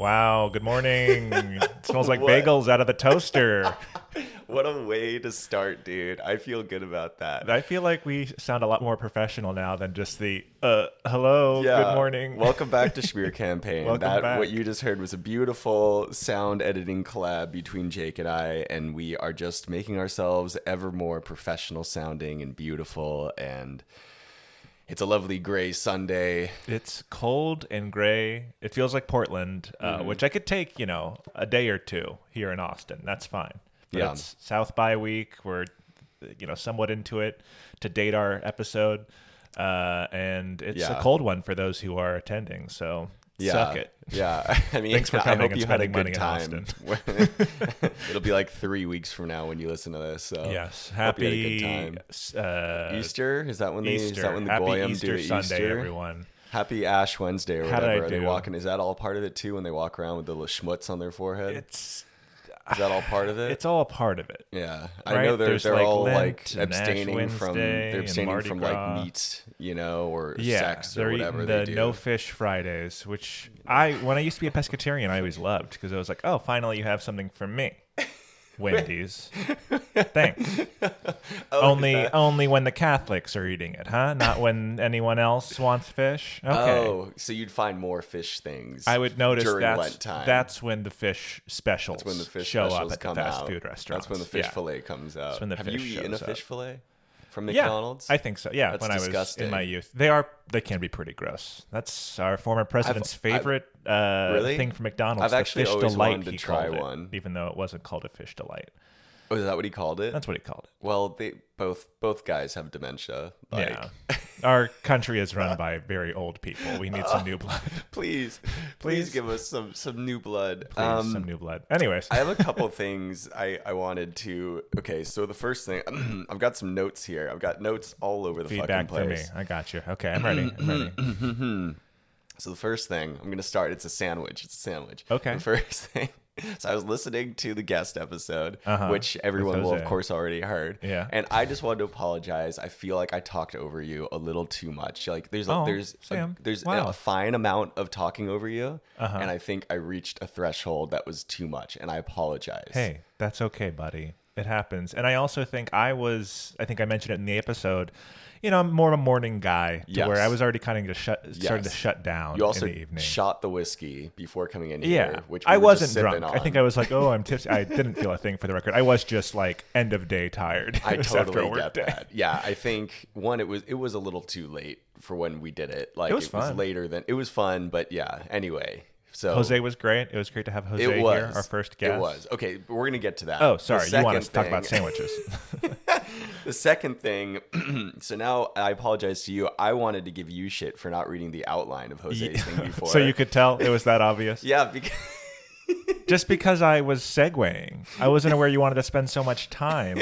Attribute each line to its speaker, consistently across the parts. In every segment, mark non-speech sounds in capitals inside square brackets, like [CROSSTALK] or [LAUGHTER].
Speaker 1: now. Good morning. It smells like
Speaker 2: [LAUGHS] What?
Speaker 1: bagels out of the toaster.
Speaker 2: What a way to start, dude. I feel good about that.
Speaker 1: I feel like we sound a lot more professional now than just the uh hello, good morning.
Speaker 2: [LAUGHS] Welcome back to Schmear Campaign.
Speaker 1: Welcome
Speaker 2: that
Speaker 1: back.
Speaker 2: what you just heard was a beautiful sound editing collab between Jake and I, and we are just making ourselves ever more professional sounding and beautiful. And it's a lovely gray Sunday.
Speaker 1: [LAUGHS] It's cold and gray. It feels like Portland, uh,
Speaker 2: Mm-hmm.
Speaker 1: which I could take, you know, a day or two here in Austin. That's fine. But
Speaker 2: Yeah.
Speaker 1: it's South by week. We're, you know, somewhat into it to date our episode, uh, and it's
Speaker 2: Yeah.
Speaker 1: a cold one for those who are attending. So
Speaker 2: Yeah,
Speaker 1: suck it.
Speaker 2: Yeah, [LAUGHS] I mean,
Speaker 1: Thanks for
Speaker 2: I
Speaker 1: coming
Speaker 2: hope
Speaker 1: and
Speaker 2: you had a
Speaker 1: spending
Speaker 2: good
Speaker 1: money
Speaker 2: time.
Speaker 1: in
Speaker 2: [LAUGHS]
Speaker 1: [LAUGHS]
Speaker 2: It'll be like three weeks from now when you listen to this. So
Speaker 1: Yes.
Speaker 2: hope you had a good
Speaker 1: Happy
Speaker 2: time.
Speaker 1: Uh,
Speaker 2: Easter is that when they is
Speaker 1: Easter.
Speaker 2: that when the
Speaker 1: Happy
Speaker 2: Goyim
Speaker 1: Easter
Speaker 2: do
Speaker 1: Sunday,
Speaker 2: Easter?
Speaker 1: everyone.
Speaker 2: Happy Ash Wednesday or
Speaker 1: How did I
Speaker 2: whatever. Are they
Speaker 1: do?
Speaker 2: walking? Is that all part of it too? When they walk around with the little schmutz on their forehead,
Speaker 1: It's
Speaker 2: is that all
Speaker 1: [SIGHS]
Speaker 2: part of it?
Speaker 1: it's all a part of it.
Speaker 2: yeah, I
Speaker 1: right?
Speaker 2: know they're
Speaker 1: There's,
Speaker 2: they're
Speaker 1: like,
Speaker 2: all
Speaker 1: Lent
Speaker 2: like
Speaker 1: and Ash
Speaker 2: abstaining from
Speaker 1: Wednesday and
Speaker 2: they're abstaining
Speaker 1: Mardi
Speaker 2: from
Speaker 1: Gras.
Speaker 2: like meat, you know, or
Speaker 1: Yeah,
Speaker 2: sex
Speaker 1: they're
Speaker 2: or
Speaker 1: eating
Speaker 2: whatever
Speaker 1: the
Speaker 2: they do.
Speaker 1: no fish Fridays, which I when I used to be a pescatarian, I always loved because I was like, oh, finally you have something for me,
Speaker 2: [LAUGHS]
Speaker 1: Wendy's. Thanks. only only when the Catholics are eating it, huh? Not when anyone else wants fish. Okay.
Speaker 2: Oh, so you'd find more fish things.
Speaker 1: I would notice
Speaker 2: during
Speaker 1: that's
Speaker 2: Lent time.
Speaker 1: that's when the fish specials
Speaker 2: when the fish
Speaker 1: show up
Speaker 2: specials
Speaker 1: at the
Speaker 2: come
Speaker 1: fast
Speaker 2: out.
Speaker 1: food restaurants.
Speaker 2: That's when the fish
Speaker 1: Yeah.
Speaker 2: fillet comes out.
Speaker 1: when the
Speaker 2: Have
Speaker 1: fish
Speaker 2: you eaten a
Speaker 1: shows up.
Speaker 2: fish fillet from
Speaker 1: Yeah,
Speaker 2: McDonald's?
Speaker 1: I think so. Yeah,
Speaker 2: That's
Speaker 1: when I was
Speaker 2: disgusting.
Speaker 1: in my youth, they are they can be pretty gross. That's our former president's
Speaker 2: I've-
Speaker 1: favorite uh,
Speaker 2: Really?
Speaker 1: thing for McDonald's.
Speaker 2: I've
Speaker 1: the
Speaker 2: actually
Speaker 1: fish
Speaker 2: always
Speaker 1: delight,
Speaker 2: wanted to
Speaker 1: he
Speaker 2: try
Speaker 1: called it,
Speaker 2: one.
Speaker 1: even though it wasn't called a fish delight.
Speaker 2: Oh, is that what he called it?
Speaker 1: That's what he called it.
Speaker 2: well, they both both guys have dementia. Like,
Speaker 1: yeah, [LAUGHS] our country is run by very old people. We
Speaker 2: [LAUGHS]
Speaker 1: need some new blood.
Speaker 2: [LAUGHS]
Speaker 1: [LAUGHS]
Speaker 2: please, please give us some some new blood. Um,
Speaker 1: Please, some new blood. Anyways,
Speaker 2: I have a couple [LAUGHS] things I, I wanted to. Okay, so the first thing [CLEARS THROAT] I've got some notes here. I've got notes all over the
Speaker 1: feedback
Speaker 2: fucking
Speaker 1: for me.
Speaker 2: place.
Speaker 1: I got you. Okay, I'm ready. I'm
Speaker 2: [CLEARS THROAT]
Speaker 1: ready.
Speaker 2: So the first thing I'm gonna start. It's a sandwich. It's a sandwich.
Speaker 1: Okay.
Speaker 2: The first [LAUGHS] thing. So I was listening to the guest episode,
Speaker 1: Uh-huh.
Speaker 2: which everyone will of
Speaker 1: Jose.
Speaker 2: course already heard.
Speaker 1: Yeah.
Speaker 2: And I just wanted to apologize. I feel like I talked over you a little too much. Like there's a,
Speaker 1: Oh,
Speaker 2: there's a,
Speaker 1: Sam.
Speaker 2: there's
Speaker 1: Wow. Uh-huh.
Speaker 2: a fine amount of talking over you, and I think I reached a threshold that was too much, and I apologize.
Speaker 1: Hey, that's okay, buddy. It happens. And I also think I was, I think I mentioned it in the episode, you know, I'm more of a morning guy to
Speaker 2: Yes.
Speaker 1: where I was already kind of just shut, starting
Speaker 2: Yes.
Speaker 1: to shut down
Speaker 2: You also
Speaker 1: in the evening.
Speaker 2: shot the whiskey before coming in here,
Speaker 1: yeah,
Speaker 2: which
Speaker 1: I
Speaker 2: we were just
Speaker 1: wasn't drunk.
Speaker 2: sipping
Speaker 1: I think
Speaker 2: on.
Speaker 1: I was like, "Oh, I'm tipsy." I didn't feel a thing for the record. I was just like end of day tired. [LAUGHS]
Speaker 2: I
Speaker 1: It was after a
Speaker 2: totally
Speaker 1: work
Speaker 2: get
Speaker 1: day.
Speaker 2: that. Yeah, I think one, it was it was a little too late for when we did it. Like it
Speaker 1: was fun.
Speaker 2: later than it was fun, but yeah. Anyway, so
Speaker 1: Jose was great. It was great to have Jose
Speaker 2: it was
Speaker 1: here, our first guest.
Speaker 2: It was okay. but We're gonna get to that.
Speaker 1: Oh,
Speaker 2: The
Speaker 1: sorry. You want
Speaker 2: second
Speaker 1: us to talk about
Speaker 2: thing-
Speaker 1: sandwiches? [LAUGHS]
Speaker 2: [LAUGHS] The second thing. [CLEARS THROAT] so now I apologize to you. I wanted to give you shit for not reading the outline of
Speaker 1: [LAUGHS]
Speaker 2: Jose's thing before.
Speaker 1: so you could tell it was that obvious.
Speaker 2: [LAUGHS] Yeah, because
Speaker 1: just because I was segueing, I wasn't aware you wanted to spend so much
Speaker 2: [LAUGHS]
Speaker 1: time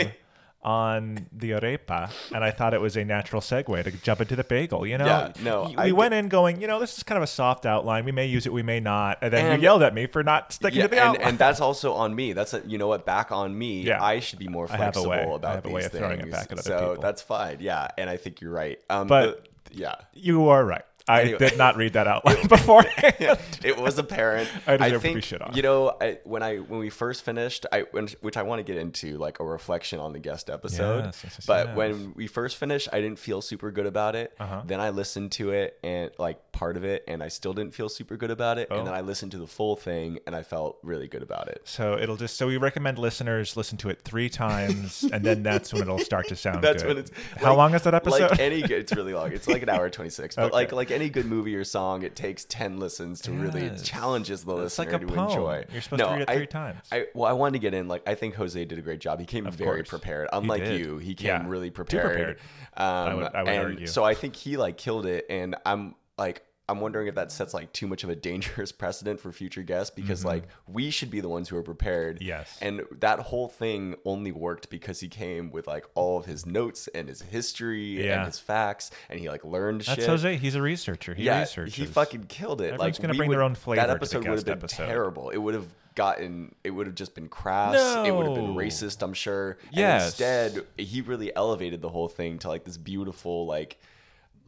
Speaker 1: on the arepa, and I thought it was a natural segue to jump into the bagel. You know,
Speaker 2: Yeah, no,
Speaker 1: we
Speaker 2: I
Speaker 1: went in going, you know, this is kind of a soft outline. We may use it, we may not, and then
Speaker 2: And-
Speaker 1: you yelled at me for not sticking
Speaker 2: yeah,
Speaker 1: to the
Speaker 2: and,
Speaker 1: outline.
Speaker 2: and that's also on me. That's a, you know what, back on me.
Speaker 1: Yeah.
Speaker 2: I should be more
Speaker 1: I have a
Speaker 2: flexible
Speaker 1: way. I
Speaker 2: about
Speaker 1: have a
Speaker 2: these
Speaker 1: way of
Speaker 2: things.
Speaker 1: throwing it back at other
Speaker 2: so
Speaker 1: people.
Speaker 2: that's fine. Yeah, and I think you're right. Um,
Speaker 1: But-
Speaker 2: the- yeah.
Speaker 1: you are right. I
Speaker 2: Anyway.
Speaker 1: did not read that outline [LAUGHS] before.
Speaker 2: [LAUGHS] it was apparent.
Speaker 1: [LAUGHS] I deserve to
Speaker 2: think,
Speaker 1: be shit on.
Speaker 2: You know, I, when I when we first finished, I when, which I want to get into like a reflection on the guest episode.
Speaker 1: Yes, yes, yes,
Speaker 2: but
Speaker 1: yes. Uh-huh.
Speaker 2: when we first finished, I didn't feel super good about it. Then I listened to it and like part of it, and I still didn't feel super good about it.
Speaker 1: Oh.
Speaker 2: And then I listened to the full thing, and I felt really good about it.
Speaker 1: So it'll just so we recommend listeners listen to it three times, and then that's when it'll start to sound
Speaker 2: That's
Speaker 1: good.
Speaker 2: when it's
Speaker 1: How
Speaker 2: like-
Speaker 1: long is that episode?
Speaker 2: Like any good, it's really long. It's like an hour twenty six. But like like any good movie or song, it takes ten listens to really it
Speaker 1: Yes.
Speaker 2: challenges the
Speaker 1: It's like
Speaker 2: listener
Speaker 1: a
Speaker 2: to
Speaker 1: poem.
Speaker 2: enjoy.
Speaker 1: You're supposed to read it
Speaker 2: I-
Speaker 1: three times.
Speaker 2: I well, I wanted to get in. Like I think Jose did a great job. He came very
Speaker 1: course.
Speaker 2: prepared.
Speaker 1: He
Speaker 2: Unlike
Speaker 1: did.
Speaker 2: you, he came
Speaker 1: Yeah.
Speaker 2: really
Speaker 1: Too
Speaker 2: prepared.
Speaker 1: prepared.
Speaker 2: Um,
Speaker 1: would- I would
Speaker 2: and
Speaker 1: argue.
Speaker 2: So I think he like killed it. And I'm like. I'm wondering if that sets like too much of a [LAUGHS] dangerous precedent for future guests because like we should be the ones who are prepared.
Speaker 1: Mm-hmm. Yes.
Speaker 2: And and that whole thing only worked because he came with like all of his notes and his history and
Speaker 1: Yeah.
Speaker 2: his facts, and he like learned
Speaker 1: that's
Speaker 2: shit.
Speaker 1: Jose. He's a researcher. He
Speaker 2: yeah,
Speaker 1: researches.
Speaker 2: he fucking killed it.
Speaker 1: Everyone's
Speaker 2: like,
Speaker 1: gonna
Speaker 2: we
Speaker 1: bring their
Speaker 2: would-
Speaker 1: own flavor to
Speaker 2: That
Speaker 1: the
Speaker 2: episode would have
Speaker 1: guest
Speaker 2: been
Speaker 1: episode.
Speaker 2: terrible. It would have gotten. It would have just been crass. It would have been
Speaker 1: No.
Speaker 2: racist. I'm sure. And
Speaker 1: Yes.
Speaker 2: instead, he really elevated the whole thing to like this beautiful like.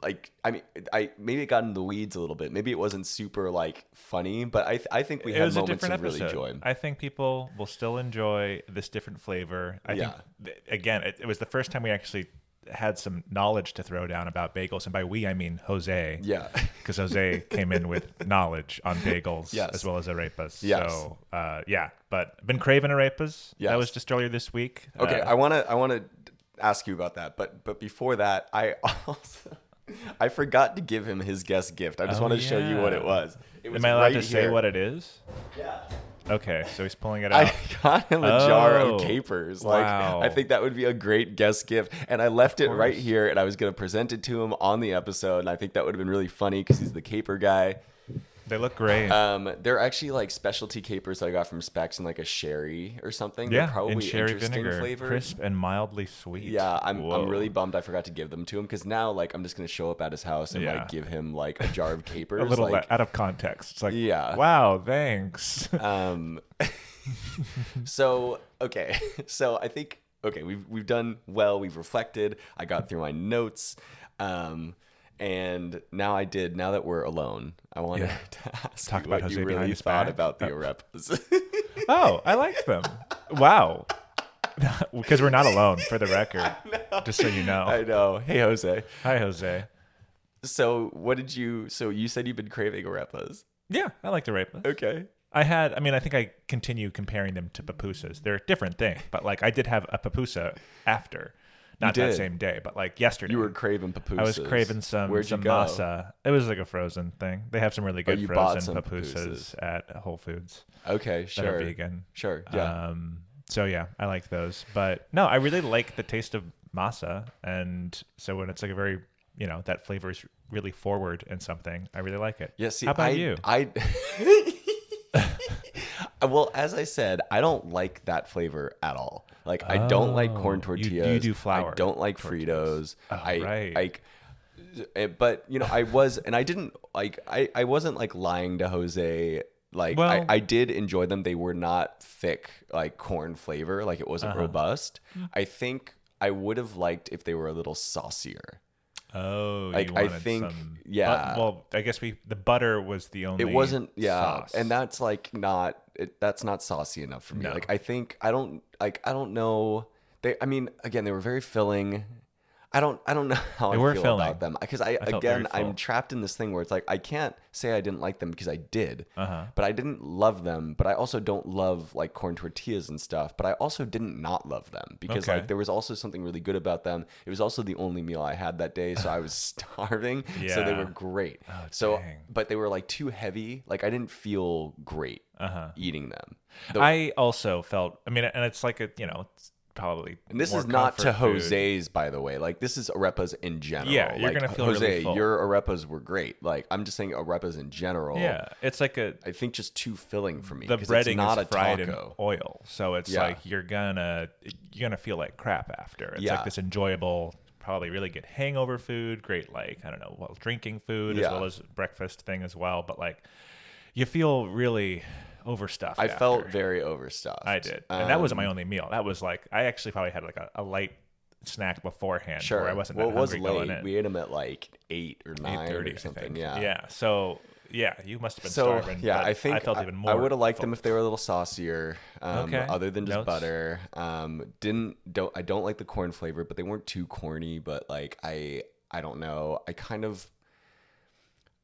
Speaker 2: like I mean I maybe it got in the weeds a little bit. Maybe it wasn't super like funny, but I th- I think we
Speaker 1: it
Speaker 2: had
Speaker 1: was a
Speaker 2: moments
Speaker 1: different
Speaker 2: of really
Speaker 1: episode.
Speaker 2: joy.
Speaker 1: I think people will still enjoy this different flavor. I
Speaker 2: Yeah.
Speaker 1: think th- again, it, it was the first time we actually had some knowledge to throw down about bagels, and by we I mean Jose. [LAUGHS]
Speaker 2: Yeah.
Speaker 1: because Jose came in
Speaker 2: [LAUGHS]
Speaker 1: with knowledge on bagels
Speaker 2: Yes.
Speaker 1: as well as arepas.
Speaker 2: Yes.
Speaker 1: So uh, yeah, but been craving arepas.
Speaker 2: Yes.
Speaker 1: That was just earlier this week.
Speaker 2: Okay,
Speaker 1: Uh,
Speaker 2: I want to I want to ask you about that, but but before that, I [LAUGHS] also I forgot to give him his guest gift. I just
Speaker 1: Oh,
Speaker 2: want to show you what
Speaker 1: yeah.
Speaker 2: it was. It was
Speaker 1: am I allowed
Speaker 2: right
Speaker 1: to say
Speaker 2: here.
Speaker 1: what it is?
Speaker 2: Yeah.
Speaker 1: Okay, so he's pulling it out.
Speaker 2: [LAUGHS] I got him a jar
Speaker 1: Oh,
Speaker 2: of capers. Like
Speaker 1: wow.
Speaker 2: I think that would be a great guest gift, and I left it right
Speaker 1: course.
Speaker 2: here, and I was gonna present it to him on the episode, and I think that would have been really funny because he's the caper guy.
Speaker 1: they look great.
Speaker 2: Um, they're actually like specialty capers I got from Specs in like a sherry or something.
Speaker 1: yeah,
Speaker 2: they're probably
Speaker 1: in sherry
Speaker 2: interesting
Speaker 1: vinegar,
Speaker 2: flavored.
Speaker 1: crisp and mildly sweet.
Speaker 2: Yeah, I'm
Speaker 1: Whoa.
Speaker 2: I'm really bummed I forgot to give them to him because now like I'm just gonna show up at his house and
Speaker 1: Yeah.
Speaker 2: like give him like a jar of capers.
Speaker 1: [LAUGHS] a little
Speaker 2: like,
Speaker 1: out of context. It's like,
Speaker 2: Yeah.
Speaker 1: wow, thanks. [LAUGHS]
Speaker 2: um so okay [LAUGHS] so i think okay we've we've done well we've reflected i got through my notes um and now i did now that we're alone i wanted
Speaker 1: Yeah.
Speaker 2: [LAUGHS] to ask
Speaker 1: Talk
Speaker 2: you
Speaker 1: about
Speaker 2: what
Speaker 1: Jose
Speaker 2: you
Speaker 1: behind
Speaker 2: really
Speaker 1: his
Speaker 2: thought
Speaker 1: back.
Speaker 2: about the arepas [LAUGHS]
Speaker 1: [LAUGHS] oh, I liked them. Wow. [LAUGHS] Because we're not alone, for the
Speaker 2: [LAUGHS]
Speaker 1: record. Just so you know.
Speaker 2: i know hey jose
Speaker 1: Hi, Jose.
Speaker 2: so what did you so you said you've been craving arepas
Speaker 1: Yeah, I like the arepas.
Speaker 2: okay
Speaker 1: I had, I mean, I think I continue comparing them to pupusas. They're a different thing, but like I did have a pupusa after, not that
Speaker 2: did.
Speaker 1: same day, but like yesterday.
Speaker 2: you were craving pupusas
Speaker 1: I was craving some
Speaker 2: Where'd
Speaker 1: some
Speaker 2: you go? Oh,
Speaker 1: masa. It was like a frozen thing. They have some really good
Speaker 2: you bought
Speaker 1: frozen
Speaker 2: some
Speaker 1: pupusas, at Whole Foods
Speaker 2: okay
Speaker 1: that are
Speaker 2: sure
Speaker 1: vegan.
Speaker 2: sure yeah
Speaker 1: Um, so yeah, I like those. But no, I really like the taste of masa, and so when it's like a very you know that flavor is really forward in something, I really like it.
Speaker 2: Yeah, see,
Speaker 1: how about
Speaker 2: I,
Speaker 1: you? [LAUGHS]
Speaker 2: I [LAUGHS] well, as I said, I don't like that flavor at all. Like, I don't like
Speaker 1: Oh, you-
Speaker 2: corn
Speaker 1: you
Speaker 2: tortillas.
Speaker 1: do flour
Speaker 2: I don't like Fritos.
Speaker 1: tortillas. Oh,
Speaker 2: I
Speaker 1: right.
Speaker 2: like. eh, But you know, I was, and I didn't like. I I wasn't like lying to Jose. Like,
Speaker 1: Well-
Speaker 2: I, I did enjoy them. They were not thick, like corn flavor. Like, it wasn't
Speaker 1: Uh-huh.
Speaker 2: robust.
Speaker 1: Hmm.
Speaker 2: I think I would have liked if they were a little saucier.
Speaker 1: Oh,
Speaker 2: Like,
Speaker 1: you
Speaker 2: I
Speaker 1: wanted
Speaker 2: think-
Speaker 1: some,
Speaker 2: yeah.
Speaker 1: but- well, I guess we the butter was the only.
Speaker 2: it wasn't yeah
Speaker 1: sauce.
Speaker 2: and that's like not it, that's not saucy enough for me
Speaker 1: No.
Speaker 2: like i think i don't like i don't know they i mean again they were very filling i don't i don't [LAUGHS] know how
Speaker 1: They
Speaker 2: i
Speaker 1: were
Speaker 2: feel
Speaker 1: filling.
Speaker 2: about them because i,
Speaker 1: felt very
Speaker 2: again
Speaker 1: full.
Speaker 2: i'm trapped in this thing where it's like i can't say i didn't like them because i did
Speaker 1: Uh-huh.
Speaker 2: but i didn't love them but i also don't love like corn tortillas and stuff but i also didn't not love them because
Speaker 1: Okay.
Speaker 2: like there was also something really good about them it was also the only meal i had that day so i
Speaker 1: [LAUGHS]
Speaker 2: was [LAUGHS] starving so they
Speaker 1: Yeah. Oh,
Speaker 2: were great so
Speaker 1: dang.
Speaker 2: but they were like too heavy. Like I didn't feel great
Speaker 1: Uh-huh.
Speaker 2: eating them.
Speaker 1: I also felt. I mean, and it's like a you know, it's probably.
Speaker 2: And this
Speaker 1: more
Speaker 2: is not to
Speaker 1: comfort food.
Speaker 2: Jose's, by the way. Like this is arepas in general.
Speaker 1: Yeah, you're
Speaker 2: Like,
Speaker 1: gonna feel
Speaker 2: Jose,
Speaker 1: really full.
Speaker 2: your arepas were great. Like I'm just saying arepas in general.
Speaker 1: Yeah, it's like a
Speaker 2: I think just too filling for me.
Speaker 1: the
Speaker 2: 'cause
Speaker 1: breading
Speaker 2: it's not
Speaker 1: is
Speaker 2: a
Speaker 1: fried
Speaker 2: taco.
Speaker 1: in oil, so it's
Speaker 2: Yeah.
Speaker 1: like you're gonna you're gonna feel like crap after. It's
Speaker 2: Yeah.
Speaker 1: like this enjoyable, probably really good hangover food, great like I don't know, well drinking food
Speaker 2: Yeah.
Speaker 1: as well as breakfast thing as well. But like you feel really overstuffed.
Speaker 2: I
Speaker 1: after.
Speaker 2: felt very overstuffed. Um,
Speaker 1: I did, and that wasn't my only meal. That was like I actually probably had like a, a light snack beforehand
Speaker 2: sure.
Speaker 1: where I wasn't
Speaker 2: Well,
Speaker 1: that
Speaker 2: it was
Speaker 1: hungry going
Speaker 2: late.
Speaker 1: in.
Speaker 2: We ate them at like eight or nine
Speaker 1: 8:30,
Speaker 2: or
Speaker 1: I
Speaker 2: something.
Speaker 1: think.
Speaker 2: Yeah.
Speaker 1: yeah. So yeah, you must have been
Speaker 2: So
Speaker 1: starving.
Speaker 2: yeah,
Speaker 1: but
Speaker 2: I think
Speaker 1: I felt even more.
Speaker 2: I would have liked
Speaker 1: full.
Speaker 2: them if they were a little saucier. Um,
Speaker 1: Okay.
Speaker 2: Other than just
Speaker 1: Notes?
Speaker 2: butter, um, didn't don't I don't like the corn flavor, but they weren't too corny. But like I I don't know. I kind of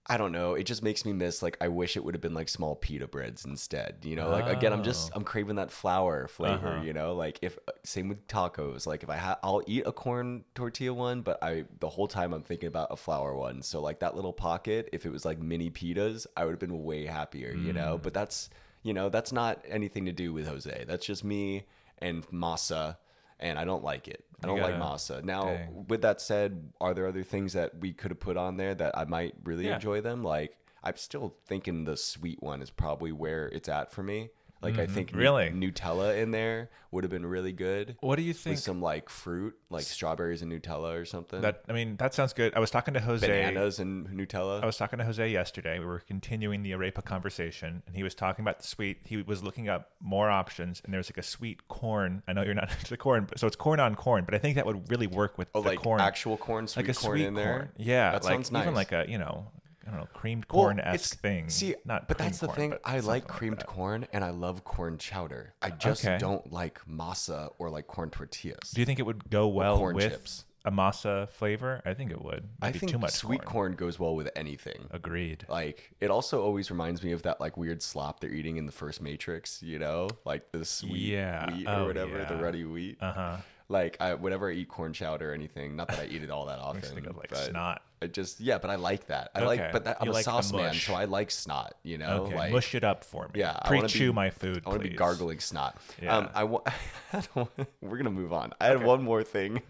Speaker 2: I don't know. It just makes me miss like I wish it would have been like small pita breads instead. You know, like again, I'm just I'm craving that flour flavor. You know, like if uh, same with tacos. Like if I ha- I'll eat a corn tortilla one, but I the whole time I'm thinking about a flour one. So like that little pocket, if it was like mini pitas, I would have been way happier. You know, but that's you know that's not anything to do with Jose. That's just me and masa, and I don't like it. I don't like
Speaker 1: gotta-
Speaker 2: masa. Now,
Speaker 1: Dang.
Speaker 2: with that said, are there other things that we could have put on there that I might really
Speaker 1: Yeah.
Speaker 2: enjoy them? Like, I'm still thinking the sweet one is probably where it's at for me. Like I think nu-
Speaker 1: Mm-hmm. really?
Speaker 2: Nutella in there would have been really good
Speaker 1: What do you think?
Speaker 2: with some like fruit, like strawberries and Nutella or something.
Speaker 1: That I mean, that sounds good. I was talking to Jose.
Speaker 2: Bananas and Nutella.
Speaker 1: I was talking to Jose yesterday. We were continuing the arepa conversation, and he was talking about the sweet. He was looking up more options, and there's like a sweet corn. I know you're not [LAUGHS] into the corn, but so it's corn on corn. But I think that would really work with
Speaker 2: oh,
Speaker 1: the
Speaker 2: like
Speaker 1: corn,
Speaker 2: actual corn, sweet
Speaker 1: like a
Speaker 2: corn
Speaker 1: sweet
Speaker 2: in there.
Speaker 1: corn. Yeah,
Speaker 2: that
Speaker 1: like,
Speaker 2: sounds nice.
Speaker 1: Even like a you know, I don't know, creamed
Speaker 2: Well,
Speaker 1: corn esque
Speaker 2: it's-
Speaker 1: thing.
Speaker 2: See,
Speaker 1: not
Speaker 2: but
Speaker 1: creamed
Speaker 2: that's the
Speaker 1: corn,
Speaker 2: thing.
Speaker 1: but
Speaker 2: I like
Speaker 1: something
Speaker 2: creamed
Speaker 1: that.
Speaker 2: corn and I love corn chowder. I just
Speaker 1: Okay.
Speaker 2: don't like masa or like corn tortillas.
Speaker 1: Do you think it would go well
Speaker 2: corn
Speaker 1: with
Speaker 2: chips.
Speaker 1: a masa flavor? I think it would.
Speaker 2: I
Speaker 1: It'd be
Speaker 2: think
Speaker 1: too much
Speaker 2: sweet corn. goes well with anything.
Speaker 1: Agreed.
Speaker 2: Like it also always reminds me of that like weird slop they're eating in the first Matrix, you know, like the sweet
Speaker 1: Yeah.
Speaker 2: wheat or
Speaker 1: Oh,
Speaker 2: whatever, the
Speaker 1: yeah.
Speaker 2: ruddy wheat.
Speaker 1: Uh huh.
Speaker 2: Like I, whenever I eat corn chowder or anything, not that I eat
Speaker 1: [LAUGHS]
Speaker 2: it all that often,
Speaker 1: Think of like
Speaker 2: but
Speaker 1: snot.
Speaker 2: I just yeah, but I like that. I
Speaker 1: Okay.
Speaker 2: like, but that, I'm
Speaker 1: You
Speaker 2: a
Speaker 1: like the
Speaker 2: sauce man,
Speaker 1: mush.
Speaker 2: so I like snot. You know,
Speaker 1: Okay,
Speaker 2: like
Speaker 1: mush it up for me.
Speaker 2: Yeah, I wanna
Speaker 1: pre-chew
Speaker 2: be-
Speaker 1: my food.
Speaker 2: I want to be
Speaker 1: please.
Speaker 2: gargling snot.
Speaker 1: Yeah.
Speaker 2: Um, I wa- [LAUGHS] I don't wa- we're gonna move on. I had one more thing,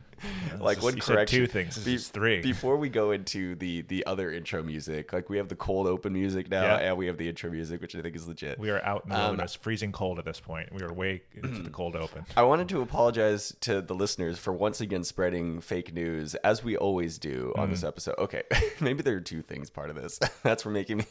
Speaker 2: like
Speaker 1: is-
Speaker 2: one
Speaker 1: you said
Speaker 2: correction.
Speaker 1: two things. This is three.
Speaker 2: Before we go into the the other intro music, like we have the cold open music now,
Speaker 1: Yeah.
Speaker 2: and we have the intro music, which I think is legit.
Speaker 1: We are out in the
Speaker 2: Um,
Speaker 1: wilderness, freezing cold at this point. We are way into
Speaker 2: [CLEARS THROAT]
Speaker 1: the cold open.
Speaker 2: I wanted to apologize to the listeners for once again spreading fake news, as we always do
Speaker 1: Mm.
Speaker 2: on this episode. Okay, [LAUGHS] maybe there are two things part of this. [LAUGHS] That's for making me.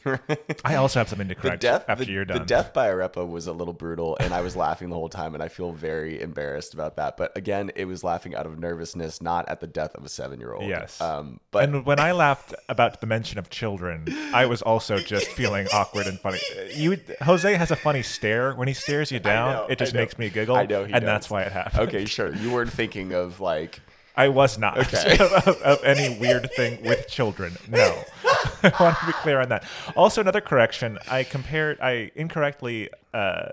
Speaker 1: I also have something to correct
Speaker 2: death
Speaker 1: after
Speaker 2: the,
Speaker 1: you're
Speaker 2: the
Speaker 1: done.
Speaker 2: death by arepa was a little brutal and i was laughing the whole time and i feel very embarrassed about that but again it was laughing out of nervousness not at the death of a seven-year-old
Speaker 1: Yes.
Speaker 2: um but
Speaker 1: and when I laughed about the mention of children, I was also just
Speaker 2: [LAUGHS]
Speaker 1: feeling awkward and funny. You, Jose has a funny stare. When he stares you down,
Speaker 2: know,
Speaker 1: it just
Speaker 2: I know.
Speaker 1: makes me giggle.
Speaker 2: I know he
Speaker 1: and
Speaker 2: does.
Speaker 1: that's why it happened.
Speaker 2: okay sure you weren't thinking of like
Speaker 1: I was not
Speaker 2: Okay.
Speaker 1: [LAUGHS] of, of any weird thing with children. No, [LAUGHS] I want to be clear on that. Also, another correction: I compared, I incorrectly uh,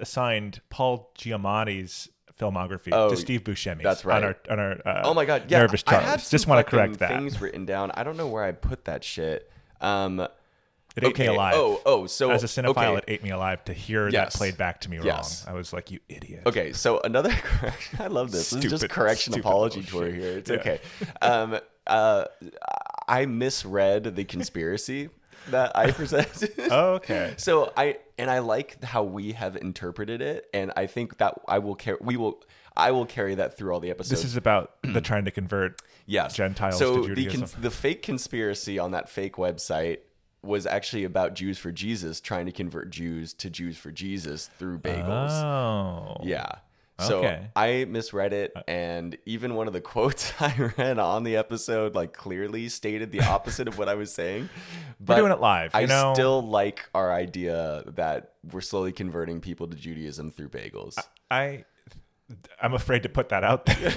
Speaker 1: assigned Paul Giamatti's filmography
Speaker 2: Oh,
Speaker 1: to Steve Buscemi's.
Speaker 2: that's right.
Speaker 1: On our, on our uh,
Speaker 2: oh my god yeah
Speaker 1: nervous
Speaker 2: I
Speaker 1: charms.
Speaker 2: had some
Speaker 1: Just want to
Speaker 2: fucking
Speaker 1: correct that.
Speaker 2: things written down i don't know where i put that shit um
Speaker 1: it ate me alive.
Speaker 2: oh oh so
Speaker 1: As a cinephile,
Speaker 2: okay.
Speaker 1: it ate me alive to hear
Speaker 2: Yes.
Speaker 1: that played back to me wrong.
Speaker 2: Yes.
Speaker 1: I was like, "You idiot!"
Speaker 2: Okay, so another [LAUGHS] correction. I love this. this is just
Speaker 1: Stupid-
Speaker 2: correction
Speaker 1: stupid
Speaker 2: apology
Speaker 1: little
Speaker 2: tour
Speaker 1: shit.
Speaker 2: here. It's
Speaker 1: Yeah. [LAUGHS]
Speaker 2: okay. Um, uh, I misread the conspiracy that I presented.
Speaker 1: [LAUGHS] Okay.
Speaker 2: So I and I like how we have interpreted it, and I think that I will carry. We will. I will carry that through all the episodes.
Speaker 1: This is about
Speaker 2: [CLEARS THROAT]
Speaker 1: the trying to convert
Speaker 2: Yes.
Speaker 1: Gentiles
Speaker 2: so
Speaker 1: to
Speaker 2: the,
Speaker 1: Judaism.
Speaker 2: cons- the fake conspiracy on that fake website was actually about Jews for Jesus trying to convert Jews to Jews for Jesus through bagels.
Speaker 1: oh,
Speaker 2: Yeah. So
Speaker 1: Okay.
Speaker 2: I misread it, and even one of the [LAUGHS] quotes I read on the episode like clearly stated the opposite of what I
Speaker 1: [LAUGHS]
Speaker 2: was saying. But
Speaker 1: doing it live, you
Speaker 2: I
Speaker 1: know?
Speaker 2: still like our idea that we're slowly converting people to Judaism through bagels.
Speaker 1: Uh, I I'm afraid to put that out
Speaker 2: [LAUGHS]
Speaker 1: there.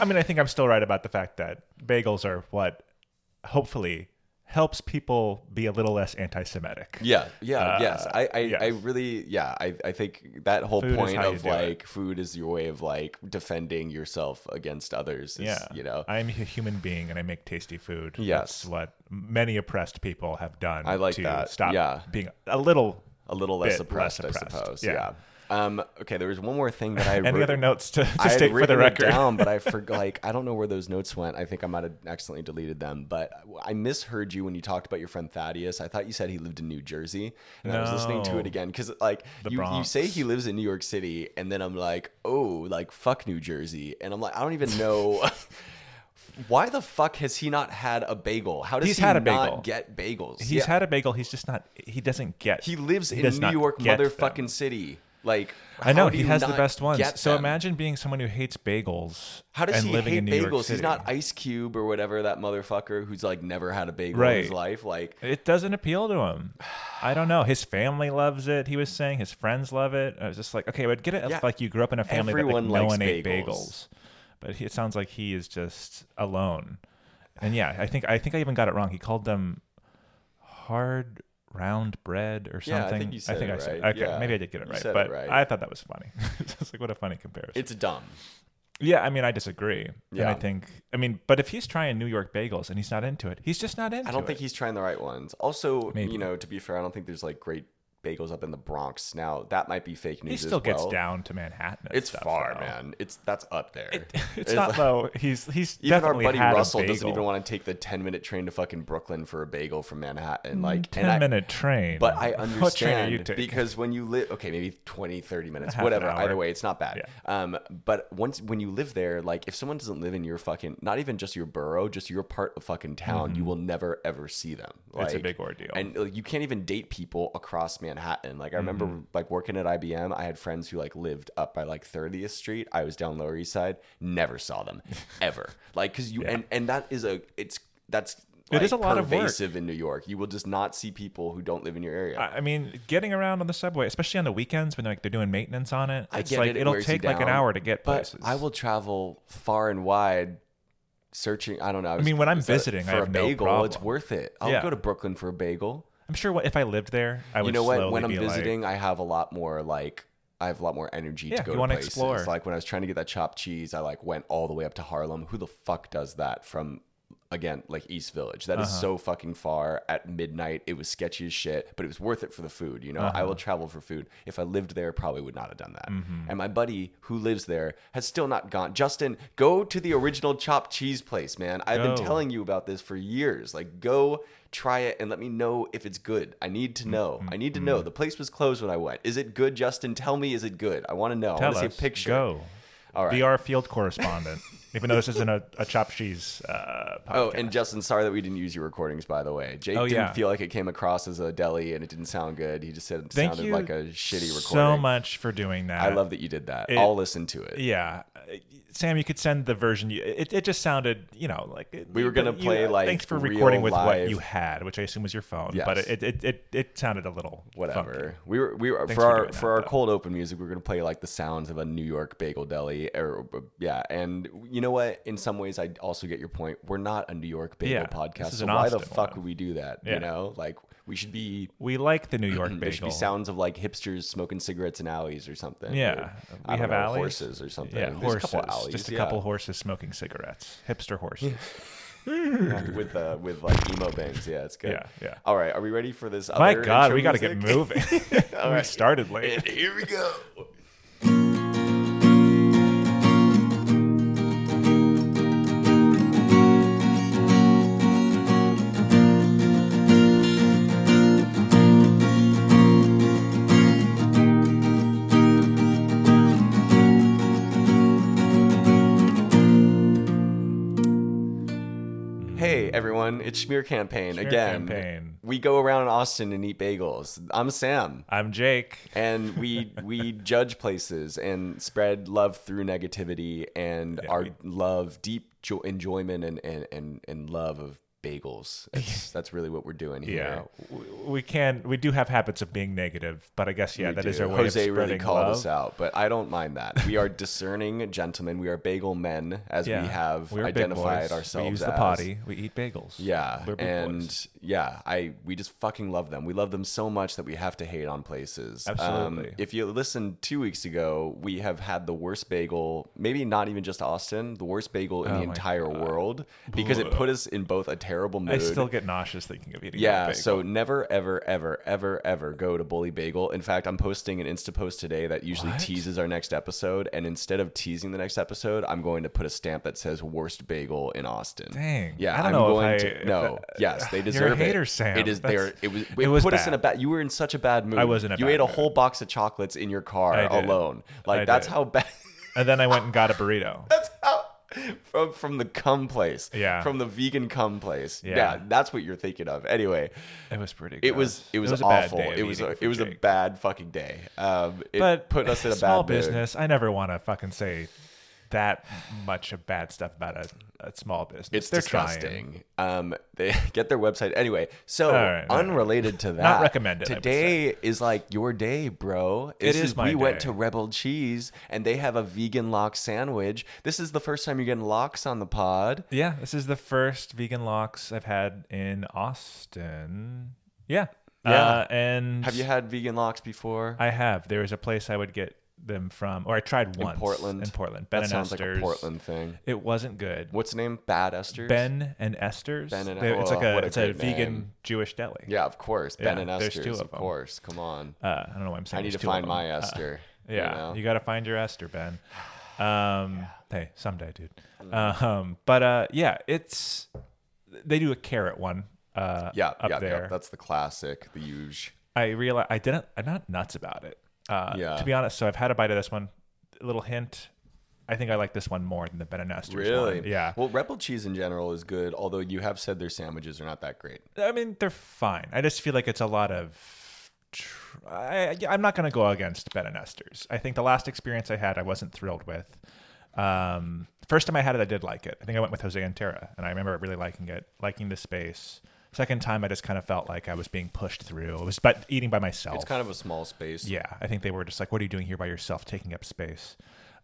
Speaker 1: I mean, I think I'm still right about the fact that bagels are what hopefully helps people be a little less anti-Semitic.
Speaker 2: yeah, yeah,
Speaker 1: Uh,
Speaker 2: yes. I, I,
Speaker 1: yes.
Speaker 2: I really, yeah. I, I think that whole
Speaker 1: Food is
Speaker 2: point
Speaker 1: how you
Speaker 2: of
Speaker 1: do it.
Speaker 2: like food is your way of like defending yourself against others. Is,
Speaker 1: Yeah,
Speaker 2: you know.
Speaker 1: I'm a human being and I make tasty food.
Speaker 2: Yes.
Speaker 1: That's what many oppressed people have done.
Speaker 2: I like
Speaker 1: to
Speaker 2: that.
Speaker 1: Stop
Speaker 2: Yeah.
Speaker 1: being a little.
Speaker 2: a little less
Speaker 1: bit
Speaker 2: oppressed,
Speaker 1: less
Speaker 2: I
Speaker 1: oppressed.
Speaker 2: suppose. Yeah.
Speaker 1: Yeah.
Speaker 2: Um, okay, there was one more thing that
Speaker 1: [LAUGHS]
Speaker 2: I
Speaker 1: Any
Speaker 2: wrote-
Speaker 1: other notes to, to
Speaker 2: I had
Speaker 1: state for the
Speaker 2: written
Speaker 1: record?
Speaker 2: it down,
Speaker 1: [LAUGHS]
Speaker 2: but I forgot. Like, I don't know where those notes went. I think I might have accidentally deleted them. But I misheard you when you talked about your friend Thaddeus. I thought you said he lived in New Jersey, and I was listening to
Speaker 1: No.
Speaker 2: it again because, like,
Speaker 1: The
Speaker 2: you, you
Speaker 1: Bronx.
Speaker 2: say he lives in New York City, and then I'm like, oh, like fuck New Jersey, and I'm like, I don't even know. [LAUGHS] Why the fuck has he not had a bagel? How does
Speaker 1: He's
Speaker 2: he
Speaker 1: had a
Speaker 2: not
Speaker 1: bagel.
Speaker 2: get bagels?
Speaker 1: He's
Speaker 2: Yeah.
Speaker 1: had a bagel. He's just not. He doesn't get.
Speaker 2: He lives in
Speaker 1: does
Speaker 2: New
Speaker 1: not
Speaker 2: York,
Speaker 1: get them.
Speaker 2: motherfucking city. Like
Speaker 1: I know
Speaker 2: how do
Speaker 1: he
Speaker 2: you
Speaker 1: has the
Speaker 2: not
Speaker 1: best ones.
Speaker 2: get
Speaker 1: So
Speaker 2: them?
Speaker 1: imagine being someone who hates bagels.
Speaker 2: How does
Speaker 1: and
Speaker 2: he
Speaker 1: living
Speaker 2: hate
Speaker 1: in New York
Speaker 2: bagels? He's
Speaker 1: City.
Speaker 2: not Ice Cube or whatever that motherfucker who's like never had a bagel in his
Speaker 1: Right.
Speaker 2: life. Like
Speaker 1: It doesn't appeal to him. I don't know. His family loves it. He was saying his friends love it. I was just like, okay, but get it. if,
Speaker 2: Yeah.
Speaker 1: Like you grew up in a family
Speaker 2: Everyone
Speaker 1: that like, no
Speaker 2: likes
Speaker 1: one ate
Speaker 2: bagels.
Speaker 1: bagels, but he, it sounds like he is just alone. And yeah, I think I think I even got it wrong. He called them hard round bread or
Speaker 2: Yeah, I
Speaker 1: something.
Speaker 2: think you said it
Speaker 1: I said
Speaker 2: right.
Speaker 1: okay.
Speaker 2: Yeah.
Speaker 1: Maybe I did get it
Speaker 2: You
Speaker 1: right,
Speaker 2: said it
Speaker 1: but
Speaker 2: right.
Speaker 1: I thought that was funny. [LAUGHS] it's just like what a funny comparison.
Speaker 2: it's dumb.
Speaker 1: Yeah, I mean, I disagree. And
Speaker 2: Yeah.
Speaker 1: I think, I mean, but if he's trying New York bagels and he's not into it, he's just not into it.
Speaker 2: I don't think he's trying the right ones. Also,
Speaker 1: Maybe.
Speaker 2: you know, to be fair, I don't think there's like great bagels up in the Bronx. Now that might be fake news.
Speaker 1: He still
Speaker 2: as
Speaker 1: gets
Speaker 2: well.
Speaker 1: down to Manhattan. and
Speaker 2: It's
Speaker 1: stuff,
Speaker 2: far,
Speaker 1: though.
Speaker 2: man. It's that's up there.
Speaker 1: [LAUGHS] It's not [LAUGHS]
Speaker 2: like-
Speaker 1: though. He's he's
Speaker 2: even our
Speaker 1: definitely
Speaker 2: buddy
Speaker 1: had
Speaker 2: Russell
Speaker 1: a
Speaker 2: doesn't
Speaker 1: bagel.
Speaker 2: even want to take the ten minute train to fucking Brooklyn for a bagel from Manhattan. Like
Speaker 1: Mm, ten
Speaker 2: and I-
Speaker 1: minute train.
Speaker 2: But I
Speaker 1: [LAUGHS] What train are you
Speaker 2: understand
Speaker 1: taking?
Speaker 2: because when you live, okay, maybe 20, 30 minutes,
Speaker 1: Half an
Speaker 2: whatever.
Speaker 1: hour.
Speaker 2: Either way, it's not bad. Um, but once when you live there, like if someone doesn't live in your fucking, not even just your borough, just your part of fucking town, you will never ever see them. Like,
Speaker 1: Mm-hmm. It's a big ordeal.
Speaker 2: and like, you can't even date people across Manhattan. Like I remember,
Speaker 1: Mm-hmm.
Speaker 2: like working at IBM, I had friends who like lived up by like 30th Street. I was down Lower East Side, never
Speaker 1: [LAUGHS]
Speaker 2: saw them ever. Like because you and and that is a it's that's.
Speaker 1: It is
Speaker 2: like,
Speaker 1: a lot of work.
Speaker 2: pervasive in New York. You will just not see people who don't live in your area.
Speaker 1: I I mean, getting around on the subway, especially on the weekends when like they're doing maintenance on it,
Speaker 2: I
Speaker 1: it's
Speaker 2: get
Speaker 1: like
Speaker 2: it, it
Speaker 1: will
Speaker 2: wears you
Speaker 1: take like an
Speaker 2: down,
Speaker 1: hour to get
Speaker 2: But
Speaker 1: places.
Speaker 2: I will travel far and wide searching. I don't know. I, was-
Speaker 1: mean, when I'm
Speaker 2: is that-
Speaker 1: visiting, I
Speaker 2: for
Speaker 1: have
Speaker 2: a
Speaker 1: no
Speaker 2: bagel, it's
Speaker 1: problem.
Speaker 2: worth it. I'll
Speaker 1: Yeah.
Speaker 2: go to Brooklyn for a bagel.
Speaker 1: I'm sure what, if I lived there, I would.
Speaker 2: you know what?
Speaker 1: slowly
Speaker 2: When I'm
Speaker 1: be like-
Speaker 2: visiting, I have a lot more like I have a lot more energy
Speaker 1: Yeah,
Speaker 2: to go
Speaker 1: you
Speaker 2: to
Speaker 1: wanna
Speaker 2: places.
Speaker 1: explore.
Speaker 2: Like when I was trying to get that chopped cheese, I like went all the way up to Harlem. Who the fuck does that from? Again, like East Village. That is so fucking far at midnight. It was sketchy as shit, but it was worth it for the food. You know, I will travel for food. If I lived there, probably would not have done that. And my buddy who lives there has still not gone. Justin, go to the original chopped cheese place, man. I've been
Speaker 1: Go.
Speaker 2: telling telling you about this for years. Like, go try it and let me know if it's good. I need to know. I need to know. The place was closed when I went. Is it good, Justin? Tell me, is it good? I want to know. I
Speaker 1: Tell
Speaker 2: want to see a
Speaker 1: us.
Speaker 2: picture.
Speaker 1: Go.
Speaker 2: All right.
Speaker 1: Be our field
Speaker 2: [LAUGHS]
Speaker 1: correspondent, even though this isn't a, a chopped cheese uh, podcast.
Speaker 2: Oh, and Justin, sorry that we didn't use your recordings, by the way. Jake
Speaker 1: Oh,
Speaker 2: didn't
Speaker 1: yeah.
Speaker 2: feel like it came across as a deli and it didn't sound good. He just said it
Speaker 1: Thank
Speaker 2: sounded
Speaker 1: you
Speaker 2: like a shitty recording.
Speaker 1: so much for doing that.
Speaker 2: I love that you did that. I'll listen to it.
Speaker 1: Yeah, Uh, Sam, you could send the version. You, it, it just sounded, you know, like it-
Speaker 2: We were gonna
Speaker 1: you- uh,
Speaker 2: play, like,
Speaker 1: Thanks for
Speaker 2: real
Speaker 1: recording with
Speaker 2: live-
Speaker 1: what you had, which I assume was your phone.
Speaker 2: Yes.
Speaker 1: But it it, it it sounded a little
Speaker 2: whatever.
Speaker 1: funky.
Speaker 2: We were we were
Speaker 1: Thanks
Speaker 2: for,
Speaker 1: for
Speaker 2: our
Speaker 1: doing that,
Speaker 2: for our
Speaker 1: though.
Speaker 2: cold open music. We are gonna play like the sounds of a New York bagel deli, or yeah. And you know what? In some ways, I also get your point. We're not a New York bagel
Speaker 1: Yeah,
Speaker 2: podcast,
Speaker 1: this is
Speaker 2: so
Speaker 1: an
Speaker 2: why the
Speaker 1: Austin
Speaker 2: fuck
Speaker 1: one.
Speaker 2: would we do that? You
Speaker 1: Yeah.
Speaker 2: know, like we should be.
Speaker 1: We like the
Speaker 2: [CLEARS THROAT]
Speaker 1: New York
Speaker 2: There should
Speaker 1: bagel.
Speaker 2: be sounds of like hipsters smoking cigarettes in alleys or something.
Speaker 1: Yeah,
Speaker 2: or,
Speaker 1: we
Speaker 2: I don't
Speaker 1: have
Speaker 2: know,
Speaker 1: alleys.
Speaker 2: horses or something.
Speaker 1: yeah,
Speaker 2: uh, There's
Speaker 1: horses.
Speaker 2: a couple alleys,
Speaker 1: just a
Speaker 2: yeah. [LAUGHS]
Speaker 1: couple horses smoking cigarettes. Hipster horses.
Speaker 2: with uh, with like emo bangs. Yeah, it's good.
Speaker 1: Yeah, yeah.
Speaker 2: All right, are we ready for this?
Speaker 1: My
Speaker 2: other
Speaker 1: God,
Speaker 2: intro
Speaker 1: we got to
Speaker 2: music?
Speaker 1: get moving. [LAUGHS]
Speaker 2: [LAUGHS]
Speaker 1: we started late.
Speaker 2: And here we go. Hey everyone, it's Schmear Campaign again.
Speaker 1: Campaign.
Speaker 2: We go around Austin and eat bagels. I'm Sam,
Speaker 1: I'm Jake.
Speaker 2: and we we judge places and spread love through negativity and our love, deep jo- enjoyment and, and and and love of bagels.
Speaker 1: [LAUGHS]
Speaker 2: That's, that's really what we're doing
Speaker 1: Yeah,
Speaker 2: here.
Speaker 1: w- we can. We do have habits of being negative, but I guess yeah, that is
Speaker 2: do.
Speaker 1: our way of
Speaker 2: Jose really
Speaker 1: spreading
Speaker 2: called
Speaker 1: love.
Speaker 2: us out, but I don't mind that. We are discerning gentlemen. We are bagel men, as
Speaker 1: Yeah,
Speaker 2: we have
Speaker 1: we're big
Speaker 2: identified
Speaker 1: boys.
Speaker 2: ourselves.
Speaker 1: We use
Speaker 2: as.
Speaker 1: the potty. We eat bagels.
Speaker 2: Yeah,
Speaker 1: we're big
Speaker 2: and
Speaker 1: boys.
Speaker 2: yeah, I we just fucking love them. We love them so much that we have to hate on places. Um,
Speaker 1: Absolutely.
Speaker 2: if you listened two weeks ago, we have had the worst bagel, maybe not even just Austin, the worst bagel in the
Speaker 1: Oh my
Speaker 2: entire world because it put us in both a terrible mood.
Speaker 1: I still get nauseous thinking of eating. that
Speaker 2: yeah,
Speaker 1: bagel.
Speaker 2: so never, ever, ever, ever, ever go to Bully Bagel. In fact, I'm posting an Insta post today that usually
Speaker 1: What?
Speaker 2: teases our next episode. And instead of teasing the next episode, I'm going to put a stamp that says "Worst Bagel in Austin."
Speaker 1: Dang.
Speaker 2: Yeah,
Speaker 1: I don't
Speaker 2: am
Speaker 1: know if
Speaker 2: going
Speaker 1: I-
Speaker 2: to.
Speaker 1: if
Speaker 2: No.
Speaker 1: that-
Speaker 2: yes, they
Speaker 1: [LAUGHS] You're a
Speaker 2: deserve it.
Speaker 1: hater, Sam.
Speaker 2: It is
Speaker 1: That's-
Speaker 2: there. It was. It,
Speaker 1: it was
Speaker 2: put us in
Speaker 1: bad.
Speaker 2: a bad. You were in such a bad mood.
Speaker 1: I was in a
Speaker 2: You
Speaker 1: bad
Speaker 2: ate a
Speaker 1: mood.
Speaker 2: whole box of chocolates in your car
Speaker 1: I did.
Speaker 2: alone. Like
Speaker 1: I
Speaker 2: that's
Speaker 1: did.
Speaker 2: how bad. [LAUGHS]
Speaker 1: and then I went and got a burrito.
Speaker 2: That's how. From, from the cum place,
Speaker 1: Yeah.
Speaker 2: From the vegan cum place,
Speaker 1: Yeah.
Speaker 2: That's what you're thinking of. Anyway,
Speaker 1: It was pretty.
Speaker 2: it was it was,
Speaker 1: a bad
Speaker 2: awful.
Speaker 1: day of
Speaker 2: It was
Speaker 1: eating
Speaker 2: a,
Speaker 1: for
Speaker 2: it was a
Speaker 1: Jake.
Speaker 2: bad fucking day. Um, it
Speaker 1: But
Speaker 2: put us in a
Speaker 1: small
Speaker 2: bad mood.
Speaker 1: business. I never want to fucking say that much of bad stuff about a, a small business.
Speaker 2: It's
Speaker 1: They're trying.
Speaker 2: disgusting. Um, they [LAUGHS] get their website anyway. So
Speaker 1: right, all right.
Speaker 2: unrelated to that,
Speaker 1: recommended, I would
Speaker 2: Today is like your day, bro. This
Speaker 1: is my
Speaker 2: We went
Speaker 1: day.
Speaker 2: to Rebel Cheese and they have a vegan lock sandwich. This is the first time you're getting locks on the pod.
Speaker 1: Yeah, this is the first vegan locks I've had in Austin. Yeah.
Speaker 2: Yeah.
Speaker 1: Uh, and
Speaker 2: Have you had vegan locks before?
Speaker 1: I have. There is a place I would get them from, or I tried once
Speaker 2: Portland?
Speaker 1: In Portland, Ben
Speaker 2: That
Speaker 1: and
Speaker 2: sounds like
Speaker 1: Esther's.
Speaker 2: a Portland thing.
Speaker 1: It wasn't good.
Speaker 2: What's the name? Bad Esther's?
Speaker 1: Ben and Esther's.
Speaker 2: Ben and-
Speaker 1: They- it's like
Speaker 2: oh,
Speaker 1: a,
Speaker 2: what a
Speaker 1: it's a
Speaker 2: great
Speaker 1: vegan
Speaker 2: name.
Speaker 1: Jewish deli.
Speaker 2: Yeah, of course. ben
Speaker 1: Yeah,
Speaker 2: and
Speaker 1: there's
Speaker 2: Esther's,
Speaker 1: two
Speaker 2: of,
Speaker 1: of 'em.
Speaker 2: course. Come on.
Speaker 1: Uh, I don't know why I'm saying.
Speaker 2: I need
Speaker 1: there's
Speaker 2: to
Speaker 1: two of
Speaker 2: find
Speaker 1: them.
Speaker 2: my
Speaker 1: Uh, [LAUGHS]
Speaker 2: Esther. you
Speaker 1: Yeah, you,
Speaker 2: know?
Speaker 1: got to find your Esther,
Speaker 2: [SIGHS]
Speaker 1: Ben. Um, Hey, someday, dude.
Speaker 2: Mm.
Speaker 1: Um, but uh, yeah, it's they do a carrot one. Uh,
Speaker 2: yeah,
Speaker 1: up
Speaker 2: yeah,
Speaker 1: there.
Speaker 2: yeah. That's the classic, the huge.
Speaker 1: I realize I didn't. I'm not nuts about it. Uh,
Speaker 2: Yeah.
Speaker 1: To be honest, so I've had a bite of this one. A little hint. I think I like this one more than the Ben and Esther's one. Yeah.
Speaker 2: Well, Rebel cheese in general is good, although you have said their sandwiches are not that great.
Speaker 1: I mean, they're fine. I just feel like it's a lot of. Tr- I, I- I'm not going to go against Ben and Esther's. I think the last experience I had, I wasn't thrilled with. Um, first time I had it, I did like it. I think I went with Jose and Tara, and I remember really liking it, liking the space. Second time, I just kind of felt like I was being pushed through. I was but eating by myself.
Speaker 2: It's kind of a small space.
Speaker 1: Yeah, I think they were just like, "What are you doing here by yourself, taking up space?"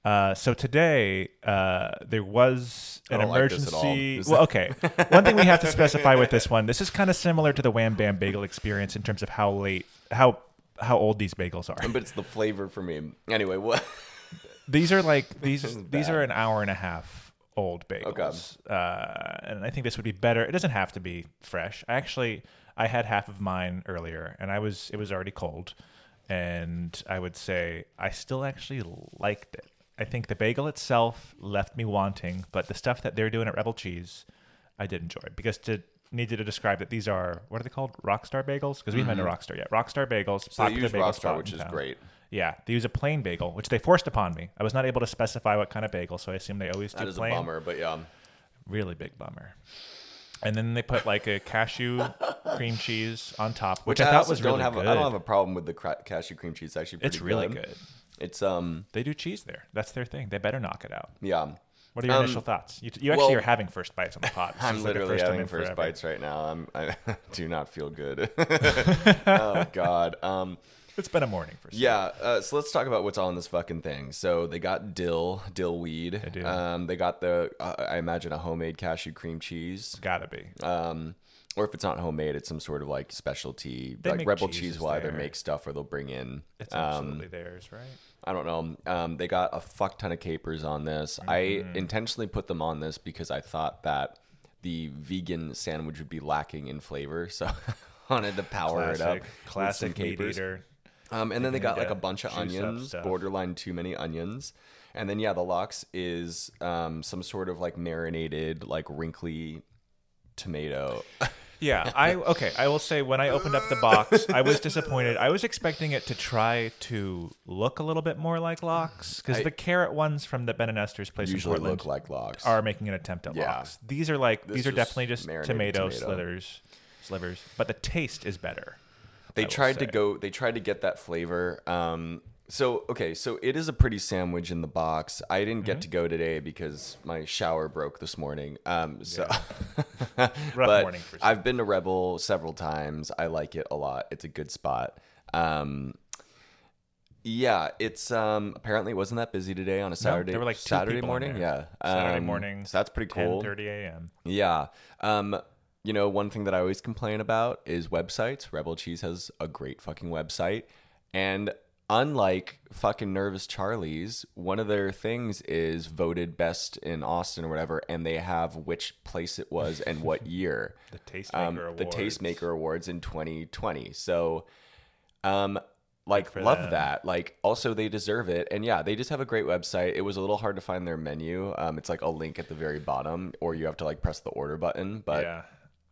Speaker 1: Uh, so today uh, there was an
Speaker 2: don't like this at all.
Speaker 1: emergency. [LAUGHS]
Speaker 2: This-
Speaker 1: well, okay. One thing we have to specify with this one: this is kind of similar to the Wham Bam Bagel experience in terms of how late, how how old these bagels are.
Speaker 2: But it's the flavor for me. Anyway, what?
Speaker 1: These are
Speaker 2: [LAUGHS]
Speaker 1: like these these
Speaker 2: bad.
Speaker 1: are an hour and a half old bagels, uh, and I think this would be better. It doesn't have to be fresh. I actually I had half of mine earlier, and I was it was already cold, and I would say I still actually liked it. I think the bagel itself left me wanting, but the stuff that they're doing at Rebel Cheese, I did enjoy because to needed to describe that these are what are they called rockstar bagels because we haven't had a rockstar yet rockstar bagels
Speaker 2: Mm-hmm. So they
Speaker 1: popular
Speaker 2: use
Speaker 1: bagel
Speaker 2: Rockstar,
Speaker 1: spot
Speaker 2: which
Speaker 1: in
Speaker 2: is
Speaker 1: town.
Speaker 2: great.
Speaker 1: Yeah, they use a plain bagel, which they forced upon me. I was not able to specify what kind of bagel, so I assume they always do
Speaker 2: [LAUGHS] That is
Speaker 1: plain.
Speaker 2: a bummer, but yeah.
Speaker 1: Really big bummer. And then they put like a
Speaker 2: [LAUGHS]
Speaker 1: cashew cream cheese on top, which,
Speaker 2: Which
Speaker 1: I,
Speaker 2: I,
Speaker 1: thought
Speaker 2: also
Speaker 1: was
Speaker 2: don't
Speaker 1: really
Speaker 2: have.
Speaker 1: good.
Speaker 2: I don't have a problem with the cra- cashew cream cheese. It's actually pretty
Speaker 1: it's really
Speaker 2: good.
Speaker 1: good.
Speaker 2: It's um
Speaker 1: They do cheese there. That's their thing. They better knock it out.
Speaker 2: yeah.
Speaker 1: What are your initial thoughts? You, you actually
Speaker 2: Um, well,
Speaker 1: are having first bites on the
Speaker 2: [LAUGHS]
Speaker 1: pod. This
Speaker 2: I'm
Speaker 1: is like a
Speaker 2: literally
Speaker 1: first time
Speaker 2: having
Speaker 1: in
Speaker 2: first
Speaker 1: forever.
Speaker 2: bites right now. I'm, I [LAUGHS] do not feel
Speaker 1: [LAUGHS]
Speaker 2: good. [LAUGHS] oh God. Um,
Speaker 1: It's been a morning for some.
Speaker 2: yeah. Uh, so let's talk about what's on this fucking thing. So they got dill, dill weed. They
Speaker 1: do.
Speaker 2: Um, they got the, uh, I imagine a homemade cashew cream cheese.
Speaker 1: Gotta be.
Speaker 2: Um, or if it's not homemade, it's some sort of like specialty,
Speaker 1: They
Speaker 2: like
Speaker 1: make
Speaker 2: Rebel
Speaker 1: cheeses
Speaker 2: Cheese will either
Speaker 1: there.
Speaker 2: make stuff or they'll bring in.
Speaker 1: It's
Speaker 2: um,
Speaker 1: absolutely theirs, right?
Speaker 2: I don't know. Um, they got a fuck ton of capers on this.
Speaker 1: Mm-hmm.
Speaker 2: I intentionally put them on this because I thought that the vegan sandwich would be lacking in flavor, so [LAUGHS] I wanted to power
Speaker 1: Classic,
Speaker 2: it up.
Speaker 1: classic
Speaker 2: with some
Speaker 1: meat
Speaker 2: capers.
Speaker 1: eater.
Speaker 2: Um, and then they got like a
Speaker 1: gotta
Speaker 2: bunch of
Speaker 1: juice up
Speaker 2: onions,
Speaker 1: stuff.
Speaker 2: borderline too many onions. And then yeah, the lox is um, some sort of like marinated, like wrinkly
Speaker 1: [LAUGHS]
Speaker 2: tomato. [LAUGHS]
Speaker 1: Yeah, I okay. I will say when I opened up the box, I was disappointed. I was expecting it to try to look a little bit more like lox because the carrot ones from the Ben and Esther's place in
Speaker 2: Usually
Speaker 1: Portland
Speaker 2: look like lox.
Speaker 1: are making an attempt at
Speaker 2: Yeah.
Speaker 1: lox. These are like these are
Speaker 2: is
Speaker 1: definitely just tomato,
Speaker 2: marinated tomato.
Speaker 1: slithers, slivers, but the taste is better.
Speaker 2: they
Speaker 1: will
Speaker 2: tried to
Speaker 1: say.
Speaker 2: go they tried to get that flavor um so okay so it is a pretty sandwich in the box i didn't
Speaker 1: Mm-hmm.
Speaker 2: get to go today because my shower broke this morning um so
Speaker 1: Rough
Speaker 2: but
Speaker 1: morning for some.
Speaker 2: i've been to rebel several times i like it a lot it's a good spot um yeah, it's um apparently it wasn't that busy today on a Saturday.
Speaker 1: there were, like, two
Speaker 2: Saturday
Speaker 1: people in
Speaker 2: morning. Yeah,
Speaker 1: there. Saturday
Speaker 2: Um,
Speaker 1: morning,
Speaker 2: So that's pretty cool.
Speaker 1: Ten thirty a.m.
Speaker 2: Yeah. Um, you know, one thing that I always complain about is websites. Rebel Cheese has a great fucking website. And unlike fucking Nervous Charlie's, one of their things is voted best in Austin or whatever, and they have which place it was
Speaker 1: [LAUGHS]
Speaker 2: and what year.
Speaker 1: The Tastemaker
Speaker 2: um,
Speaker 1: Awards.
Speaker 2: the Tastemaker Awards in 2020. So, um, like,
Speaker 1: for
Speaker 2: love
Speaker 1: them.
Speaker 2: that. Like, also they deserve it. And yeah, they just have a great website. It was a little hard to find their menu. Um, it's like a link at the very bottom, or you have to like press the order button. But um,
Speaker 1: Yeah,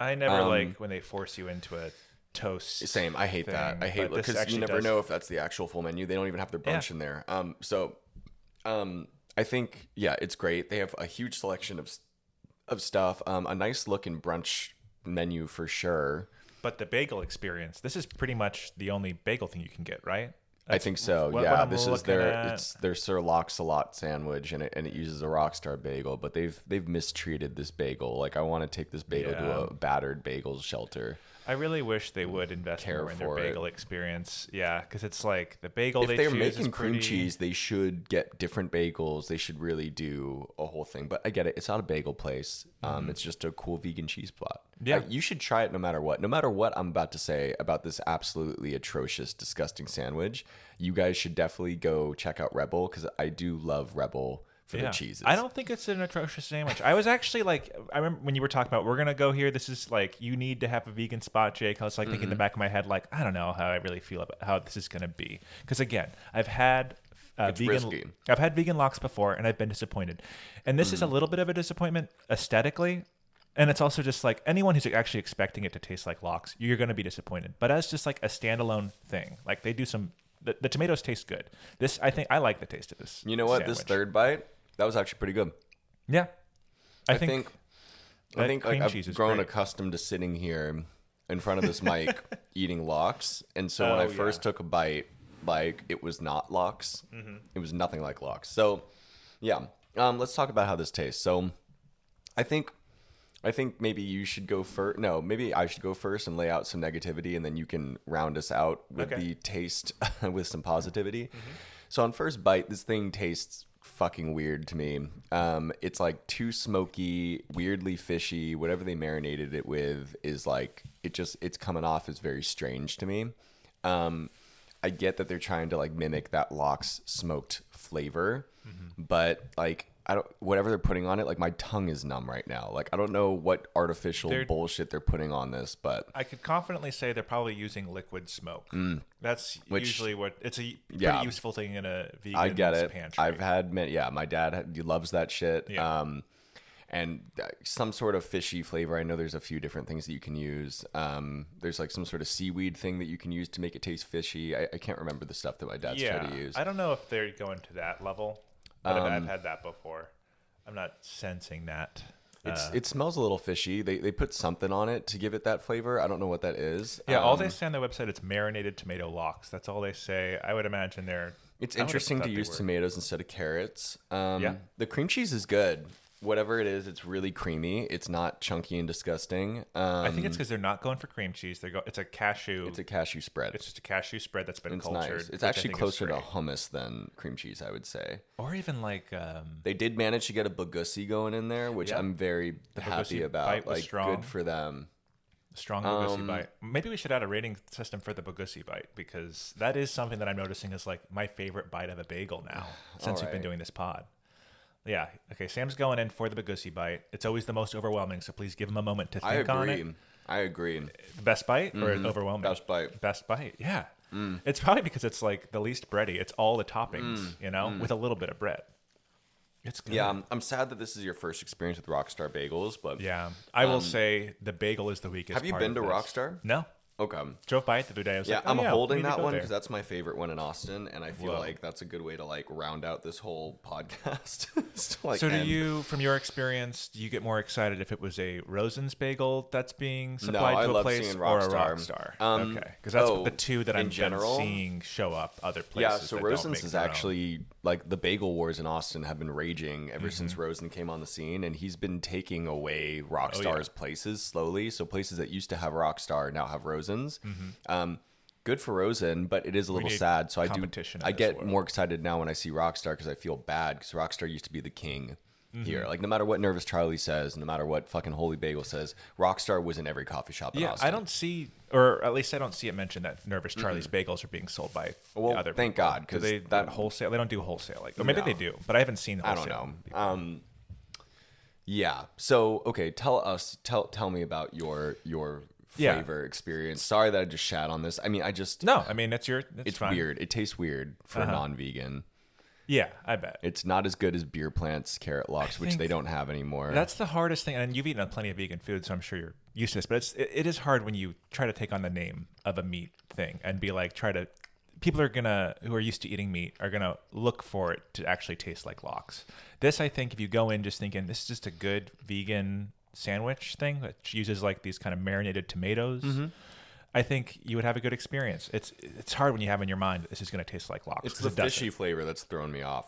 Speaker 1: I never like when they force you into a toast.
Speaker 2: same, I hate that.
Speaker 1: Thing,
Speaker 2: I hate
Speaker 1: but this
Speaker 2: because you
Speaker 1: actually
Speaker 2: never
Speaker 1: does-
Speaker 2: know if that's the actual full menu. They don't even have their brunch in there. Um, so, um, I think yeah, it's great. They have a huge selection of s- of stuff. Um, a nice looking brunch menu for sure.
Speaker 1: But the bagel experience. This is pretty much the only bagel thing you can get, right?
Speaker 2: I think so.
Speaker 1: what- what
Speaker 2: yeah,
Speaker 1: I'm
Speaker 2: this is
Speaker 1: looking
Speaker 2: their
Speaker 1: at.
Speaker 2: it's their Sir Lox-a-Lot sandwich, and it and it uses a Rockstar bagel, but they've they've mistreated this bagel. Like I want to take this bagel to
Speaker 1: Yeah.
Speaker 2: a battered bagel shelter.
Speaker 1: I really wish they would invest
Speaker 2: Care
Speaker 1: more in their
Speaker 2: for it.
Speaker 1: bagel experience. Yeah, because it's like the bagel
Speaker 2: If
Speaker 1: they
Speaker 2: they are
Speaker 1: choose
Speaker 2: making
Speaker 1: is
Speaker 2: cream
Speaker 1: pretty-
Speaker 2: cheese, they should get different bagels. They should really do a whole thing. But I get it; it's not a bagel place. Um, it's just a cool vegan cheese plot.
Speaker 1: Mm-hmm. Yeah.
Speaker 2: I- you should try it no matter what. No matter what I'm about to say about this absolutely atrocious, disgusting sandwich, you guys should definitely go check out Rebel because I do love Rebel for
Speaker 1: Yeah.
Speaker 2: the cheeses.
Speaker 1: I don't think it's an atrocious sandwich. I was actually like, I remember when you were talking about we're gonna go here. This is like you need to have a vegan spot, Jake. I was like
Speaker 2: Mm-hmm.
Speaker 1: thinking in the back of my head, like I don't know how I really feel about how this is gonna be. Because again, I've had uh,
Speaker 2: It's
Speaker 1: vegan,
Speaker 2: risky.
Speaker 1: I've had vegan locks before, and I've been disappointed. And this
Speaker 2: Mm.
Speaker 1: is a little bit of a disappointment aesthetically. And it's also just like anyone who's actually expecting it to taste like lox, you're going to be disappointed. But as just like a standalone thing, like they do some, the, the tomatoes taste good. This, I think, I like the taste of this.
Speaker 2: You know what? This
Speaker 1: sandwich.
Speaker 2: third bite, that was actually pretty good.
Speaker 1: Yeah, I,
Speaker 2: I
Speaker 1: think,
Speaker 2: think I
Speaker 1: that
Speaker 2: think like,
Speaker 1: cream cheese
Speaker 2: I've
Speaker 1: is
Speaker 2: grown
Speaker 1: great.
Speaker 2: accustomed to sitting here in front of
Speaker 1: [LAUGHS]
Speaker 2: this mic eating lox, and so when
Speaker 1: Oh,
Speaker 2: I first took a bite, like it was not lox.
Speaker 1: Mm-hmm.
Speaker 2: It was nothing like lox. So, yeah. Um, let's talk about how this tastes. So, I think, I think maybe you should go first. No, maybe I should go first and lay out some negativity, and then you can round us out with
Speaker 1: Okay.
Speaker 2: the taste [LAUGHS] with some positivity. So on first bite, this thing tastes fucking weird to me. Um, it's like too smoky, weirdly fishy. Whatever they marinated it with is like it just it's coming off as very strange to me. Um, I get that they're trying to like mimic that lox smoked flavor,
Speaker 1: Mm-hmm.
Speaker 2: but like I don't whatever they're putting on it, like my tongue is numb right now. Like I don't know what artificial
Speaker 1: They're-
Speaker 2: bullshit they're putting on this, but
Speaker 1: I could confidently say they're probably using liquid smoke. That's
Speaker 2: Mm. Which-
Speaker 1: usually what it's a pretty
Speaker 2: Yeah.
Speaker 1: useful thing in a vegan
Speaker 2: I get it.
Speaker 1: pantry.
Speaker 2: I've had many. Yeah, my dad had- he loves that shit.
Speaker 1: Yeah.
Speaker 2: Um, and uh, some sort of fishy flavor. I know there's a few different things that you can use. Um, there's like some sort of seaweed thing that you can use to make it taste fishy. I, I can't remember the stuff that my dad's
Speaker 1: yeah,
Speaker 2: tried to use. Um,
Speaker 1: I don't know if they're going to that level, but I've- I've had that before. I'm not sensing that. Uh,
Speaker 2: It's, it smells a little fishy. They, they put something on it to give it that flavor. I don't know what that is.
Speaker 1: Yeah, all
Speaker 2: Um,
Speaker 1: they say on their website it's marinated tomato locks. That's all they say. I would imagine they're.
Speaker 2: It's
Speaker 1: I would've
Speaker 2: interesting
Speaker 1: thought
Speaker 2: to
Speaker 1: they
Speaker 2: use
Speaker 1: were.
Speaker 2: tomatoes instead of carrots. Um,
Speaker 1: Yeah.
Speaker 2: The cream cheese is good. Whatever it is, it's really creamy. It's not chunky and disgusting. Um,
Speaker 1: I think it's because they're not going for cream cheese. They're go. It's a cashew. It's,
Speaker 2: it's a cashew spread.
Speaker 1: just a cashew spread that's been
Speaker 2: It's
Speaker 1: cultured.
Speaker 2: nice.
Speaker 1: which
Speaker 2: It's
Speaker 1: I
Speaker 2: actually
Speaker 1: think is
Speaker 2: closer to
Speaker 1: great.
Speaker 2: hummus than cream cheese, I would say.
Speaker 1: or even like um,
Speaker 2: They did manage to get a bagussi going in there, which
Speaker 1: Yeah.
Speaker 2: I'm very happy
Speaker 1: bagussi bite
Speaker 2: about.
Speaker 1: was
Speaker 2: Like,
Speaker 1: strong.
Speaker 2: good for them.
Speaker 1: Strong Bagussi
Speaker 2: Um,
Speaker 1: bite. Maybe we should add a rating system for the Bagussi bite because that is something that I'm noticing is like my favorite bite of a bagel
Speaker 2: [SIGHS]
Speaker 1: now since we've been
Speaker 2: right.
Speaker 1: doing this pod. Yeah. Okay. Sam's going in for the Bagussi bite. It's always the most overwhelming, so please give him a moment to
Speaker 2: I
Speaker 1: think on it.
Speaker 2: agree. I agree.
Speaker 1: The best bite or overwhelming?
Speaker 2: Best bite. Mm.
Speaker 1: Best bite. Yeah. It's probably because it's like the least bready. It's all the toppings, you know, with a little bit of bread. It's good.
Speaker 2: Mm. Yeah, I'm, I'm sad that this is your first experience with Rockstar Bagels, but
Speaker 1: Yeah. I will say the bagel is the weakest.
Speaker 2: Um, have you
Speaker 1: part
Speaker 2: been
Speaker 1: of
Speaker 2: to
Speaker 1: this.
Speaker 2: Rockstar?
Speaker 1: No.
Speaker 2: Okay.
Speaker 1: Drove by it the other day. I was
Speaker 2: Yeah,
Speaker 1: like, oh,
Speaker 2: I'm
Speaker 1: yeah, we
Speaker 2: holding
Speaker 1: need to
Speaker 2: that
Speaker 1: go
Speaker 2: one
Speaker 1: there.
Speaker 2: because that's my favorite one in Austin, and I feel
Speaker 1: Whoa.
Speaker 2: like that's a good way to like round out this whole [LAUGHS] podcast. It's to, like,
Speaker 1: So do
Speaker 2: end.
Speaker 1: you, from your experience, do you get more excited if it was a Rosen's bagel that's being
Speaker 2: No,
Speaker 1: supplied
Speaker 2: I
Speaker 1: to a
Speaker 2: love
Speaker 1: place
Speaker 2: seeing
Speaker 1: or a
Speaker 2: Rockstar.
Speaker 1: Rockstar?
Speaker 2: Um,
Speaker 1: okay, because that's
Speaker 2: oh,
Speaker 1: the two that
Speaker 2: in
Speaker 1: I'm general,
Speaker 2: general-
Speaker 1: seeing show up other places.
Speaker 2: Yeah, so
Speaker 1: that don't
Speaker 2: Rosen's
Speaker 1: make
Speaker 2: is
Speaker 1: their own.
Speaker 2: actually like the bagel wars in Austin have been raging
Speaker 1: Mm-hmm.
Speaker 2: ever since Rosen came on the scene, and he's been taking away
Speaker 1: Oh,
Speaker 2: Rockstar's places slowly. So places that used to have Rockstar now have Rosen's. Um, good for Rosen, but it is a little
Speaker 1: Mm-hmm. need
Speaker 2: sad. So I do.
Speaker 1: competition in
Speaker 2: I
Speaker 1: this
Speaker 2: get
Speaker 1: world.
Speaker 2: more excited now when I see Rockstar because I feel bad because Rockstar used to be the king.
Speaker 1: Mm-hmm.
Speaker 2: Here, like no matter what Nervous Charlie says, no matter what fucking Holy Bagel says, Rockstar was in every coffee shop in
Speaker 1: yeah,
Speaker 2: Austin.
Speaker 1: I don't see, or at least I don't see it mentioned that Nervous Charlie's bagels are being sold by
Speaker 2: Well,
Speaker 1: other.
Speaker 2: thank
Speaker 1: people. Do
Speaker 2: God, 'cause
Speaker 1: they
Speaker 2: that-
Speaker 1: that wholesale. They don't do wholesale, like or maybe
Speaker 2: No.
Speaker 1: they do, but I haven't seen.
Speaker 2: I
Speaker 1: Wholesale.
Speaker 2: don't know. Um, yeah. So okay, tell us, tell tell me about your your
Speaker 1: Yeah.
Speaker 2: flavor experience. Sorry that I just shat on this. I mean, I just
Speaker 1: No, I mean that's your. That's
Speaker 2: it's
Speaker 1: fine. Uh-huh.
Speaker 2: weird. It tastes weird for a non-vegan.
Speaker 1: Yeah, I bet.
Speaker 2: It's not as good as beer plants, carrot locks, which they
Speaker 1: think
Speaker 2: don't have anymore.
Speaker 1: That's the hardest thing, and you've eaten plenty of vegan food, so I'm sure you're used to this. But it's it, it is hard when you try to take on the name of a meat thing and be like, try to. People are gonna who are used to eating meat are gonna look for it to actually taste like lox. This, I think, if you go in just thinking this is just a good vegan sandwich thing that uses like these kind of marinated tomatoes.
Speaker 2: Mm-hmm.
Speaker 1: I think you would have a good experience. It's it's hard when you have in your mind that this is going to taste like lox.
Speaker 2: it's
Speaker 1: 'cause
Speaker 2: the
Speaker 1: it doesn't.
Speaker 2: fishy Mm-hmm. flavor that's thrown me off.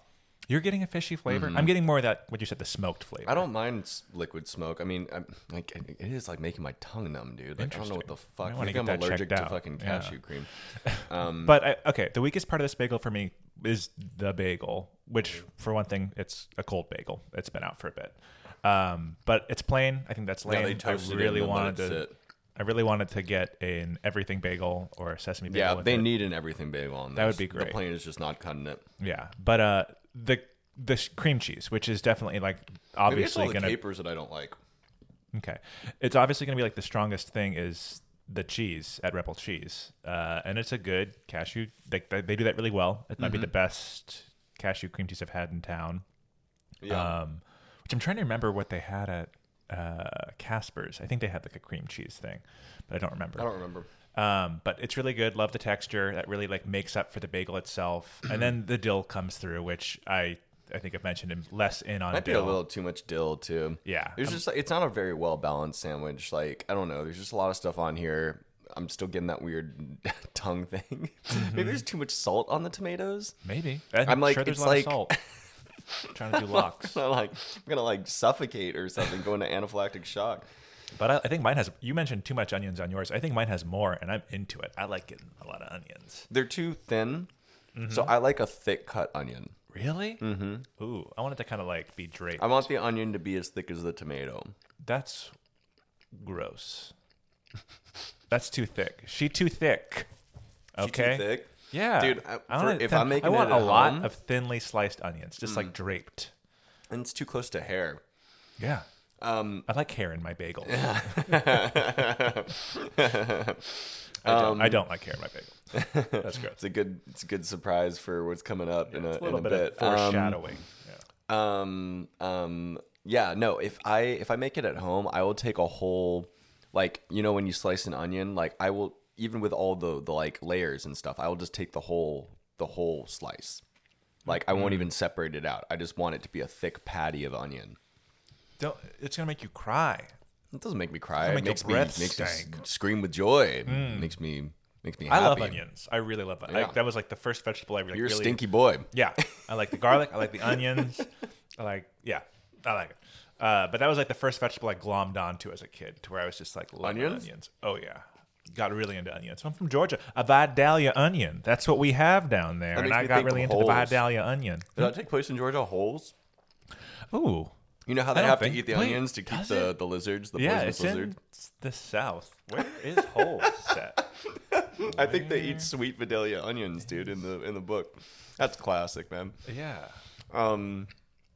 Speaker 1: You're getting a fishy flavor. I'm getting more of that what you said the smoked flavor.
Speaker 2: I don't mind s- liquid smoke. I mean, I'm, like it it is like making my tongue numb, dude. Like I don't know what the
Speaker 1: Interesting.
Speaker 2: fuck.
Speaker 1: I
Speaker 2: I
Speaker 1: wanna
Speaker 2: think
Speaker 1: get
Speaker 2: I'm
Speaker 1: that
Speaker 2: allergic
Speaker 1: checked
Speaker 2: to
Speaker 1: out.
Speaker 2: fucking
Speaker 1: Yeah.
Speaker 2: cashew cream. Mm.
Speaker 1: But I, okay, the weakest part of this bagel for me
Speaker 2: Mm.
Speaker 1: is the bagel, which for one thing, it's a cold bagel. It's been out for a bit. Um, but it's plain. I think that's
Speaker 2: No,
Speaker 1: lame.
Speaker 2: they toasted
Speaker 1: I
Speaker 2: it
Speaker 1: really
Speaker 2: and then
Speaker 1: wanted
Speaker 2: that's
Speaker 1: to.
Speaker 2: it.
Speaker 1: I really wanted to get an everything bagel or a sesame bagel.
Speaker 2: Yeah,
Speaker 1: with
Speaker 2: they
Speaker 1: it.
Speaker 2: need an everything bagel on this.
Speaker 1: That would be great.
Speaker 2: The plane is just not cutting it.
Speaker 1: Yeah, but uh, the the sh- cream cheese, which is definitely like
Speaker 2: Maybe it's all
Speaker 1: obviously
Speaker 2: the
Speaker 1: gonna
Speaker 2: capers that I don't like.
Speaker 1: okay, it's obviously gonna be like the strongest thing is the cheese at Rebel Cheese, uh, and it's a good cashew. They, they, they do that really well. It might
Speaker 2: Mm-hmm.
Speaker 1: be the best cashew cream cheese I've had in town.
Speaker 2: Yeah,
Speaker 1: Um, which I'm trying to remember what they had at uh, Casper's. I think they had like a cream cheese thing, but I don't remember.
Speaker 2: I don't remember.
Speaker 1: Um, but it's really good. Love the texture. That really like makes up for the bagel itself.
Speaker 2: Mm-hmm.
Speaker 1: and then the dill comes through, which I I think I've mentioned him less in on
Speaker 2: Might be
Speaker 1: dill.
Speaker 2: a little too much dill too.
Speaker 1: Yeah.
Speaker 2: There's just like, it's not a very well balanced sandwich. Like I don't know. There's just a lot of stuff on here. I'm still getting that weird [LAUGHS] tongue thing. [LAUGHS] Maybe there's too much salt on the tomatoes. [LAUGHS]
Speaker 1: Maybe.
Speaker 2: I'm like,
Speaker 1: sure there's
Speaker 2: it's
Speaker 1: a lot
Speaker 2: like-
Speaker 1: of salt.
Speaker 2: [LAUGHS]
Speaker 1: trying to do locks,
Speaker 2: I'm like I'm gonna like suffocate or something, go into anaphylactic shock.
Speaker 1: but I, I think mine has. You mentioned too much onions on yours. I think mine has more, and I'm into it. I like getting a lot of onions.
Speaker 2: They're too thin.
Speaker 1: Mm-hmm.
Speaker 2: So I like a thick cut onion.
Speaker 1: Really? Mm-hmm. Ooh, I want it to kind of like be draped.
Speaker 2: I want the onion to be as thick as the tomato.
Speaker 1: That's gross. That's too thick. She too thick.
Speaker 2: Is she too
Speaker 1: Okay.
Speaker 2: thick?
Speaker 1: Yeah,
Speaker 2: Dude, I-
Speaker 1: wanna
Speaker 2: for- if
Speaker 1: thin-
Speaker 2: I'm making
Speaker 1: I want
Speaker 2: it at
Speaker 1: a lot
Speaker 2: home- Mm.
Speaker 1: of thinly sliced onions, just like draped.
Speaker 2: And it's too close to hair.
Speaker 1: Yeah. Um, I like hair in my
Speaker 2: [LAUGHS]
Speaker 1: bagel. I, don't,
Speaker 2: Um,
Speaker 1: I don't like hair in my bagel. That's gross.
Speaker 2: [LAUGHS] It's a good it's a good surprise for what's coming up in a,
Speaker 1: It's a little
Speaker 2: in a
Speaker 1: bit,
Speaker 2: bit.
Speaker 1: of
Speaker 2: Um,
Speaker 1: foreshadowing. yeah.
Speaker 2: um um yeah no if i if i make it at home i will take a whole like you know when you slice an onion like i will even with all the the like layers and stuff i will just take the whole the whole slice like i
Speaker 1: Mm.
Speaker 2: won't even separate it out i just want it to be a thick patty of onion
Speaker 1: Don't, it's gonna make you cry.
Speaker 2: it doesn't make me cry it
Speaker 1: make your
Speaker 2: makes me
Speaker 1: breath
Speaker 2: makes me s-
Speaker 1: stank. Mm.
Speaker 2: scream with joy It makes me makes me
Speaker 1: I
Speaker 2: happy
Speaker 1: love onions. I really love onions.
Speaker 2: Yeah.
Speaker 1: that was like the first vegetable I really.
Speaker 2: you're a
Speaker 1: really
Speaker 2: stinky boy
Speaker 1: Yeah, I like the garlic. I like the onions. I like yeah, I like it. Uh, but that was like the first vegetable I glommed onto as a kid, to where I was just like loving
Speaker 2: Onions?
Speaker 1: onions. Oh yeah, got really into onions. I'm from Georgia. A Vidalia onion. That's what we have down there, and
Speaker 2: makes
Speaker 1: I
Speaker 2: me
Speaker 1: got
Speaker 2: think
Speaker 1: really
Speaker 2: of
Speaker 1: into the
Speaker 2: holes.
Speaker 1: Vidalia onion.
Speaker 2: did that take place in georgia holes
Speaker 1: Ooh,
Speaker 2: you know how
Speaker 1: I
Speaker 2: they
Speaker 1: don't
Speaker 2: have to
Speaker 1: think-
Speaker 2: eat the
Speaker 1: wait,
Speaker 2: onions to keep
Speaker 1: does
Speaker 2: the, the lizards the
Speaker 1: yeah,
Speaker 2: poisonous
Speaker 1: it's
Speaker 2: lizard
Speaker 1: in the South. Where is Holes set?
Speaker 2: I think they eat sweet Vidalia onions, dude, in the in the book. That's classic, man.
Speaker 1: Yeah,
Speaker 2: Um,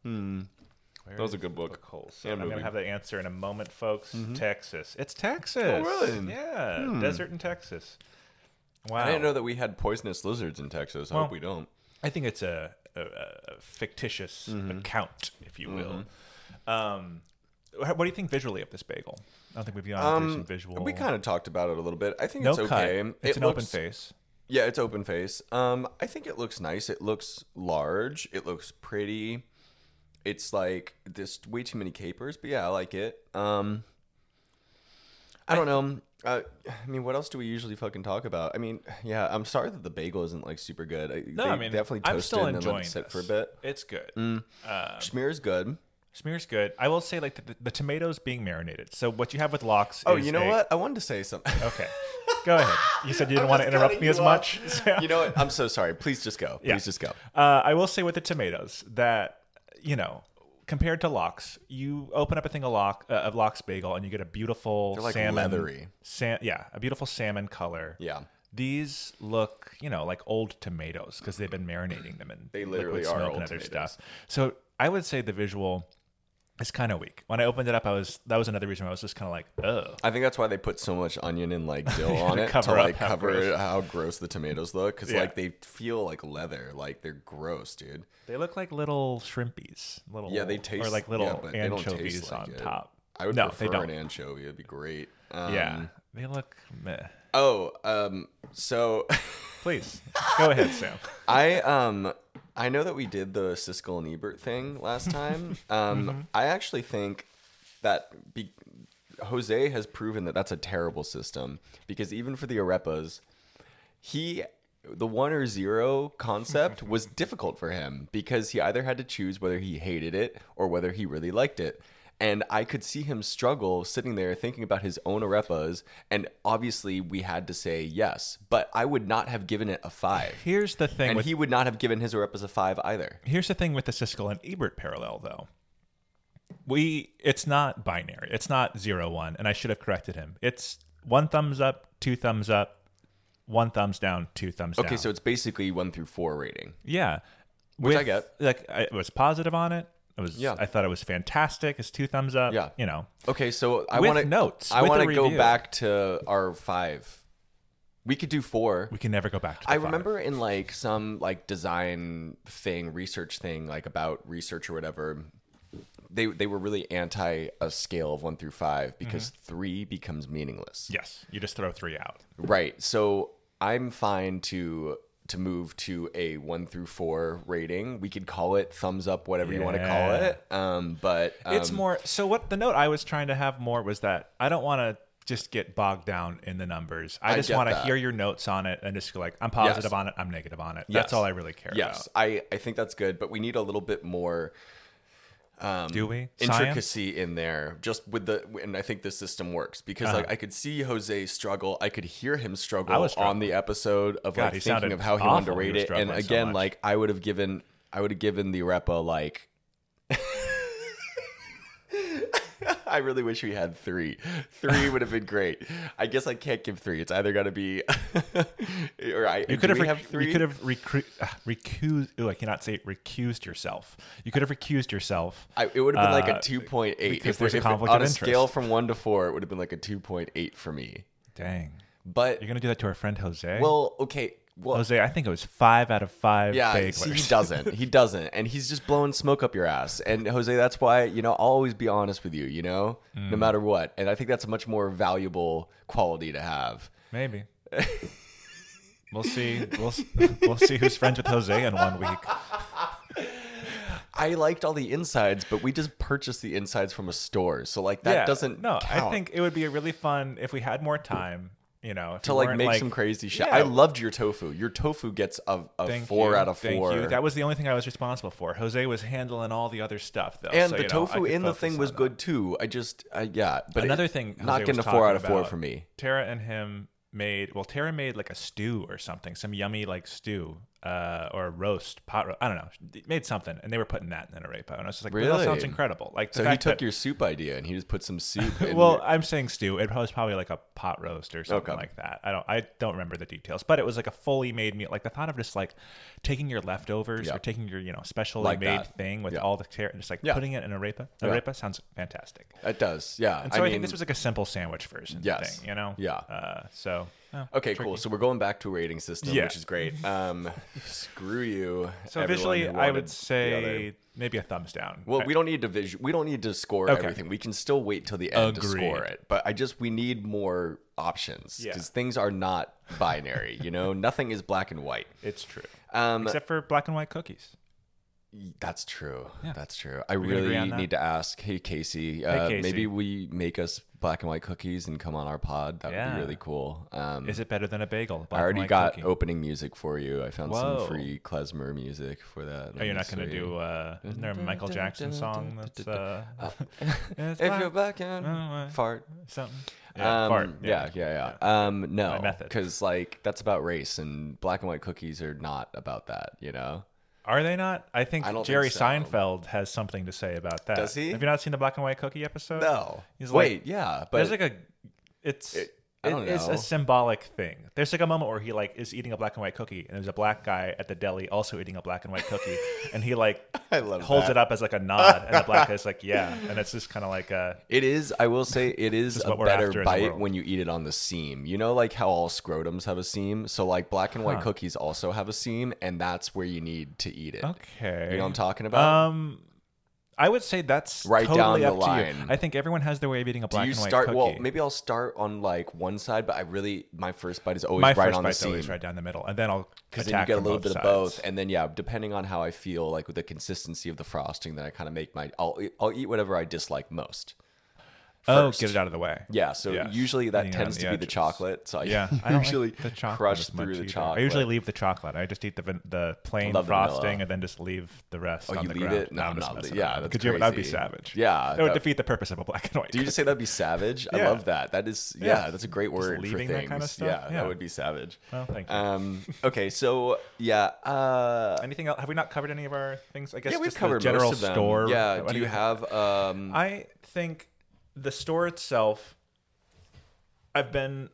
Speaker 1: Where
Speaker 2: That was a
Speaker 1: is
Speaker 2: good book.
Speaker 1: Book Holes set?
Speaker 2: And
Speaker 1: I'm
Speaker 2: movie.
Speaker 1: gonna have the answer in a moment, folks. Texas. It's Texas.
Speaker 2: Mm-hmm. Oh, really? Hmm.
Speaker 1: Yeah, desert in Texas. Wow.
Speaker 2: I didn't know that we had poisonous lizards in Texas. I hope
Speaker 1: Oh. Well-
Speaker 2: we don't.
Speaker 1: I think it's a, a, a fictitious
Speaker 2: Mm-hmm.
Speaker 1: account, if you will. Um, wh- what do you think visually of this bagel? I don't think we've gone through some visual.
Speaker 2: Um, We kind of talked about it a little bit. I think
Speaker 1: no
Speaker 2: it's
Speaker 1: cut.
Speaker 2: okay.
Speaker 1: It's
Speaker 2: it
Speaker 1: an open
Speaker 2: looks-
Speaker 1: face.
Speaker 2: Yeah, it's open face. Um, I think it looks nice. It looks large. It looks pretty. It's like there's way too many capers, but yeah, I like it. Um, I don't know. Uh, I mean, what else do we usually fucking talk about? I mean, yeah, I'm sorry that the bagel isn't like super good. I,
Speaker 1: No,
Speaker 2: they
Speaker 1: I mean,
Speaker 2: definitely
Speaker 1: I'm
Speaker 2: toasted
Speaker 1: still
Speaker 2: and then let
Speaker 1: enjoying
Speaker 2: it sit
Speaker 1: this. Um,
Speaker 2: for a bit. Mm.
Speaker 1: It's good.
Speaker 2: Schmear's good.
Speaker 1: Smear's good. I will say, like the, the tomatoes being marinated. So what you have with locks?
Speaker 2: Oh,
Speaker 1: is
Speaker 2: you know
Speaker 1: a-
Speaker 2: what? I wanted to
Speaker 1: [LAUGHS]
Speaker 2: say something.
Speaker 1: Okay, go ahead. You said you
Speaker 2: [LAUGHS]
Speaker 1: didn't want to
Speaker 2: just
Speaker 1: interrupt
Speaker 2: cutting
Speaker 1: me
Speaker 2: you
Speaker 1: as
Speaker 2: off. [LAUGHS]
Speaker 1: much. [LAUGHS] so-
Speaker 2: you know what? I'm so sorry. Please just go. Please
Speaker 1: Yeah.
Speaker 2: just go.
Speaker 1: Uh, I will say with the tomatoes that you know, compared to locks, you open up a thing of lock uh, of locks bagel and you get a beautiful
Speaker 2: like
Speaker 1: salmon,
Speaker 2: leathery.
Speaker 1: Sa- yeah, a beautiful salmon color.
Speaker 2: Yeah.
Speaker 1: These look, you know, like old tomatoes because they've been marinating them in
Speaker 2: They literally
Speaker 1: liquid
Speaker 2: are
Speaker 1: smoke
Speaker 2: old
Speaker 1: and other
Speaker 2: tomatoes.
Speaker 1: stuff. So I would say the visual is kind of weak. When I opened it up, I was that was another reason why I was just kind of like, oh,
Speaker 2: I think that's why they put so much onion and like
Speaker 1: [LAUGHS]
Speaker 2: dill on
Speaker 1: to
Speaker 2: it
Speaker 1: cover
Speaker 2: to
Speaker 1: up
Speaker 2: like
Speaker 1: how
Speaker 2: cover
Speaker 1: gross.
Speaker 2: how gross the tomatoes look because
Speaker 1: Yeah.
Speaker 2: like they feel like leather, like they're gross, dude.
Speaker 1: they look like little shrimpies, little
Speaker 2: Yeah, they
Speaker 1: or
Speaker 2: taste
Speaker 1: like
Speaker 2: yeah,
Speaker 1: little
Speaker 2: but they don't taste
Speaker 1: anchovies
Speaker 2: like
Speaker 1: on
Speaker 2: it.
Speaker 1: top.
Speaker 2: I would
Speaker 1: no,
Speaker 2: prefer
Speaker 1: they don't.
Speaker 2: an anchovy; it'd be great. Um,
Speaker 1: yeah, they look meh.
Speaker 2: Oh, um, so [LAUGHS]
Speaker 1: Please go ahead, Sam.
Speaker 2: I um I know that we did the Siskel and Ebert thing last time. Um, I actually think that be- Jose has proven that that's a terrible system because even for the Arepas, he the one or zero concept was difficult for him because he either had to choose whether he hated it or whether he really liked it. And I could see him struggle sitting there thinking about his own arepas. And obviously, we had to say yes, but I would not have given it a five
Speaker 1: [LAUGHS] Here's the thing
Speaker 2: and
Speaker 1: with
Speaker 2: he would not have given his Arepas a five either.
Speaker 1: here's the thing with the Siskel and Ebert parallel though. we it's not binary. It's not zero one, and I should have corrected him. It's one thumbs up, two thumbs up, one thumbs down, two thumbs down.
Speaker 2: Okay, so it's basically one through four rating.
Speaker 1: yeah,
Speaker 2: Which I
Speaker 1: With-
Speaker 2: get.
Speaker 1: Like I was positive on it. I was.
Speaker 2: Yeah.
Speaker 1: I thought it was fantastic. It's two thumbs up.
Speaker 2: Yeah.
Speaker 1: You know.
Speaker 2: Okay, so I
Speaker 1: With
Speaker 2: want to
Speaker 1: notes,
Speaker 2: I
Speaker 1: with a
Speaker 2: want to go
Speaker 1: review.
Speaker 2: back to our five. We could do four.
Speaker 1: We can never go back to. The
Speaker 2: I
Speaker 1: five.
Speaker 2: remember in like some like design thing, research thing, like about research or whatever. They they were really anti a scale of one through five because
Speaker 1: Mm-hmm.
Speaker 2: three becomes meaningless.
Speaker 1: Yes, you just throw three out.
Speaker 2: Right. So I'm fine to to move to a one through four rating. We could call it thumbs up, whatever you want to call
Speaker 1: Yeah.
Speaker 2: it. Um, but um,
Speaker 1: it's more so what the note i was trying to have more was that i don't want to just get bogged down in the numbers i,
Speaker 2: I
Speaker 1: just
Speaker 2: get
Speaker 1: want to
Speaker 2: that.
Speaker 1: hear your notes on it and just go like i'm positive
Speaker 2: Yes.
Speaker 1: on it i'm negative on it
Speaker 2: Yes.
Speaker 1: that's all i really care
Speaker 2: um, yes, I I think that's good, but we need a little bit more Um,
Speaker 1: about do we Science?
Speaker 2: intricacy in there just with the and i think this system works because like i could see jose struggle i could hear him struggle
Speaker 1: Uh-huh. I was
Speaker 2: on
Speaker 1: struggling.
Speaker 2: the episode
Speaker 1: God,
Speaker 2: of
Speaker 1: he
Speaker 2: like thinking
Speaker 1: sounded
Speaker 2: of how he
Speaker 1: awful.
Speaker 2: wanted to
Speaker 1: We
Speaker 2: rate
Speaker 1: were
Speaker 2: it and
Speaker 1: struggling so
Speaker 2: again
Speaker 1: much.
Speaker 2: like i would have given i would have given the repa like [LAUGHS] I really wish we had three. Three would have been great. I guess I can't give three. It's either got to be, [LAUGHS] or I.
Speaker 1: you could have,
Speaker 2: we
Speaker 1: rec-
Speaker 2: have three.
Speaker 1: you could have recru- uh, recused ooh, i cannot say it, recused yourself you could have recused yourself
Speaker 2: I, it would have been like
Speaker 1: Uh,
Speaker 2: a 2.8.
Speaker 1: because
Speaker 2: If
Speaker 1: there's
Speaker 2: we-
Speaker 1: a
Speaker 2: if it-
Speaker 1: conflict
Speaker 2: on
Speaker 1: of
Speaker 2: a scale
Speaker 1: interest.
Speaker 2: from 1 to 4, it would have been like a 2.8 for me.
Speaker 1: dang
Speaker 2: But,
Speaker 1: you're gonna do that to our friend jose
Speaker 2: well, okay. Well,
Speaker 1: jose i think it was five out of five
Speaker 2: yeah, see,
Speaker 1: Baglers.
Speaker 2: he
Speaker 1: [LAUGHS]
Speaker 2: doesn't. He doesn't. And he's just blowing smoke up your ass. And, Jose, that's why, you know, I'll always be honest with you, you know, no
Speaker 1: Mm.
Speaker 2: matter what. And I think that's a much more valuable quality to have. [LAUGHS]
Speaker 1: Maybe. we'll see. We'll s- [LAUGHS] we'll see who's friends with Jose in one week.
Speaker 2: I liked all the insides, but we just purchased the insides from a store. So, like, that doesn't.
Speaker 1: No, I
Speaker 2: count
Speaker 1: think it would be really fun if we had more time. You know, if
Speaker 2: To
Speaker 1: we
Speaker 2: like
Speaker 1: weren't,
Speaker 2: make some crazy shit.
Speaker 1: Yeah.
Speaker 2: I loved your tofu. Your tofu gets a, a
Speaker 1: Thank
Speaker 2: four
Speaker 1: you,
Speaker 2: out of
Speaker 1: thank
Speaker 2: four.
Speaker 1: you. That was the only thing I was responsible for. Jose was handling all the other stuff though,
Speaker 2: and
Speaker 1: so,
Speaker 2: the
Speaker 1: you know, I
Speaker 2: tofu
Speaker 1: could
Speaker 2: in the
Speaker 1: focus
Speaker 2: thing
Speaker 1: on
Speaker 2: was
Speaker 1: that.
Speaker 2: good too. I just, I, yeah, but
Speaker 1: Another
Speaker 2: it-
Speaker 1: thing,
Speaker 2: not
Speaker 1: Jose
Speaker 2: getting a
Speaker 1: was
Speaker 2: four
Speaker 1: talking
Speaker 2: out of four
Speaker 1: about,
Speaker 2: for me.
Speaker 1: Tara and him made well. Tara made like a stew or something, some yummy like stew uh, or roast pot. Ro- I don't know. She Made something, and they were putting that in a arepa, and I was just like, well,
Speaker 2: Really?
Speaker 1: that sounds incredible. Like the
Speaker 2: So he
Speaker 1: fact
Speaker 2: took
Speaker 1: that,
Speaker 2: your soup idea and he just put
Speaker 1: [LAUGHS]
Speaker 2: some soup. in
Speaker 1: Well,
Speaker 2: your-
Speaker 1: I'm saying stew. It was probably like a pot roast or something
Speaker 2: Okay.
Speaker 1: like that. I don't I don't remember the details, but it was like a fully made meal. Like the thought of just like taking your leftovers
Speaker 2: Yeah.
Speaker 1: or taking your you know specially
Speaker 2: Like
Speaker 1: made
Speaker 2: that.
Speaker 1: thing with
Speaker 2: Yeah.
Speaker 1: all the care and just like
Speaker 2: Yeah.
Speaker 1: putting it in a arepa.
Speaker 2: Yeah.
Speaker 1: Arepa sounds fantastic.
Speaker 2: it does. Yeah.
Speaker 1: And so I,
Speaker 2: mean,
Speaker 1: think this was like a simple sandwich version
Speaker 2: Yes.
Speaker 1: thing, you know?
Speaker 2: Yeah.
Speaker 1: Uh, so oh,
Speaker 2: okay. Cool. So we're going back to a rating system,
Speaker 1: Yeah.
Speaker 2: which is great.
Speaker 1: [LAUGHS]
Speaker 2: Um, screw you.
Speaker 1: so
Speaker 2: everyone
Speaker 1: visually
Speaker 2: who
Speaker 1: I
Speaker 2: wanted
Speaker 1: would
Speaker 2: the other.
Speaker 1: say maybe a thumbs down.
Speaker 2: Well,
Speaker 1: I-
Speaker 2: we don't need to visu- We don't need to score
Speaker 1: Okay.
Speaker 2: everything. We can still wait till the end to
Speaker 1: Agreed.
Speaker 2: score it. But I just we need more options
Speaker 1: Yeah.
Speaker 2: because things are not binary. you
Speaker 1: [LAUGHS]
Speaker 2: know, nothing is black and white.
Speaker 1: it's true.
Speaker 2: Um,
Speaker 1: Except for black and white cookies.
Speaker 2: That's true.
Speaker 1: Yeah.
Speaker 2: That's true. I
Speaker 1: can agree
Speaker 2: really
Speaker 1: on that.
Speaker 2: need to ask, hey Casey, uh,
Speaker 1: Casey.
Speaker 2: maybe we make us black and white cookies and come on our pod. That would
Speaker 1: Yeah.
Speaker 2: be really cool. Um,
Speaker 1: Is it better than a bagel? Black
Speaker 2: I
Speaker 1: and
Speaker 2: already
Speaker 1: white
Speaker 2: got
Speaker 1: cookie.
Speaker 2: opening music for you. I found
Speaker 1: Whoa.
Speaker 2: some free klezmer music for that.
Speaker 1: Oh, you're not gonna do uh, isn't there a Michael Jackson song that's
Speaker 2: [LAUGHS]
Speaker 1: uh, it's
Speaker 2: if you're
Speaker 1: black-
Speaker 2: black and
Speaker 1: Mm,
Speaker 2: fart.
Speaker 1: something?
Speaker 2: Yeah,
Speaker 1: Yeah,
Speaker 2: um,
Speaker 1: fart,
Speaker 2: yeah, yeah, yeah. Um, no,
Speaker 1: method.
Speaker 2: because like that's about race, and black and white cookies are not about that. You know,
Speaker 1: Are they not? I think
Speaker 2: I don't think
Speaker 1: Jerry
Speaker 2: so.
Speaker 1: Seinfeld has something to say about that.
Speaker 2: Does he?
Speaker 1: Have you not seen the black and white cookie episode?
Speaker 2: no.
Speaker 1: He's like-
Speaker 2: Wait, yeah,
Speaker 1: There's
Speaker 2: but
Speaker 1: like a, it's.
Speaker 2: It- I don't
Speaker 1: it is
Speaker 2: know.
Speaker 1: a symbolic thing. There's like a moment where he like is eating a black and white cookie, and there's a black guy at the deli also eating a black and white
Speaker 2: [LAUGHS]
Speaker 1: cookie, and he like
Speaker 2: I love
Speaker 1: holds it
Speaker 2: that.
Speaker 1: up as like a nod, and the
Speaker 2: [LAUGHS]
Speaker 1: black guy's like, "Yeah," and it's just kind of like a
Speaker 2: It is. I will say it is
Speaker 1: is
Speaker 2: a
Speaker 1: what we're
Speaker 2: better
Speaker 1: after as a
Speaker 2: bite
Speaker 1: world.
Speaker 2: when you eat it on the seam. You know, like how all scrotums have a seam. So like black and white
Speaker 1: Huh.
Speaker 2: cookies also have a seam, and that's where you need to eat it.
Speaker 1: okay.
Speaker 2: You know what I'm talking about?
Speaker 1: Um, I would say that's
Speaker 2: Right
Speaker 1: totally
Speaker 2: down
Speaker 1: up
Speaker 2: the
Speaker 1: To you.
Speaker 2: line.
Speaker 1: I think everyone has their way of eating a black
Speaker 2: Do you
Speaker 1: and white
Speaker 2: start?
Speaker 1: cookie.
Speaker 2: Well, maybe I'll start on like one side, but I really my first bite is always
Speaker 1: my
Speaker 2: right
Speaker 1: first
Speaker 2: on the
Speaker 1: bite's
Speaker 2: seam.
Speaker 1: always right down the middle, and then I'll
Speaker 2: Because
Speaker 1: attack
Speaker 2: then you get a
Speaker 1: from
Speaker 2: little bit
Speaker 1: both
Speaker 2: of both,
Speaker 1: sides.
Speaker 2: and then yeah, depending on how I feel, like with the consistency of the frosting, then I kind of make my. I'll I'll eat whatever I dislike most.
Speaker 1: Oh,
Speaker 2: first.
Speaker 1: get it out of the way.
Speaker 2: Yeah, so
Speaker 1: Yes.
Speaker 2: usually that
Speaker 1: Leaning on
Speaker 2: tends
Speaker 1: the
Speaker 2: to be the
Speaker 1: edges.
Speaker 2: chocolate. [LAUGHS] So I
Speaker 1: Yeah, I don't
Speaker 2: usually
Speaker 1: like the chocolate
Speaker 2: crush
Speaker 1: as much
Speaker 2: through the
Speaker 1: either.
Speaker 2: chocolate.
Speaker 1: I usually leave the chocolate. I just eat the van- the plain
Speaker 2: love the
Speaker 1: frosting
Speaker 2: vanilla.
Speaker 1: and then just leave the rest.
Speaker 2: Oh,
Speaker 1: on
Speaker 2: you
Speaker 1: the
Speaker 2: leave
Speaker 1: ground.
Speaker 2: it? No,
Speaker 1: I'm just
Speaker 2: no,
Speaker 1: messing
Speaker 2: yeah,
Speaker 1: around.
Speaker 2: that's
Speaker 1: Could you- that'd be
Speaker 2: crazy.
Speaker 1: savage.
Speaker 2: Yeah,
Speaker 1: that would
Speaker 2: that-
Speaker 1: defeat the purpose of a black and white.
Speaker 2: Do you just say that'd be savage? I
Speaker 1: Yeah.
Speaker 2: love that. That is yeah,
Speaker 1: Yeah.
Speaker 2: that's a great
Speaker 1: Just
Speaker 2: word for
Speaker 1: leaving
Speaker 2: things.
Speaker 1: that kinda stuff?
Speaker 2: Yeah,
Speaker 1: Yeah.
Speaker 2: that would be savage.
Speaker 1: Well, thank you.
Speaker 2: Um, okay, so yeah, uh,
Speaker 1: Anything else? Have we not covered any of our things? I guess
Speaker 2: yeah, we've
Speaker 1: just the
Speaker 2: covered
Speaker 1: general
Speaker 2: most of them.
Speaker 1: store.
Speaker 2: Yeah,
Speaker 1: What
Speaker 2: do you have um?
Speaker 1: I think the store itself. I've been.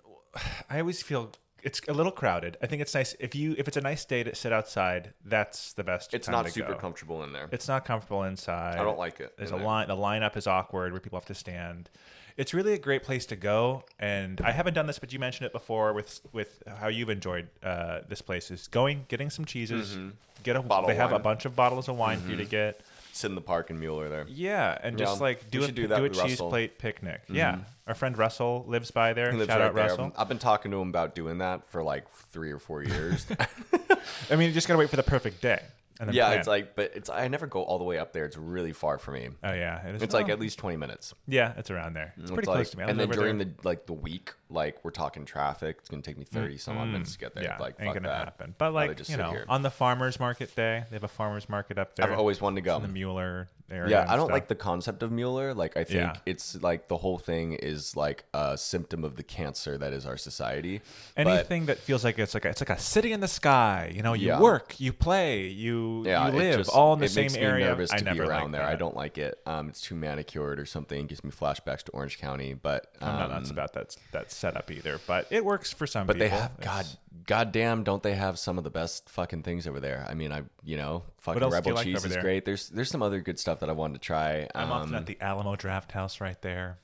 Speaker 1: I always feel it's a little crowded. I think it's nice if you if it's a nice day to sit outside. That's the best.
Speaker 2: It's
Speaker 1: time
Speaker 2: not
Speaker 1: to
Speaker 2: super
Speaker 1: go.
Speaker 2: comfortable in there.
Speaker 1: It's not comfortable inside.
Speaker 2: I don't like it.
Speaker 1: There's
Speaker 2: in
Speaker 1: a
Speaker 2: there.
Speaker 1: line. The lineup is awkward where people have to stand. It's really a great place to go, and I haven't done this, but you mentioned it before with with how you've enjoyed uh, this place is going, getting some cheeses, get a
Speaker 2: Mm-hmm. Bottle
Speaker 1: they have a
Speaker 2: wine. Mm-hmm.
Speaker 1: bunch of bottles of wine for you to get,
Speaker 2: Sit in the park and Mueller there.
Speaker 1: yeah, and just
Speaker 2: Yeah.
Speaker 1: like do
Speaker 2: We
Speaker 1: a
Speaker 2: should
Speaker 1: do,
Speaker 2: do that
Speaker 1: a
Speaker 2: with
Speaker 1: cheese
Speaker 2: Russell. Mm-hmm.
Speaker 1: plate picnic, yeah. Our friend Russell lives by there.
Speaker 2: He lives
Speaker 1: Shout
Speaker 2: right
Speaker 1: out
Speaker 2: there.
Speaker 1: Russell.
Speaker 2: I've been talking to him about doing that for like three or four years.
Speaker 1: I mean, you just gotta wait for the perfect day, and then
Speaker 2: yeah,
Speaker 1: plan.
Speaker 2: it's like, but it's I never go all the way up there. It's really far for me.
Speaker 1: oh yeah, it is,
Speaker 2: It's like at least twenty minutes.
Speaker 1: yeah, it's around there. It's pretty
Speaker 2: It's
Speaker 1: close
Speaker 2: like-
Speaker 1: to me. I
Speaker 2: And
Speaker 1: live
Speaker 2: then
Speaker 1: over
Speaker 2: during
Speaker 1: there.
Speaker 2: the like the week, like we're talking traffic. It's gonna take me thirty some odd minutes to get there.
Speaker 1: Mm. yeah,
Speaker 2: like
Speaker 1: ain't
Speaker 2: fuck
Speaker 1: gonna
Speaker 2: that.
Speaker 1: happen. But
Speaker 2: they
Speaker 1: like
Speaker 2: just
Speaker 1: you
Speaker 2: sit
Speaker 1: know,
Speaker 2: here.
Speaker 1: on the farmers market day, they have a farmers market up there.
Speaker 2: I've always wanted to go.
Speaker 1: the Mueller area.
Speaker 2: Yeah,
Speaker 1: and
Speaker 2: I don't
Speaker 1: stuff.
Speaker 2: like the concept of Mueller. Like, I think
Speaker 1: Yeah.
Speaker 2: it's like the whole thing is like a symptom of the cancer that is our society. But-
Speaker 1: anything that feels like it's like a, it's like a city in the sky. You know, you
Speaker 2: Yeah.
Speaker 1: work, you play, you
Speaker 2: yeah,
Speaker 1: you
Speaker 2: it
Speaker 1: live
Speaker 2: just-
Speaker 1: all in the
Speaker 2: it
Speaker 1: same
Speaker 2: makes me
Speaker 1: area.
Speaker 2: Nervous to
Speaker 1: I never
Speaker 2: be around
Speaker 1: like
Speaker 2: there.
Speaker 1: That.
Speaker 2: I don't like it. Um, it's too manicured or something. It gives me flashbacks to Orange County. But um,
Speaker 1: I'm not nuts about that that setup either, but it works for some.
Speaker 2: But
Speaker 1: people.
Speaker 2: they have god
Speaker 1: It's-
Speaker 2: goddamn don't they have some of the best fucking things over there? I mean, I you know fucking
Speaker 1: else do
Speaker 2: rebel
Speaker 1: you like
Speaker 2: cheese
Speaker 1: over
Speaker 2: is
Speaker 1: there?
Speaker 2: great. There's there's some other good stuff that I wanted to try.
Speaker 1: I'm
Speaker 2: Um,
Speaker 1: often at the Alamo Draft House right there.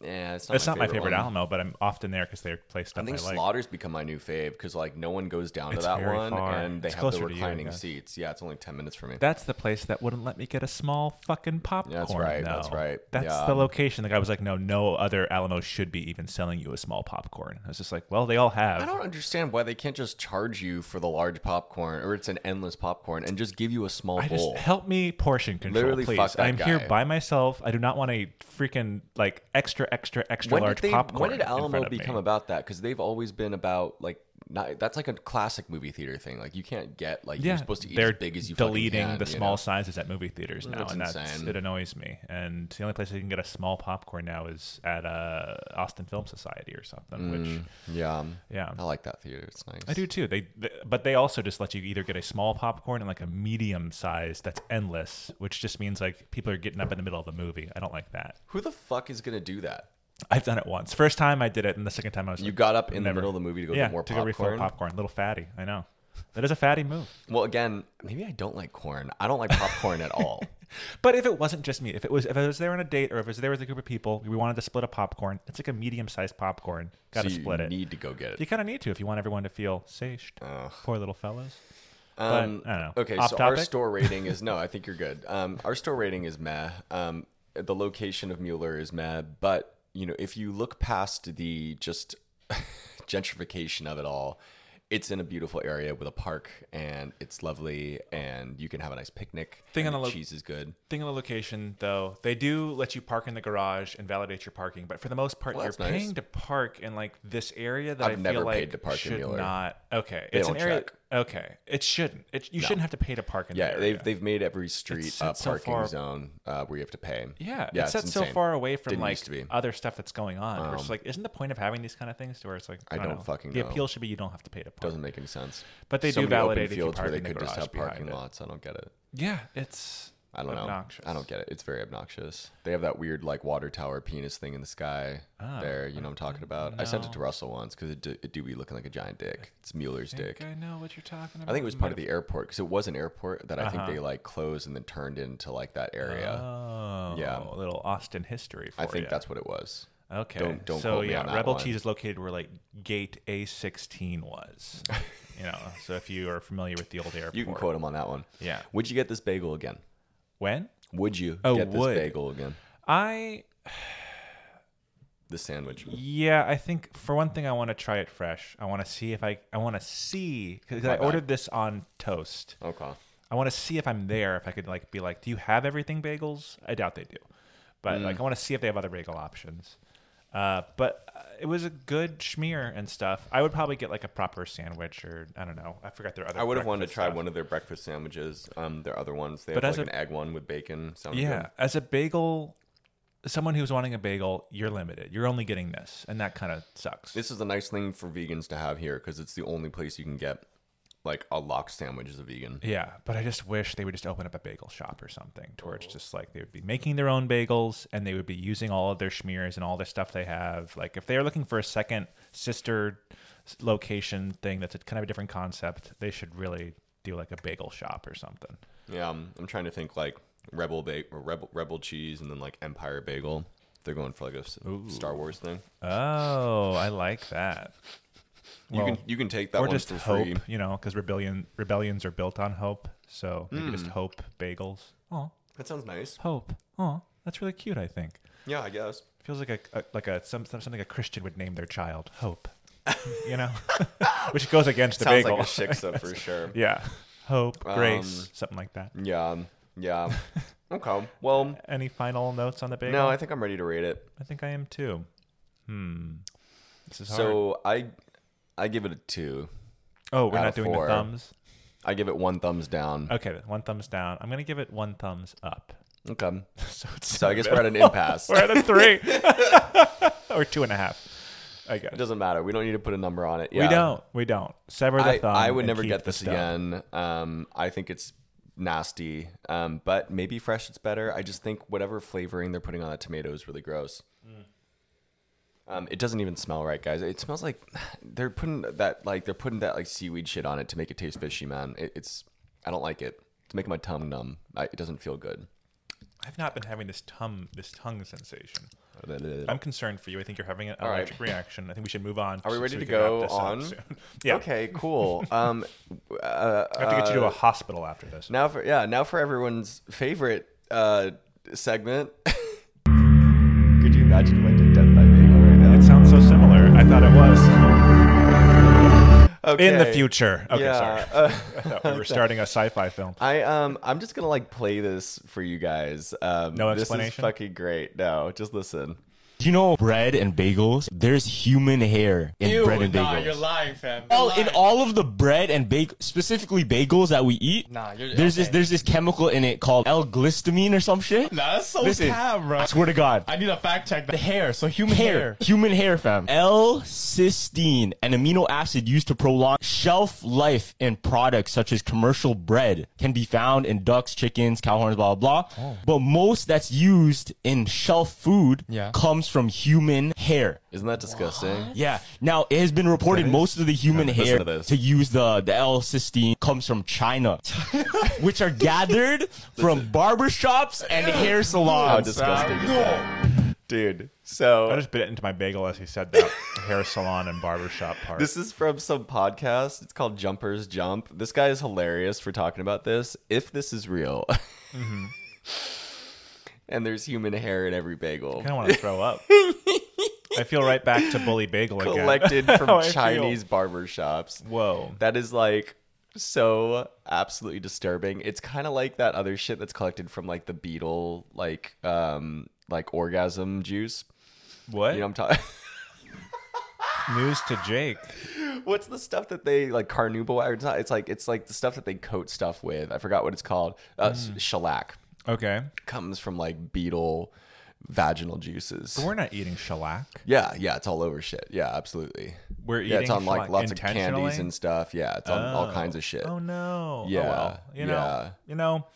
Speaker 2: yeah, it's not
Speaker 1: It's
Speaker 2: my
Speaker 1: not my favorite
Speaker 2: favorite one.
Speaker 1: Alamo, but I'm often there because they play stuff
Speaker 2: I
Speaker 1: I,
Speaker 2: think
Speaker 1: like.
Speaker 2: Slaughter's become my new fave because like no one goes down to
Speaker 1: It's
Speaker 2: that
Speaker 1: very
Speaker 2: one,
Speaker 1: far.
Speaker 2: and they
Speaker 1: It's
Speaker 2: have the
Speaker 1: closer to you, I
Speaker 2: reclining
Speaker 1: guess.
Speaker 2: seats. Yeah, it's only ten minutes for me.
Speaker 1: That's the place that wouldn't let me get a small fucking popcorn. though.
Speaker 2: right, that's right.
Speaker 1: That's
Speaker 2: Yeah.
Speaker 1: the location. The guy was like, "No, no other Alamo should be even selling you a small popcorn." I was just like, "Well, they all have."
Speaker 2: I don't understand why they can't just charge you for the large popcorn, or it's an endless popcorn, and just give you a small
Speaker 1: I just
Speaker 2: bowl.
Speaker 1: help me portion control,
Speaker 2: Literally
Speaker 1: please.
Speaker 2: fuck that
Speaker 1: I'm here
Speaker 2: guy.
Speaker 1: by myself. I do not want a freaking like extra, extra, extra
Speaker 2: when
Speaker 1: large
Speaker 2: did they,
Speaker 1: popcorn.
Speaker 2: when did
Speaker 1: in front
Speaker 2: Alamo
Speaker 1: of me.
Speaker 2: become about that? Because they've always been about like not, that's like a classic movie theater thing. Like you can't get like
Speaker 1: Yeah,
Speaker 2: you're supposed to eat
Speaker 1: they're
Speaker 2: as big as you fucking
Speaker 1: deleting
Speaker 2: can,
Speaker 1: the
Speaker 2: you
Speaker 1: small
Speaker 2: know?
Speaker 1: sizes at movie theaters now,
Speaker 2: That's
Speaker 1: and that's
Speaker 2: insane.
Speaker 1: it annoys me. And the only place you can get a small popcorn now is at uh, Austin Film Society or something,
Speaker 2: Mm.
Speaker 1: which
Speaker 2: Yeah,
Speaker 1: Yeah.
Speaker 2: I like that theater. It's nice.
Speaker 1: I do too. They, th but they also just let you either get a small popcorn and like a medium size that's endless, which just means like people are getting up in the middle of the movie. I don't like that.
Speaker 2: Who the fuck is gonna do that?
Speaker 1: I've done it once. First time I did it, and the second time I was
Speaker 2: You
Speaker 1: like,
Speaker 2: got up in the
Speaker 1: Never.
Speaker 2: middle of the movie to go
Speaker 1: yeah,
Speaker 2: get more
Speaker 1: to go refill
Speaker 2: popcorn.
Speaker 1: popcorn. Little fatty, I know. That is a fatty move.
Speaker 2: well, again, maybe I don't like corn. I don't like
Speaker 1: [LAUGHS]
Speaker 2: popcorn at all.
Speaker 1: But if it wasn't just me, if it was if I was there on a date or if I was there with a group of people, we wanted to split a popcorn. It's like a medium sized popcorn. Got to
Speaker 2: So you
Speaker 1: split it.
Speaker 2: Need to go get it.
Speaker 1: you kind of need to if you want everyone to feel satiated. Poor little fellows.
Speaker 2: Um,
Speaker 1: but I don't know.
Speaker 2: Okay,
Speaker 1: Off
Speaker 2: so our
Speaker 1: topic?
Speaker 2: store
Speaker 1: [LAUGHS]
Speaker 2: rating is no. I think you're good. Um, our store rating is meh. Um, the location of Mueller is meh, but you know, if you look past the just [LAUGHS] gentrification of it all, it's in a beautiful area with a park, and it's lovely, and you can have a nice picnic.
Speaker 1: Thing
Speaker 2: and
Speaker 1: on the lo-
Speaker 2: cheese is good.
Speaker 1: thing on the location though they do let you park in the garage and validate your parking but for the most part you're
Speaker 2: that's nice.
Speaker 1: paying to park in like this area that
Speaker 2: I've
Speaker 1: i feel
Speaker 2: never
Speaker 1: like
Speaker 2: paid to park in
Speaker 1: should
Speaker 2: Mueller.
Speaker 1: not okay it's an
Speaker 2: don't
Speaker 1: area
Speaker 2: check.
Speaker 1: okay it shouldn't it, you shouldn't have to pay to park in
Speaker 2: Yeah,
Speaker 1: that area.
Speaker 2: they've they've made every street
Speaker 1: It's
Speaker 2: a
Speaker 1: set so
Speaker 2: parking
Speaker 1: far-
Speaker 2: zone uh, where you have to pay.
Speaker 1: yeah,
Speaker 2: yeah
Speaker 1: it's set so
Speaker 2: insane.
Speaker 1: far away from
Speaker 2: Didn't
Speaker 1: like
Speaker 2: used to be. Um,
Speaker 1: other stuff that's going on. Where it's just like, isn't the point of having these kind of things to where it's like I,
Speaker 2: don't
Speaker 1: know,
Speaker 2: fucking
Speaker 1: The
Speaker 2: know.
Speaker 1: appeal should be you don't have to pay to park.
Speaker 2: Doesn't make any sense.
Speaker 1: But they
Speaker 2: so
Speaker 1: do
Speaker 2: many open
Speaker 1: validate if you
Speaker 2: fields where
Speaker 1: park
Speaker 2: they
Speaker 1: in the
Speaker 2: could just
Speaker 1: garage
Speaker 2: have
Speaker 1: behind
Speaker 2: parking
Speaker 1: it.
Speaker 2: lots. I don't get it.
Speaker 1: Yeah, it's
Speaker 2: I don't know.
Speaker 1: obnoxious.
Speaker 2: I don't get it. It's very obnoxious. They have that weird like water tower penis thing in the sky
Speaker 1: Oh,
Speaker 2: there. You know what I'm talking about? I sent it to Russell once because it, do- it do be looking like a giant dick. It's Mueller's dick.
Speaker 1: I know what you're talking about.
Speaker 2: I think it was part of the airport because it was an airport that I think they like closed and then turned into like that area.
Speaker 1: Uh-huh. Oh,
Speaker 2: Yeah.
Speaker 1: a little Austin history. For
Speaker 2: I think
Speaker 1: ya.
Speaker 2: that's what it was.
Speaker 1: Okay.
Speaker 2: Don't- don't
Speaker 1: so
Speaker 2: quote me
Speaker 1: yeah,
Speaker 2: on that
Speaker 1: Rebel
Speaker 2: one.
Speaker 1: Cheese is located where like gate A sixteen
Speaker 2: [LAUGHS]
Speaker 1: was. you know, so if you are familiar with the old airport,
Speaker 2: You can quote him on that one.
Speaker 1: Yeah.
Speaker 2: Would you get this bagel again?
Speaker 1: when
Speaker 2: Would you
Speaker 1: Oh,
Speaker 2: get this
Speaker 1: would.
Speaker 2: bagel again?
Speaker 1: I
Speaker 2: This sandwich.
Speaker 1: yeah, I think for one thing I want to try it fresh. I want to see if I I want to see because I
Speaker 2: bad.
Speaker 1: ordered this on toast.
Speaker 2: Okay.
Speaker 1: I want to see if I'm there if I could like be like, do you have everything bagels? I doubt they do,
Speaker 2: Mm.
Speaker 1: But like, I want to see if they have other bagel options. Uh, but uh, it was a good schmear and stuff. I would probably get like a proper sandwich or I don't know. I forgot their other.
Speaker 2: I would have wanted
Speaker 1: breakfast
Speaker 2: to try
Speaker 1: stuff.
Speaker 2: one of their breakfast sandwiches. Um, their other ones they
Speaker 1: But
Speaker 2: have
Speaker 1: as
Speaker 2: like
Speaker 1: a-
Speaker 2: an egg one with bacon. Sounded
Speaker 1: Yeah,
Speaker 2: good.
Speaker 1: as a bagel, someone who's wanting a bagel, you're limited. You're only getting this, and that kind of sucks.
Speaker 2: this is a nice thing for vegans to have here because it's the only place you can get like a lock sandwich as a vegan.
Speaker 1: yeah, but I just wish they would just open up a bagel shop or something, to where it's just like they would be making their own bagels and they would be using all of their schmears and all the stuff they have. Like if they are looking for a second sister s- location thing that's a kind of a different concept, they should really do like a bagel shop or something.
Speaker 2: Yeah, um, I'm trying to think like rebel ba- or rebel rebel cheese and then like Empire bagel. They're going for like a s- Star Wars thing.
Speaker 1: Oh, I like that.
Speaker 2: You
Speaker 1: Well,
Speaker 2: can you can take that
Speaker 1: or
Speaker 2: one
Speaker 1: just
Speaker 2: for
Speaker 1: hope,
Speaker 2: free.
Speaker 1: you know, because rebellion rebellions are built on hope. So maybe just
Speaker 2: Hmm.
Speaker 1: hope bagels. Oh,
Speaker 2: That sounds nice.
Speaker 1: hope. Oh, that's really cute. I think
Speaker 2: Yeah, I guess.
Speaker 1: feels like a, a like a some, some- something a Christian would name their child.
Speaker 2: [LAUGHS]
Speaker 1: Hope, you know, [LAUGHS] which goes against the
Speaker 2: sounds
Speaker 1: bagel.
Speaker 2: like a shiksa for sure.
Speaker 1: [LAUGHS] yeah, hope, grace,
Speaker 2: Um,
Speaker 1: something like that.
Speaker 2: Yeah, um,
Speaker 1: [LAUGHS]
Speaker 2: yeah. Okay. Well,
Speaker 1: Any final notes on the bagel?
Speaker 2: no, I think I'm ready to rate it.
Speaker 1: I think I am too. Hmm. This is hard.
Speaker 2: So I I give it a two.
Speaker 1: oh, we're
Speaker 2: out
Speaker 1: not
Speaker 2: of
Speaker 1: doing
Speaker 2: four.
Speaker 1: the thumbs.
Speaker 2: I give it one thumbs down.
Speaker 1: Okay, one thumbs down. I'm gonna give it one thumbs up. [LAUGHS]
Speaker 2: Okay.
Speaker 1: So it's
Speaker 2: So I guess we're at an
Speaker 1: [LAUGHS]
Speaker 2: impasse.
Speaker 1: We're
Speaker 2: It
Speaker 1: at a three [LAUGHS]
Speaker 2: [LAUGHS]
Speaker 1: or two and a half. I guess
Speaker 2: doesn't matter. We don't need to put a number on it. Yeah.
Speaker 1: we don't. We don't sever the
Speaker 2: I,
Speaker 1: thumb.
Speaker 2: I would
Speaker 1: and
Speaker 2: never
Speaker 1: keep
Speaker 2: get
Speaker 1: the
Speaker 2: this
Speaker 1: stub.
Speaker 2: again. Um, I think it's nasty, um, but maybe fresh it's better. I just think whatever flavoring they're putting on that tomato is really gross.
Speaker 1: Mm.
Speaker 2: Um, it doesn't even smell right, guys. It smells like [SIGHS] they're putting that like they're putting that like seaweed shit on it to make it taste fishy, man. It, it's I don't like it. It's making my tongue numb. I, it doesn't feel good.
Speaker 1: I've not been having this tongue this tongue sensation. I'm concerned for you. I think you're having an
Speaker 2: right.
Speaker 1: allergic reaction. I think we should move on.
Speaker 2: [LAUGHS] Are we
Speaker 1: so
Speaker 2: ready to
Speaker 1: can wrap
Speaker 2: go
Speaker 1: this up
Speaker 2: on?
Speaker 1: soon. [LAUGHS] yeah.
Speaker 2: Okay, cool. [LAUGHS] Um, uh,
Speaker 1: I have to get you to a hospital after this.
Speaker 2: Now for yeah, now for everyone's favorite uh, segment. [LAUGHS] Could you imagine if I did death by bagel right
Speaker 1: It sounds so similar. I thought it was
Speaker 2: now?
Speaker 1: in the
Speaker 2: Okay.
Speaker 1: future. Okay,
Speaker 2: Yeah.
Speaker 1: sorry.
Speaker 2: uh,
Speaker 1: I thought we were
Speaker 2: [LAUGHS]
Speaker 1: starting a sci-fi film.
Speaker 2: I um I'm just gonna like play this for you guys. Um,
Speaker 1: No
Speaker 2: This is
Speaker 1: explanation?
Speaker 2: fucking great. No, just listen.
Speaker 3: Do you know bread and bagels? There's human hair in bread and
Speaker 4: nah,
Speaker 3: bagels.
Speaker 4: you're lying, fam. You're
Speaker 3: all, in
Speaker 4: lying.
Speaker 3: all of the bread and bake, specifically bagels that we eat,
Speaker 4: Nah, you're-
Speaker 3: there's this
Speaker 4: okay.
Speaker 3: there's this chemical in it called L-glycamine or some shit.
Speaker 4: Nah, that's so
Speaker 3: Listen,
Speaker 4: cap, bro.
Speaker 3: I swear to God,
Speaker 4: I need a fact check. The hair, so human
Speaker 3: hair,
Speaker 4: hair.
Speaker 3: human hair, fam. L-cysteine, an amino acid used to prolong shelf life in products such as commercial bread, can be found in ducks, chickens, cow horns, blah blah. blah.
Speaker 4: Oh.
Speaker 3: But most that's used in shelf food
Speaker 4: Yeah.
Speaker 3: comes from human hair.
Speaker 2: Isn't that disgusting?
Speaker 3: Yeah. Now it has been reported most of the human
Speaker 2: Yeah, listen
Speaker 3: hair
Speaker 2: to this.
Speaker 3: to use the the L-cysteine comes from China, which are gathered from barbershops and hair
Speaker 2: How
Speaker 3: salons.
Speaker 2: disgusting is that? Dude, so
Speaker 1: I just bit into my bagel as he said that [LAUGHS] hair salon and barbershop part.
Speaker 2: This is from some podcast. It's called Jumpers Jump. This guy is hilarious for talking about this. If this is real,
Speaker 1: Mm-hmm.
Speaker 2: [LAUGHS] and there's human hair in every bagel
Speaker 1: kind of
Speaker 2: [LAUGHS]
Speaker 1: want to throw up. I feel right back to bully bagel again.
Speaker 2: collected
Speaker 1: [LAUGHS] How
Speaker 2: from
Speaker 1: I feel.
Speaker 2: Chinese barber shops,
Speaker 1: Whoa.
Speaker 2: that is like so absolutely disturbing. It's kind of like that other shit that's collected from like the beetle, like um, like orgasm juice.
Speaker 1: What?
Speaker 2: You know, what I'm [LAUGHS] talking.
Speaker 1: News to Jake.
Speaker 2: What's the stuff that they like carnauba wire? It's not. It's like it's like the stuff that they coat stuff with. I forgot what it's called. Uh, s-
Speaker 1: Mm.
Speaker 2: Shellac
Speaker 1: Okay.
Speaker 2: comes from like beetle vaginal juices.
Speaker 1: We're not eating shellac.
Speaker 2: Yeah, yeah, it's all over shit. Yeah, absolutely.
Speaker 1: We're
Speaker 2: yeah, it's
Speaker 1: eating
Speaker 2: on like
Speaker 1: shellac
Speaker 2: lots of candies
Speaker 1: intentionally?
Speaker 2: and stuff. Yeah, it's on all kinds of shit.
Speaker 1: Oh no.
Speaker 2: Yeah,
Speaker 1: Oh, well. You know.
Speaker 2: yeah.
Speaker 1: You know.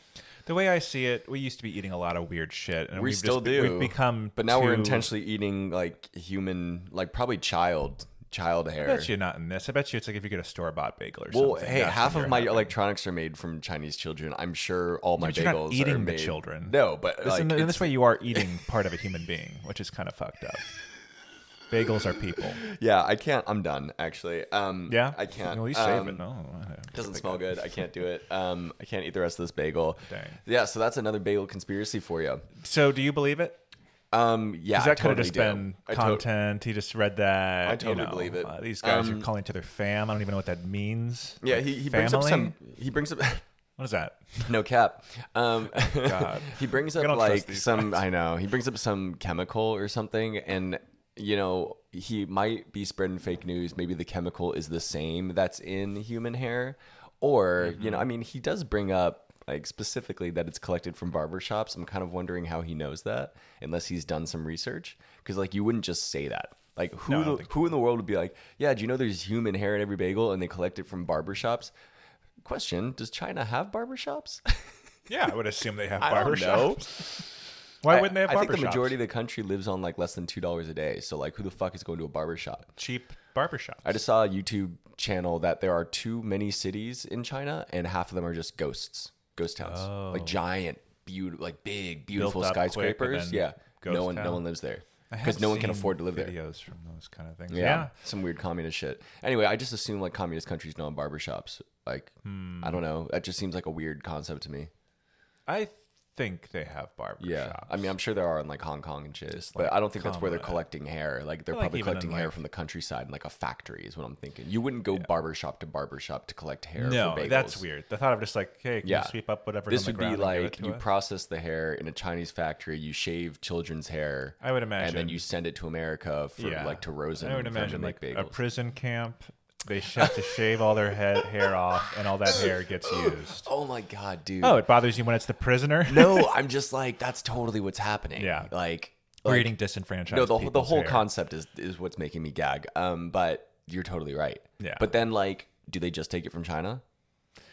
Speaker 1: The way I see it, we used to be eating a lot of weird shit, and
Speaker 2: we
Speaker 1: we've
Speaker 2: still
Speaker 1: just,
Speaker 2: do.
Speaker 1: We've become,
Speaker 2: but now we're
Speaker 1: too-
Speaker 2: intentionally eating like human, like probably child, child hair.
Speaker 1: I bet you not in this. I bet you it's like if you get a store bought bagel or
Speaker 2: Well,
Speaker 1: something.
Speaker 2: hey,
Speaker 1: that's
Speaker 2: half
Speaker 1: when
Speaker 2: of
Speaker 1: you're
Speaker 2: my
Speaker 1: having-
Speaker 2: electronics are made from Chinese children. I'm sure all my
Speaker 1: But
Speaker 2: bagels
Speaker 1: you're not eating
Speaker 2: are
Speaker 1: the
Speaker 2: made.
Speaker 1: children.
Speaker 2: No, but
Speaker 1: This-
Speaker 2: like,
Speaker 1: in, in
Speaker 2: it's-
Speaker 1: this way, you are eating part of a human being, which is kind of fucked up. Bagels are people.
Speaker 2: yeah, I can't. I'm done. Actually, um,
Speaker 1: Yeah,
Speaker 2: I can't.
Speaker 1: Well, you save
Speaker 2: um,
Speaker 1: it. No,
Speaker 2: Doesn't smell good. I can't do it. Um, I can't eat the rest of this bagel.
Speaker 1: Dang.
Speaker 2: Yeah, so that's another bagel conspiracy for you.
Speaker 1: So, do you believe it?
Speaker 2: Um, yeah,
Speaker 1: Because
Speaker 2: I
Speaker 1: that could have
Speaker 2: totally
Speaker 1: just
Speaker 2: do.
Speaker 1: been
Speaker 2: I to-
Speaker 1: content. he just read that.
Speaker 2: I
Speaker 1: you
Speaker 2: totally
Speaker 1: know.
Speaker 2: believe it.
Speaker 1: Uh, these guys
Speaker 2: Um,
Speaker 1: are calling each other fam. I don't even know what that means.
Speaker 2: yeah,
Speaker 1: Like,
Speaker 2: he, he brings up [LAUGHS]
Speaker 1: family?
Speaker 2: some. He brings up.
Speaker 1: What is that?
Speaker 2: No cap. Um,
Speaker 1: [LAUGHS] God.
Speaker 2: [LAUGHS] he brings
Speaker 1: don't
Speaker 2: up
Speaker 1: trust
Speaker 2: like
Speaker 1: these
Speaker 2: some. I know he brings up some chemical or something, and you know he might be spreading fake news. Maybe the chemical is the same that's in human hair, or you know,
Speaker 1: Mm-hmm.
Speaker 2: I mean, he does bring up. Like specifically that it's collected from barbershops. I'm kind of wondering how he knows that, unless he's done some research. Because like you wouldn't just say that. Like who
Speaker 1: I don't
Speaker 2: the-
Speaker 1: think
Speaker 2: who in the world would be like, yeah, do you know there's human hair in every bagel and they collect it from barbershops? Question: Does China have barbershops? [LAUGHS]
Speaker 1: Yeah, I would assume they have
Speaker 2: I don't know.
Speaker 1: barbershops. [LAUGHS] Why wouldn't they have
Speaker 2: I think the
Speaker 1: barbershops?
Speaker 2: majority of the country lives on like less than two dollars a day. So like, who the fuck is going to a barbershop?
Speaker 1: cheap barbershops.
Speaker 2: I just saw a YouTube channel that there are too many cities in China, and half of them are just ghosts, ghost towns, like giant, beautiful, like big, beautiful
Speaker 1: Oh. up quick and
Speaker 2: skyscrapers.
Speaker 1: then
Speaker 2: Yeah,
Speaker 1: ghost
Speaker 2: no one,
Speaker 1: town.
Speaker 2: no one lives there
Speaker 1: I have
Speaker 2: because no one can
Speaker 1: seen
Speaker 2: afford to live there.
Speaker 1: Videos from those kind of things.
Speaker 2: Yeah.
Speaker 1: Yeah.
Speaker 2: Some weird communist shit. Anyway, I just assume like communist countries don't have barbershops. Like,
Speaker 1: Hmm.
Speaker 2: I don't know. That just seems like a weird concept to me.
Speaker 1: I think they have barbershops.
Speaker 2: Yeah, I mean, I'm sure there are in like Hong Kong and shit, but I don't think that's where they're
Speaker 1: common.
Speaker 2: collecting hair. Like they're
Speaker 1: Like,
Speaker 2: probably
Speaker 1: even in,
Speaker 2: collecting hair
Speaker 1: like-
Speaker 2: from the countryside in like a factory, is what I'm thinking. You wouldn't go barbershop to barbershop to collect hair.
Speaker 1: no,
Speaker 2: for bagels.
Speaker 1: that's weird. The thought of just like, hey, can
Speaker 2: Yeah,
Speaker 1: you sweep up whatever.
Speaker 2: This
Speaker 1: on
Speaker 2: would
Speaker 1: the
Speaker 2: be
Speaker 1: ground and give it
Speaker 2: like
Speaker 1: to
Speaker 2: you
Speaker 1: us?
Speaker 2: process the hair in a Chinese factory, you shave children's hair.
Speaker 1: I would
Speaker 2: and then
Speaker 1: imagine.
Speaker 2: you send it to America for like to rosen.
Speaker 1: I would
Speaker 2: for them to
Speaker 1: imagine
Speaker 2: make
Speaker 1: like
Speaker 2: bagels.
Speaker 1: a prison camp. They sh- have to shave all their head hair off, and all
Speaker 2: [LAUGHS]
Speaker 1: that hair gets used.
Speaker 2: oh my god, dude!
Speaker 1: Oh, it bothers you when it's the prisoner. [LAUGHS]
Speaker 2: no, I'm just like that's totally what's happening.
Speaker 1: Yeah.
Speaker 2: like
Speaker 1: We're
Speaker 2: like,
Speaker 1: eating disenfranchised.
Speaker 2: no the, whole- the
Speaker 1: people's
Speaker 2: whole
Speaker 1: hair.
Speaker 2: concept is is what's making me gag um but you're totally right
Speaker 1: Yeah.
Speaker 2: but then like do they just take it from china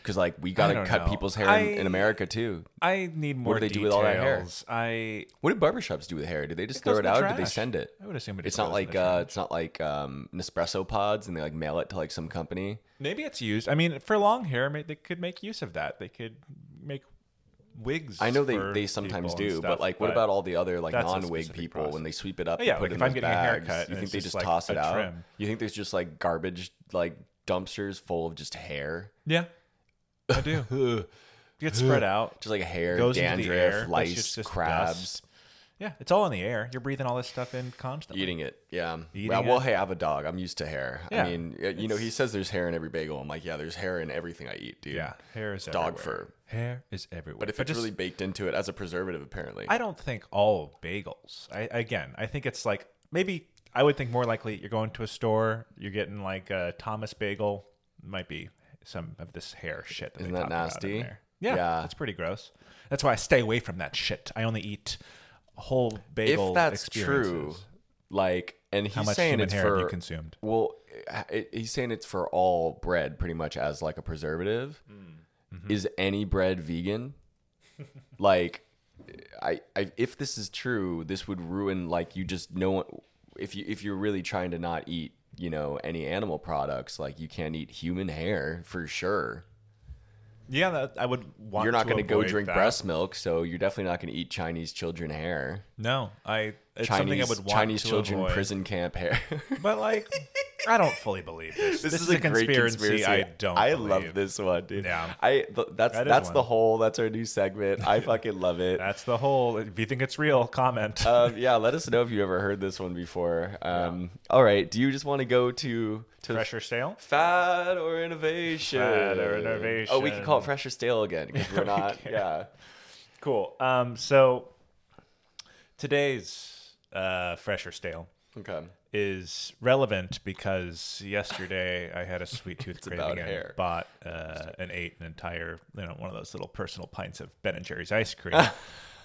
Speaker 2: because like we gotta
Speaker 1: don't
Speaker 2: cut
Speaker 1: know.
Speaker 2: people's hair in, in
Speaker 1: I-
Speaker 2: america too
Speaker 1: I need more
Speaker 2: do they
Speaker 1: details.
Speaker 2: do with all that hair?
Speaker 1: I
Speaker 2: what do barbershops do with hair do they just throw
Speaker 1: goes
Speaker 2: it
Speaker 1: in the
Speaker 2: out or do they
Speaker 1: trash.
Speaker 2: send it
Speaker 1: I would assume it
Speaker 2: it's
Speaker 1: just
Speaker 2: not
Speaker 1: goes in
Speaker 2: like
Speaker 1: the
Speaker 2: uh
Speaker 1: trash.
Speaker 2: it's not like um nespresso pods and they like mail it to like some company
Speaker 1: Maybe it's used. I mean, for long hair, may- they could make use of that. They could make wigs.
Speaker 2: i know they
Speaker 1: for
Speaker 2: they
Speaker 1: people
Speaker 2: sometimes
Speaker 1: and
Speaker 2: do
Speaker 1: stuff,
Speaker 2: but like what about all the other like
Speaker 1: that's a
Speaker 2: non-wig
Speaker 1: specific
Speaker 2: people when
Speaker 1: process.
Speaker 2: they sweep it
Speaker 1: Oh,
Speaker 2: up and
Speaker 1: yeah,
Speaker 2: put
Speaker 1: like
Speaker 2: it
Speaker 1: if
Speaker 2: in
Speaker 1: I'm
Speaker 2: those
Speaker 1: getting a
Speaker 2: bags,
Speaker 1: haircut
Speaker 2: you
Speaker 1: and
Speaker 2: think
Speaker 1: it's
Speaker 2: they
Speaker 1: just,
Speaker 2: just
Speaker 1: like,
Speaker 2: toss it
Speaker 1: a
Speaker 2: out
Speaker 1: trim.
Speaker 2: you think there's just like garbage like dumpsters full of just hair
Speaker 1: Yeah, I
Speaker 2: [LAUGHS]
Speaker 1: do. Gets spread out.
Speaker 2: just like hair,
Speaker 1: Goes into the
Speaker 2: dandruff,
Speaker 1: air. That's
Speaker 2: lice,
Speaker 1: just- just
Speaker 2: crabs,
Speaker 1: dust. Yeah, it's all in the air. You're breathing all this stuff in constantly.
Speaker 2: eating it. Yeah.
Speaker 1: Eating
Speaker 2: well, well,
Speaker 1: it.
Speaker 2: hey, I have a dog. I'm used to hair.
Speaker 1: Yeah.
Speaker 2: I mean, uh, you know, he says there's hair in every bagel. I'm like, yeah, there's hair in everything I eat, dude.
Speaker 1: Yeah, hair is
Speaker 2: Dog
Speaker 1: everywhere.
Speaker 2: fur.
Speaker 1: Hair is everywhere.
Speaker 2: But if it's
Speaker 1: just-
Speaker 2: really baked into it as a preservative, apparently.
Speaker 1: I don't think all bagels. I again, I think it's like maybe I would think more likely you're going to a store, you're getting like a Thomas bagel, might be some of this hair shit. That
Speaker 2: Isn't
Speaker 1: they
Speaker 2: that
Speaker 1: talk about
Speaker 2: nasty?
Speaker 1: in there. Yeah,
Speaker 2: Yeah.
Speaker 1: it's pretty gross. That's why I stay away from that shit. I only eat whole bagel.
Speaker 2: if that's
Speaker 1: experiences.
Speaker 2: true, like, and he's
Speaker 1: much
Speaker 2: saying
Speaker 1: human
Speaker 2: it's
Speaker 1: hair
Speaker 2: for
Speaker 1: have you consumed?
Speaker 2: Well, eh, it, he's saying it's for all bread, pretty much as like a preservative.
Speaker 1: Mm.
Speaker 2: Is any
Speaker 1: [LAUGHS]
Speaker 2: bread vegan? like, I, I if this is true, this would ruin like you just know if you if you're really trying to not eat you know any animal products, like you can't eat human hair for sure.
Speaker 1: yeah, that, I would want.
Speaker 2: you're not
Speaker 1: going to
Speaker 2: go
Speaker 1: avoid
Speaker 2: drink
Speaker 1: that.
Speaker 2: breast milk, so you're definitely not going to eat Chinese children hair.
Speaker 1: No, I. It's something I
Speaker 2: Chinese
Speaker 1: would want
Speaker 2: Chinese
Speaker 1: to
Speaker 2: children
Speaker 1: avoid.
Speaker 2: prison camp hair. [LAUGHS]
Speaker 1: But like, I don't fully believe this. This, a
Speaker 2: great
Speaker 1: conspiracy, I don't.
Speaker 2: I
Speaker 1: believe.
Speaker 2: love this one, dude.
Speaker 1: Yeah.
Speaker 2: I th- that's
Speaker 1: That is
Speaker 2: that's the
Speaker 1: one.
Speaker 2: whole. That's our new segment.
Speaker 1: [LAUGHS]
Speaker 2: I fucking love it.
Speaker 1: That's the whole. If you think it's real, comment.
Speaker 2: um, yeah, let us know if you ever heard this one before. Um, All right, do you just want to go to to
Speaker 1: Fresh or stale?
Speaker 2: fad or innovation?
Speaker 1: Fad or
Speaker 2: Oh, we can call
Speaker 1: innovation.
Speaker 2: it fresh or stale again because
Speaker 1: [LAUGHS]
Speaker 2: we're not. yeah,
Speaker 1: Cool. Um, so today's uh, fresh or stale
Speaker 2: okay.
Speaker 1: is relevant because yesterday I had a sweet tooth
Speaker 2: about
Speaker 1: craving and
Speaker 2: hair.
Speaker 1: bought uh, and ate an entire, you know, one of those little personal pints of Ben and Jerry's ice cream.
Speaker 2: [LAUGHS]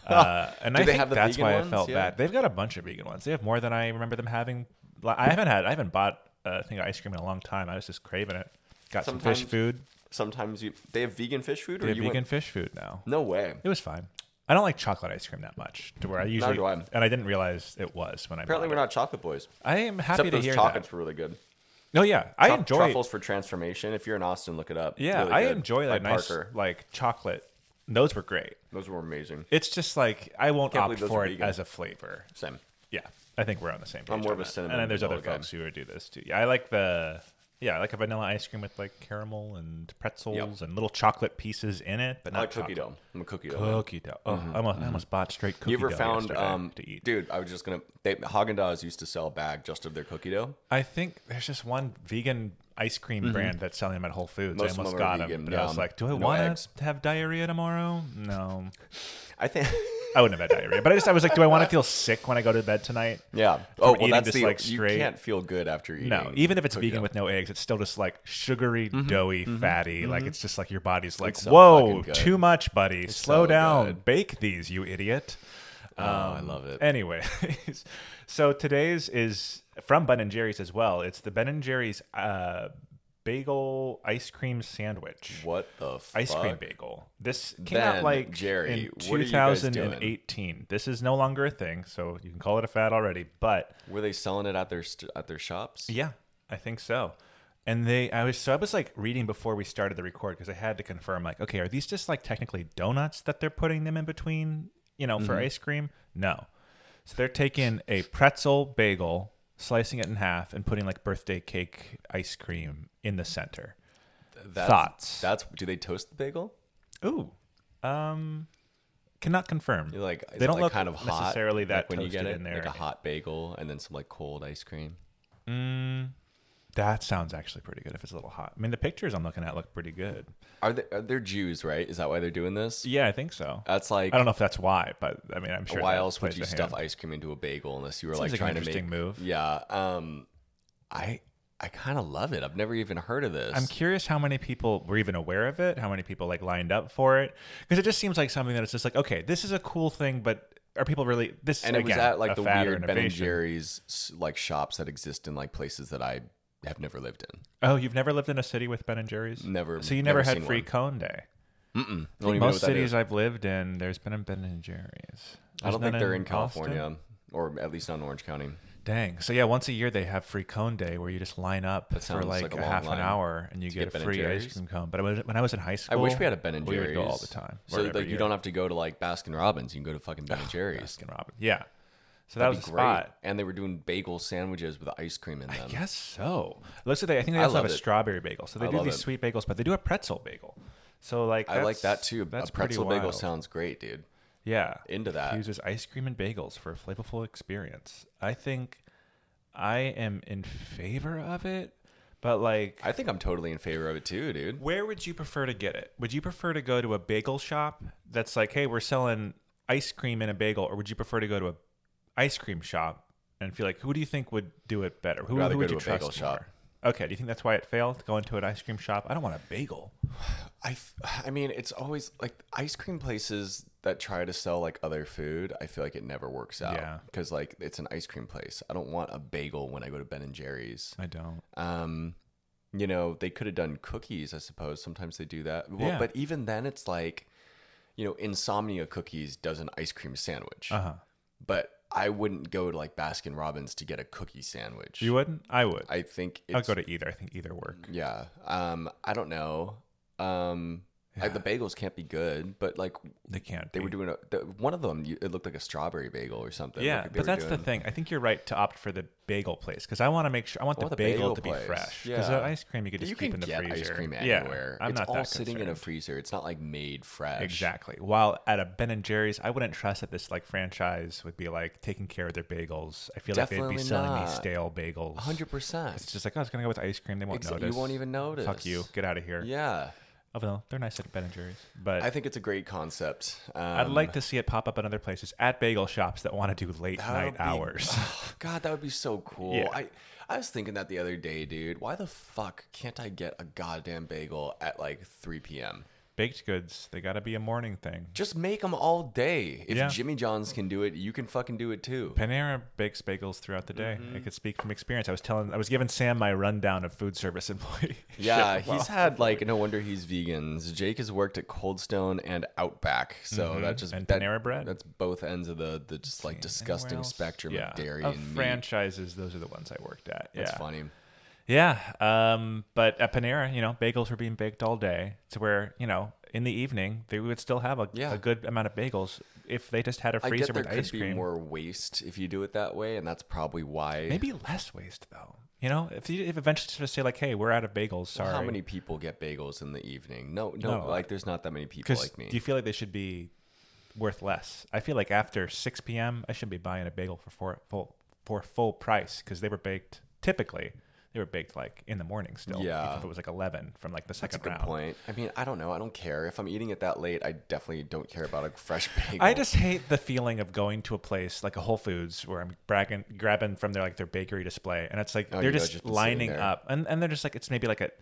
Speaker 1: Uh, and I
Speaker 2: they
Speaker 1: think
Speaker 2: have the
Speaker 1: that's
Speaker 2: vegan
Speaker 1: why
Speaker 2: ones?
Speaker 1: I felt
Speaker 2: Yeah.
Speaker 1: bad. They've got a bunch of vegan ones. They have more than I remember them having. Like, I haven't had. I haven't bought uh, a thing of ice cream in a long time. I was just craving it. Got some fish
Speaker 2: Sometimes-
Speaker 1: food.
Speaker 2: Sometimes you they have vegan fish food or
Speaker 1: They have
Speaker 2: you
Speaker 1: vegan
Speaker 2: went-
Speaker 1: fish food now.
Speaker 2: No way.
Speaker 1: It was fine. I don't like chocolate ice cream that much, to where I usually
Speaker 2: do I.
Speaker 1: and I didn't realize it was when I
Speaker 2: Apparently,
Speaker 1: bought
Speaker 2: we're
Speaker 1: it.
Speaker 2: not chocolate boys.
Speaker 1: I am happy
Speaker 2: Except
Speaker 1: to
Speaker 2: those
Speaker 1: hear
Speaker 2: chocolates
Speaker 1: that.
Speaker 2: were really good.
Speaker 1: No, yeah, I
Speaker 2: Truff-
Speaker 1: enjoy.
Speaker 2: truffles for transformation. If you're in Austin, look it up.
Speaker 1: yeah,
Speaker 2: Really
Speaker 1: I
Speaker 2: good.
Speaker 1: enjoy
Speaker 2: By
Speaker 1: like nice
Speaker 2: Parker.
Speaker 1: like chocolate. Those were great.
Speaker 2: Those were amazing.
Speaker 1: It's just like I won't
Speaker 2: Can't
Speaker 1: opt
Speaker 2: believe those
Speaker 1: for
Speaker 2: are
Speaker 1: it
Speaker 2: vegan.
Speaker 1: as a flavor.
Speaker 2: Same.
Speaker 1: Yeah, I think we're on the same page.
Speaker 2: I'm more
Speaker 1: on
Speaker 2: of a
Speaker 1: that.
Speaker 2: cinnamon
Speaker 1: And then there's other
Speaker 2: roll guy.
Speaker 1: folks who do this too. Yeah, I like the yeah, like a vanilla ice cream with like caramel and pretzels and little chocolate pieces in it, but
Speaker 2: I
Speaker 1: not
Speaker 2: like cookie dough.
Speaker 1: chocolate.
Speaker 2: I'm a cookie dough. man.
Speaker 1: Cookie dough. Oh, I, almost, I almost bought straight cookie
Speaker 2: Mm-hmm. You ever
Speaker 1: dough
Speaker 2: found,
Speaker 1: yesterday
Speaker 2: um,
Speaker 1: to eat.
Speaker 2: dude? I was just gonna. They Haagen Dazs used to sell a bag just of their cookie dough.
Speaker 1: I think there's just one vegan ice cream brand that's selling them at Whole Foods.
Speaker 2: Mm-hmm.
Speaker 1: I
Speaker 2: Most of
Speaker 1: almost
Speaker 2: them are
Speaker 1: got them,
Speaker 2: vegan,
Speaker 1: but I was
Speaker 2: yeah.
Speaker 1: like, do I
Speaker 2: No
Speaker 1: want
Speaker 2: eggs.
Speaker 1: to have diarrhea tomorrow? No,
Speaker 2: I think. [LAUGHS]
Speaker 1: I wouldn't have had diarrhea. But I just I was like, do I want to feel sick when I go to bed tonight? [LAUGHS]
Speaker 2: Yeah. Oh well,
Speaker 1: eating
Speaker 2: that's
Speaker 1: just,
Speaker 2: the
Speaker 1: like,
Speaker 2: you
Speaker 1: straight-
Speaker 2: can't feel good after eating.
Speaker 1: No, e- even if it's
Speaker 2: cookie
Speaker 1: vegan
Speaker 2: dough. Mm-hmm.
Speaker 1: with no eggs, it's still just like sugary, doughy, fatty. Like it's just like your body's like,
Speaker 2: so fucking
Speaker 1: whoa,
Speaker 2: good.
Speaker 1: too much, buddy. Slow
Speaker 2: so
Speaker 1: down,
Speaker 2: good.
Speaker 1: bake these, you idiot.
Speaker 2: Oh, I
Speaker 1: um,
Speaker 2: love
Speaker 1: eh,
Speaker 2: it.
Speaker 1: Anyways, [LAUGHS] so today's is from Ben and Jerry's as well. It's the Ben and Jerry's uh, bagel ice cream sandwich.
Speaker 2: What the fuck?
Speaker 1: Ice cream bagel. This came out
Speaker 2: Ben,
Speaker 1: like
Speaker 2: Jerry,
Speaker 1: in
Speaker 2: what are you guys doing?
Speaker 1: 2018. This is no longer a thing, so you can call it a fad already. But
Speaker 2: Were they selling it at their st- at their shops?
Speaker 1: yeah, I think so. And they, I was so I was like reading before we started the record because I had to confirm like, okay, are these just like technically donuts that they're putting them in between, you know,
Speaker 2: Mm-hmm.
Speaker 1: for ice cream? No. So they're taking a pretzel bagel, slicing it in half, and putting like birthday cake ice cream in the center.
Speaker 2: That's,
Speaker 1: Thoughts?
Speaker 2: That's do they toast the bagel?
Speaker 1: Ooh, um, cannot confirm.
Speaker 2: You're like is
Speaker 1: they
Speaker 2: it,
Speaker 1: don't
Speaker 2: like
Speaker 1: look
Speaker 2: kind of hot
Speaker 1: necessarily that
Speaker 2: like when you get
Speaker 1: toasted
Speaker 2: it
Speaker 1: in there.
Speaker 2: like a hot bagel and then some like cold ice cream.
Speaker 1: that sounds actually pretty good if it's a little hot. I mean, the pictures I'm looking at look pretty good.
Speaker 2: Are they are they Jews right? Is that why they're doing this?
Speaker 1: Yeah, I think so.
Speaker 2: That's like
Speaker 1: I don't know if that's why, but I mean, I'm sure.
Speaker 2: why
Speaker 1: that
Speaker 2: else would
Speaker 1: plays
Speaker 2: you
Speaker 1: a
Speaker 2: stuff
Speaker 1: hand.
Speaker 2: ice cream into a bagel unless you were
Speaker 1: Seems
Speaker 2: like
Speaker 1: like an
Speaker 2: trying to
Speaker 1: interesting
Speaker 2: make
Speaker 1: move.
Speaker 2: Yeah, um, I I kind of love it. I've never even heard of this.
Speaker 1: I'm curious how many people were even aware of it, how many people like lined up for it, because it just seems like something that it's just like, okay, this is a cool thing, but are people really this?
Speaker 2: and it was
Speaker 1: again,
Speaker 2: at like
Speaker 1: a
Speaker 2: the
Speaker 1: fad or
Speaker 2: weird Ben and
Speaker 1: innovation.
Speaker 2: Jerry's s- like shops that exist in like places that I have never lived in.
Speaker 1: Oh, you've never lived in a city with Ben and Jerry's?
Speaker 2: Never-
Speaker 1: So you
Speaker 2: never
Speaker 1: never,
Speaker 2: seen
Speaker 1: had free
Speaker 2: one.
Speaker 1: cone day.
Speaker 2: Mm-mm. I don't even know
Speaker 1: Most
Speaker 2: what that
Speaker 1: cities
Speaker 2: is.
Speaker 1: I've lived in, there's been a Ben and Jerry's.
Speaker 2: I
Speaker 1: There's
Speaker 2: don't think
Speaker 1: none
Speaker 2: they're in
Speaker 1: Austin?
Speaker 2: California, or at least not in Orange County.
Speaker 1: Dang. So yeah, once a year they have free cone day where you just line up for
Speaker 2: sounds
Speaker 1: like,
Speaker 2: like a
Speaker 1: a
Speaker 2: long
Speaker 1: half
Speaker 2: line
Speaker 1: an hour and you get,
Speaker 2: get Ben
Speaker 1: a
Speaker 2: and
Speaker 1: free ice
Speaker 2: Jerry's.
Speaker 1: cream cone. But I was, when I was in high
Speaker 2: I
Speaker 1: school,
Speaker 2: wish we had a Ben and Jerry's.
Speaker 1: We would go all the time.
Speaker 2: So
Speaker 1: wherever
Speaker 2: like you don't have to go to like Baskin Robbins. You can go to
Speaker 1: [SIGHS]
Speaker 2: fucking Ben and Jerry's.
Speaker 1: Baskin Robbins. Yeah. So that
Speaker 2: That'd
Speaker 1: was a
Speaker 2: be great.
Speaker 1: spot.
Speaker 2: And they were doing bagel sandwiches with ice cream in them.
Speaker 1: I guess so. It looks like they, I think they also have
Speaker 2: love
Speaker 1: a
Speaker 2: it.
Speaker 1: strawberry bagel. So they
Speaker 2: I
Speaker 1: do
Speaker 2: love
Speaker 1: these
Speaker 2: it.
Speaker 1: sweet bagels, but they do a pretzel bagel. So like
Speaker 2: I like that
Speaker 1: that's-
Speaker 2: too.
Speaker 1: That's
Speaker 2: a pretzel
Speaker 1: pretty
Speaker 2: bagel
Speaker 1: wild.
Speaker 2: sounds great, dude.
Speaker 1: yeah
Speaker 2: into that.
Speaker 1: Uses ice cream and bagels for a flavorful experience. I think I am in favor of it, but like
Speaker 2: I think I'm totally in favor of it too, dude.
Speaker 1: Where would you prefer to get it? Would you prefer to go to a bagel shop that's like, hey, we're selling ice cream in a bagel, or would you prefer to go to a ice cream shop and feel like, who do you think would do it better? Who,
Speaker 2: rather
Speaker 1: who
Speaker 2: go
Speaker 1: would
Speaker 2: to
Speaker 1: you
Speaker 2: a bagel
Speaker 1: trust
Speaker 2: shop.
Speaker 1: more? Okay, do you think that's why it failed? Going to an ice cream shop? I don't want a bagel.
Speaker 2: I, f- I mean, it's always like ice cream places that try to sell like other food. I feel like it never works out.
Speaker 1: Yeah.
Speaker 2: Because like it's an ice cream place. I don't want a bagel when I go to Ben and Jerry's.
Speaker 1: I don't.
Speaker 2: Um, you know, they could have done cookies, I suppose. Sometimes they do that. Well,
Speaker 1: Yeah.
Speaker 2: But even then, it's like, you know, Insomnia Cookies does an ice cream sandwich.
Speaker 1: Uh huh.
Speaker 2: But I wouldn't go to like Baskin Robbins to get a cookie sandwich.
Speaker 1: You wouldn't? I would. I,
Speaker 2: I think
Speaker 1: will
Speaker 2: it's
Speaker 1: go to either. I think either work.
Speaker 2: yeah. Um, I don't know. Um, like the bagels can't be good, but like
Speaker 1: They can't.
Speaker 2: they
Speaker 1: be.
Speaker 2: were doing a, the, one of them. You, it looked like a strawberry bagel or something.
Speaker 1: Yeah,
Speaker 2: Like, they
Speaker 1: but
Speaker 2: were
Speaker 1: that's the
Speaker 2: doing-
Speaker 1: thing. I think you're right to opt for the bagel place because I want to make sure I want
Speaker 2: I
Speaker 1: the,
Speaker 2: want the
Speaker 1: bagel,
Speaker 2: bagel
Speaker 1: to be
Speaker 2: place.
Speaker 1: fresh.
Speaker 2: Yeah.
Speaker 1: Because the ice cream you could just
Speaker 2: You
Speaker 1: keep
Speaker 2: can
Speaker 1: in the
Speaker 2: get
Speaker 1: freezer.
Speaker 2: ice cream anywhere.
Speaker 1: Yeah, I'm
Speaker 2: it's
Speaker 1: not
Speaker 2: all
Speaker 1: that
Speaker 2: sitting in a
Speaker 1: concerned.
Speaker 2: freezer. It's not like made fresh.
Speaker 1: Exactly. While at a Ben and Jerry's, I wouldn't trust that this like franchise would be like taking care of their bagels. I feel like they'd
Speaker 2: Definitely
Speaker 1: be selling
Speaker 2: not.
Speaker 1: me stale bagels.
Speaker 2: Hundred
Speaker 1: It's
Speaker 2: percent.
Speaker 1: just like, oh, it's gonna go with ice cream. They won't
Speaker 2: Exa- you
Speaker 1: notice.
Speaker 2: won't even notice.
Speaker 1: Fuck you. Get out of here.
Speaker 2: Yeah,
Speaker 1: Although they're nice at Ben and Jerry's, but
Speaker 2: I think it's a great concept. Um,
Speaker 1: I'd like to see it pop up in other places at bagel shops that want to do late
Speaker 2: That
Speaker 1: night
Speaker 2: would be- [LAUGHS]
Speaker 1: hours. [LAUGHS]
Speaker 2: Oh, [SIGHS] God, that would be so cool.
Speaker 1: Yeah.
Speaker 2: I I was thinking that the other day, dude. Why the fuck can't I get a goddamn bagel at like 3 p.m.?
Speaker 1: Baked goods, they gotta be a morning thing.
Speaker 2: Just make them all day. If
Speaker 1: Yeah.
Speaker 2: Jimmy John's can do it, you can fucking do it too.
Speaker 1: Panera bakes bagels throughout the day.
Speaker 2: Mm-hmm.
Speaker 1: I could speak from experience. I was telling, I was giving Sam my rundown of food service [LAUGHS] employee. [LAUGHS]
Speaker 2: Yeah,
Speaker 1: shit. Wow.
Speaker 2: he's had like no wonder he's vegans. Jake has worked at Cold Stone and Outback, so that just
Speaker 1: Mm-hmm. And
Speaker 2: that,
Speaker 1: Panera Bread.
Speaker 2: That's both ends of the the just like disgusting
Speaker 1: else?
Speaker 2: spectrum
Speaker 1: yeah.
Speaker 2: of dairy
Speaker 1: of
Speaker 2: and meat.
Speaker 1: franchises. Those are the ones I worked at. Yeah,
Speaker 2: That's funny.
Speaker 1: Yeah, um, but at Panera, you know, bagels were being baked all day. To where you know, in the evening, they would still have a,
Speaker 2: Yeah.
Speaker 1: a good amount of bagels if they just had a
Speaker 2: I
Speaker 1: freezer
Speaker 2: get there
Speaker 1: with
Speaker 2: could
Speaker 1: ice
Speaker 2: be
Speaker 1: cream.
Speaker 2: more waste if you do it that way, and that's probably why.
Speaker 1: Maybe less waste though. You know, if you if eventually just say like, "Hey, we're out of bagels," sorry.
Speaker 2: How many people get bagels in the evening? No, no,
Speaker 1: No.
Speaker 2: like there's not that many people
Speaker 1: 'Cause
Speaker 2: like me.
Speaker 1: Do you feel like they should be worth less? I feel like after 6 p.m., I shouldn't be buying a bagel for four, full for full price because they were baked typically. They were baked like in the morning still.
Speaker 2: Yeah.
Speaker 1: even if it was like 11 from like the
Speaker 2: That's a
Speaker 1: second
Speaker 2: good
Speaker 1: round.
Speaker 2: point. I mean, I don't know. I don't care if I'm eating it that late. I definitely don't care about a fresh bagel.
Speaker 1: I just hate the feeling of going to a place like a Whole Foods where I'm bragging, grabbing from their like their bakery display, and it's like
Speaker 2: Oh,
Speaker 1: they're
Speaker 2: you know,
Speaker 1: just,
Speaker 2: just been sitting
Speaker 1: lining
Speaker 2: there.
Speaker 1: up, and, and they're just like it's maybe like at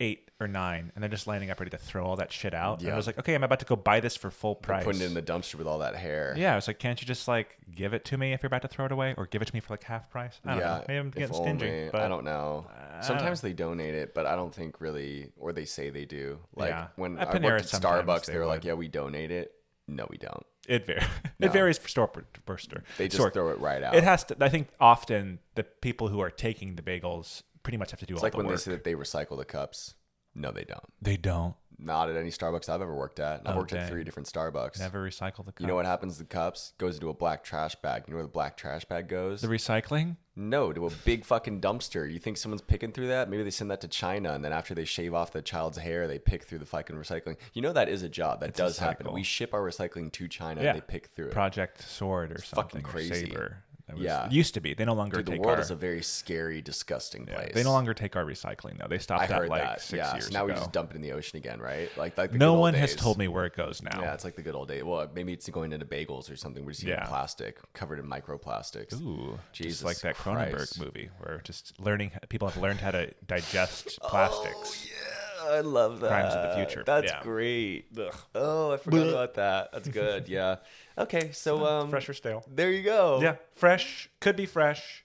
Speaker 1: eight or nine, and they're just lining up ready to throw all that shit out. And I
Speaker 2: Yeah.
Speaker 1: was like, okay, I'm about to go buy this for full price.
Speaker 2: putting it in the dumpster with all that hair.
Speaker 1: yeah, I was like, can't you just like give it to me if you're about to throw it away, or give it to me for like half price? I don't
Speaker 2: yeah.
Speaker 1: know. Maybe I'm
Speaker 2: if
Speaker 1: getting stingy,
Speaker 2: only.
Speaker 1: but uh,
Speaker 2: I don't know. Sometimes they donate it, but I don't think really, or they say they do. Like
Speaker 1: Yeah.
Speaker 2: when
Speaker 1: At
Speaker 2: I
Speaker 1: Panera
Speaker 2: worked at
Speaker 1: sometimes
Speaker 2: Starbucks,
Speaker 1: they
Speaker 2: they, were like,
Speaker 1: would.
Speaker 2: "Yeah, we donate it." No, we don't.
Speaker 1: It varies. [LAUGHS] It varies for store per- per store.
Speaker 2: They just
Speaker 1: store.
Speaker 2: throw it right out.
Speaker 1: It has to. I think often the people who are taking the bagels pretty much have to do all
Speaker 2: it's like
Speaker 1: the
Speaker 2: when
Speaker 1: work.
Speaker 2: they say that they recycle the cups. No, they don't.
Speaker 1: they don't.
Speaker 2: Not at any Starbucks I've ever worked at. And I've
Speaker 1: Oh,
Speaker 2: worked at
Speaker 1: dang.
Speaker 2: three different Starbucks.
Speaker 1: Never recycle the cup.
Speaker 2: You know what happens to the cups? Goes into a black trash bag. You know where the black trash bag goes?
Speaker 1: The recycling?
Speaker 2: No, to a big fucking dumpster. You think someone's picking through that? Maybe they send that to China, and then after they shave off the child's hair, they pick through the fucking recycling. You know that is a job that
Speaker 1: a
Speaker 2: does happen.
Speaker 1: cycle.
Speaker 2: We ship our recycling to China,
Speaker 1: Yeah.
Speaker 2: and they pick through it.
Speaker 1: Project Sword or something.
Speaker 2: fucking
Speaker 1: Or
Speaker 2: crazy.
Speaker 1: Saber. That was-
Speaker 2: Yeah.
Speaker 1: it used to be. They no longer
Speaker 2: Dude, the
Speaker 1: take
Speaker 2: world
Speaker 1: our.
Speaker 2: is a very scary, disgusting place.
Speaker 1: they no longer take our recycling though. They stopped
Speaker 2: I heard
Speaker 1: that like
Speaker 2: that.
Speaker 1: six
Speaker 2: yeah,
Speaker 1: years
Speaker 2: so now
Speaker 1: ago.
Speaker 2: we just dump it in the ocean again, right? Like, like the good
Speaker 1: no
Speaker 2: old
Speaker 1: one has
Speaker 2: days.
Speaker 1: told me where it goes now.
Speaker 2: Yeah, it's like the good old days. Well, maybe it's going into bagels or something. We're just eating
Speaker 1: Yeah.
Speaker 2: plastic covered in microplastics.
Speaker 1: Ooh,
Speaker 2: Jesus
Speaker 1: just like that
Speaker 2: Christ.
Speaker 1: Cronenberg movie where just learning people have learned how to
Speaker 2: [LAUGHS]
Speaker 1: digest
Speaker 2: Oh,
Speaker 1: plastics.
Speaker 2: Yeah, I love that.
Speaker 1: Crimes of the Future.
Speaker 2: That's
Speaker 1: Yeah.
Speaker 2: great. Oh, I forgot about that. That's
Speaker 1: [LAUGHS]
Speaker 2: good. Yeah. Okay, so um,
Speaker 1: Fresh or stale?
Speaker 2: There you go.
Speaker 1: Yeah, fresh could be fresh,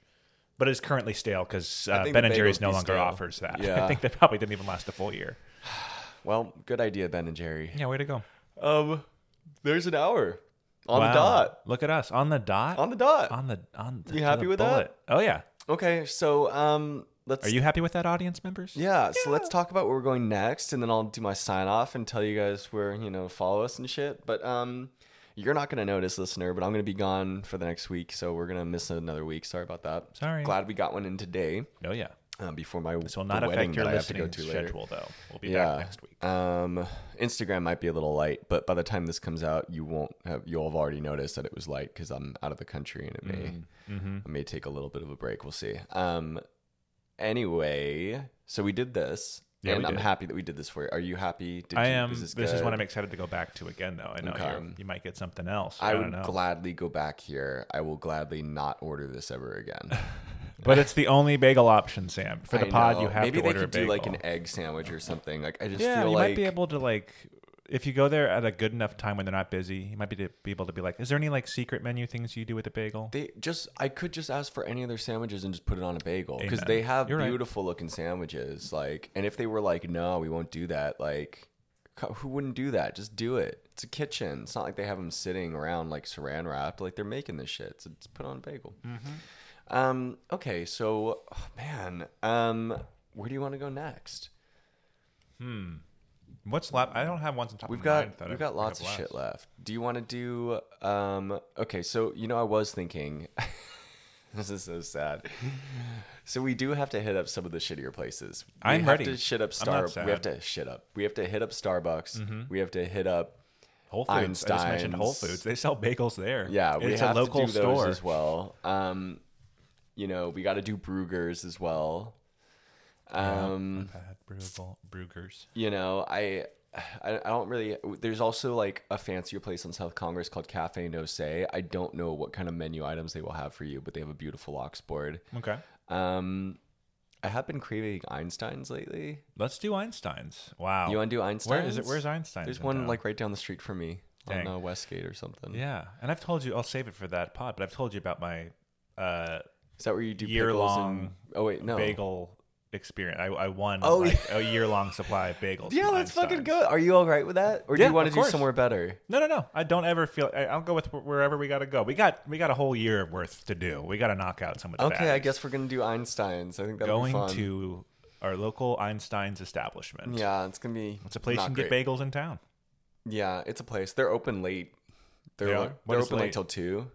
Speaker 1: but it's currently stale because uh,
Speaker 2: think
Speaker 1: Ben
Speaker 2: the
Speaker 1: and Jerry's
Speaker 2: bagels
Speaker 1: no
Speaker 2: be
Speaker 1: longer
Speaker 2: stale.
Speaker 1: offers that. [LAUGHS] I
Speaker 2: Yeah.
Speaker 1: think they probably didn't even last a full year.
Speaker 2: Well, good idea, Ben and Jerry.
Speaker 1: Yeah, way to go.
Speaker 2: Um, there's an hour on
Speaker 1: Wow.
Speaker 2: the dot.
Speaker 1: Look at us on the dot.
Speaker 2: On the dot.
Speaker 1: on the on. The,
Speaker 2: You
Speaker 1: to
Speaker 2: happy
Speaker 1: the
Speaker 2: with
Speaker 1: bullet. Oh yeah.
Speaker 2: okay, so um, let's.
Speaker 1: Are you happy with that, audience members?
Speaker 2: Yeah, so let's talk about where we're going next, and then I'll do my sign off and tell you guys where you know follow us and shit. But um, you're not gonna notice, listener, but I'm gonna be gone for the next week, so we're gonna miss another week. Sorry about that.
Speaker 1: Sorry.
Speaker 2: Glad we got one in today
Speaker 1: Oh yeah.
Speaker 2: um, before my
Speaker 1: This will not
Speaker 2: the wedding
Speaker 1: affect your
Speaker 2: that I have to
Speaker 1: listening
Speaker 2: go to later.
Speaker 1: schedule, though. We'll be
Speaker 2: Yeah.
Speaker 1: back next week.
Speaker 2: Um, Instagram might be a little light, but by the time this comes out, you won't have you'll have already noticed that it was light because I'm out of the country and it may
Speaker 1: Mm-hmm.
Speaker 2: it may take a little bit of a break. We'll see. Um, anyway, so we did this,
Speaker 1: Yeah,
Speaker 2: and
Speaker 1: we
Speaker 2: I'm
Speaker 1: did.
Speaker 2: happy that we did this for you. Are you happy? Did
Speaker 1: I
Speaker 2: you,
Speaker 1: am.
Speaker 2: this
Speaker 1: This, is what
Speaker 2: good?
Speaker 1: I'm excited to go back to again, though. I know
Speaker 2: Okay.
Speaker 1: you're- you might get something else. I,
Speaker 2: I
Speaker 1: don't
Speaker 2: would
Speaker 1: know.
Speaker 2: gladly go back here. I will gladly not order this ever again.
Speaker 1: but it's the only bagel option, Sam. [LAUGHS] For the
Speaker 2: I
Speaker 1: pod,
Speaker 2: know.
Speaker 1: you have
Speaker 2: maybe
Speaker 1: to order
Speaker 2: they could
Speaker 1: a bagel.
Speaker 2: do like an egg sandwich or something. Like I just
Speaker 1: yeah,
Speaker 2: feel
Speaker 1: you
Speaker 2: like
Speaker 1: might be able to like. If you go there at a good enough time when they're not busy, you might be, be able to be like, "Is there any like secret menu things you do with a bagel?"
Speaker 2: They just I could just ask for any of their sandwiches and just put it on a bagel because
Speaker 1: Amen.
Speaker 2: they have
Speaker 1: You're right.
Speaker 2: beautiful looking sandwiches. Like, and if they were like, no, we won't do that. Like, co- who wouldn't do that? Just do it. It's a kitchen. It's not like they have them sitting around like saran wrapped. Like they're making this shit. So just put it on a bagel.
Speaker 1: Mm-hmm.
Speaker 2: Um. Okay. So, oh, man. Um. Where do you want to go next?
Speaker 1: What's left? I don't have ones on top.
Speaker 2: We've
Speaker 1: of
Speaker 2: got
Speaker 1: mine that I
Speaker 2: we've got
Speaker 1: forgot
Speaker 2: lots of
Speaker 1: last.
Speaker 2: shit left. Do you want to do? Um, okay, so you know, I was thinking. [LAUGHS] this is so sad. So we do have to hit up some of the shittier places. We
Speaker 1: I'm
Speaker 2: have
Speaker 1: ready.
Speaker 2: to shit up
Speaker 1: I'm not
Speaker 2: Star. We have
Speaker 1: sad. Mm-hmm.
Speaker 2: to shit up. We have to hit up Starbucks. We have to hit up.
Speaker 1: Whole Foods. I just mentioned Whole
Speaker 2: Einstein's.
Speaker 1: Foods. They sell bagels there.
Speaker 2: Yeah, we
Speaker 1: it's
Speaker 2: have
Speaker 1: a local
Speaker 2: to do those
Speaker 1: store.
Speaker 2: as well. Um, you know, we got to do Brugger's as well. Um,
Speaker 1: Oh, Bad Bruegel- Brugger's.
Speaker 2: you know i i I don't really there's also like a fancier place on south congress called cafe no say i don't know what kind of menu items they will have for you but they have a beautiful ox board
Speaker 1: Okay.
Speaker 2: um i have been craving einstein's lately
Speaker 1: Let's do Einstein's. Wow.
Speaker 2: you want to do einstein's
Speaker 1: Oh. Where is it? Where's Einstein's?
Speaker 2: there's
Speaker 1: in
Speaker 2: one
Speaker 1: town?
Speaker 2: like right down the street from me
Speaker 1: Dang.
Speaker 2: on uh, westgate or something
Speaker 1: Yeah. And I've told you, I'll save it for that pod, but I've told you about my uh,
Speaker 2: is that where you do pickles and
Speaker 1: Year-long
Speaker 2: oh wait no
Speaker 1: bagel experience. I, I won
Speaker 2: Oh,
Speaker 1: like, a year long supply of bagels.
Speaker 2: yeah
Speaker 1: from
Speaker 2: that's fucking
Speaker 1: Einstein's.
Speaker 2: good are you all right with that or do
Speaker 1: Yeah,
Speaker 2: you want to
Speaker 1: of
Speaker 2: do
Speaker 1: course.
Speaker 2: somewhere better
Speaker 1: No, no, no. I don't ever feel. I, I'll go with wh- wherever we got to go. We got we got a whole year worth to do. We got to knock out some of the
Speaker 2: okay i
Speaker 1: baddies.
Speaker 2: guess we're gonna do einstein's i think that'll be
Speaker 1: going
Speaker 2: fun
Speaker 1: to our local Einstein's establishment.
Speaker 2: yeah it's gonna be
Speaker 1: It's a place
Speaker 2: not
Speaker 1: you can
Speaker 2: great.
Speaker 1: get bagels in town.
Speaker 2: Yeah, it's a place. They're open late. They're
Speaker 1: They
Speaker 2: they
Speaker 1: are?
Speaker 2: are
Speaker 1: When
Speaker 2: they're
Speaker 1: is
Speaker 2: open
Speaker 1: late?
Speaker 2: late till two.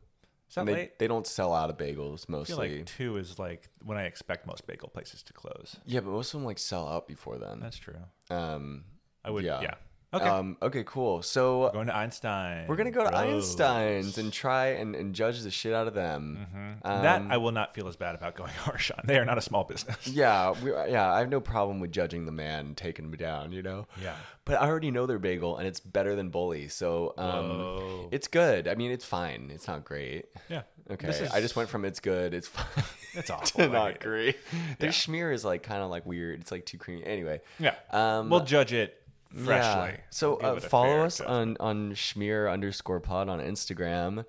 Speaker 1: Is that
Speaker 2: And they,
Speaker 1: late?
Speaker 2: they don't sell out of
Speaker 1: I
Speaker 2: bagels
Speaker 1: feel
Speaker 2: mostly.
Speaker 1: like two is like when I expect most bagel places to close.
Speaker 2: yeah, but most of them like sell out before then.
Speaker 1: That's true.
Speaker 2: Um,
Speaker 1: I would. Yeah.
Speaker 2: Yeah.
Speaker 1: Okay.
Speaker 2: um, okay, cool. So
Speaker 1: going to Einstein.
Speaker 2: we're gonna go to
Speaker 1: Gross.
Speaker 2: Einstein's and try and, and judge the shit out of them.
Speaker 1: Mm-hmm.
Speaker 2: Um,
Speaker 1: that I will not feel as bad about going harsh on. They are not a small business.
Speaker 2: Yeah, we, yeah. I have no problem with judging the man and taking him down. You know.
Speaker 1: Yeah.
Speaker 2: But I already know their bagel, and it's better than Bully, so um, it's good. I mean, it's fine. It's not great.
Speaker 1: Yeah.
Speaker 2: Okay.
Speaker 1: This is-
Speaker 2: I just went from it's good, it's fine. [LAUGHS]
Speaker 1: It's
Speaker 2: to
Speaker 1: awful. I hate
Speaker 2: not
Speaker 1: it.
Speaker 2: great. Their schmear is like kind of like weird. It's like too creamy. Anyway.
Speaker 1: Yeah.
Speaker 2: Um,
Speaker 1: we'll judge it
Speaker 2: yeah.
Speaker 1: freshly.
Speaker 2: So
Speaker 1: Give
Speaker 2: uh,
Speaker 1: it a
Speaker 2: follow
Speaker 1: fair
Speaker 2: us
Speaker 1: judge.
Speaker 2: on on schmear underscore pod on Instagram.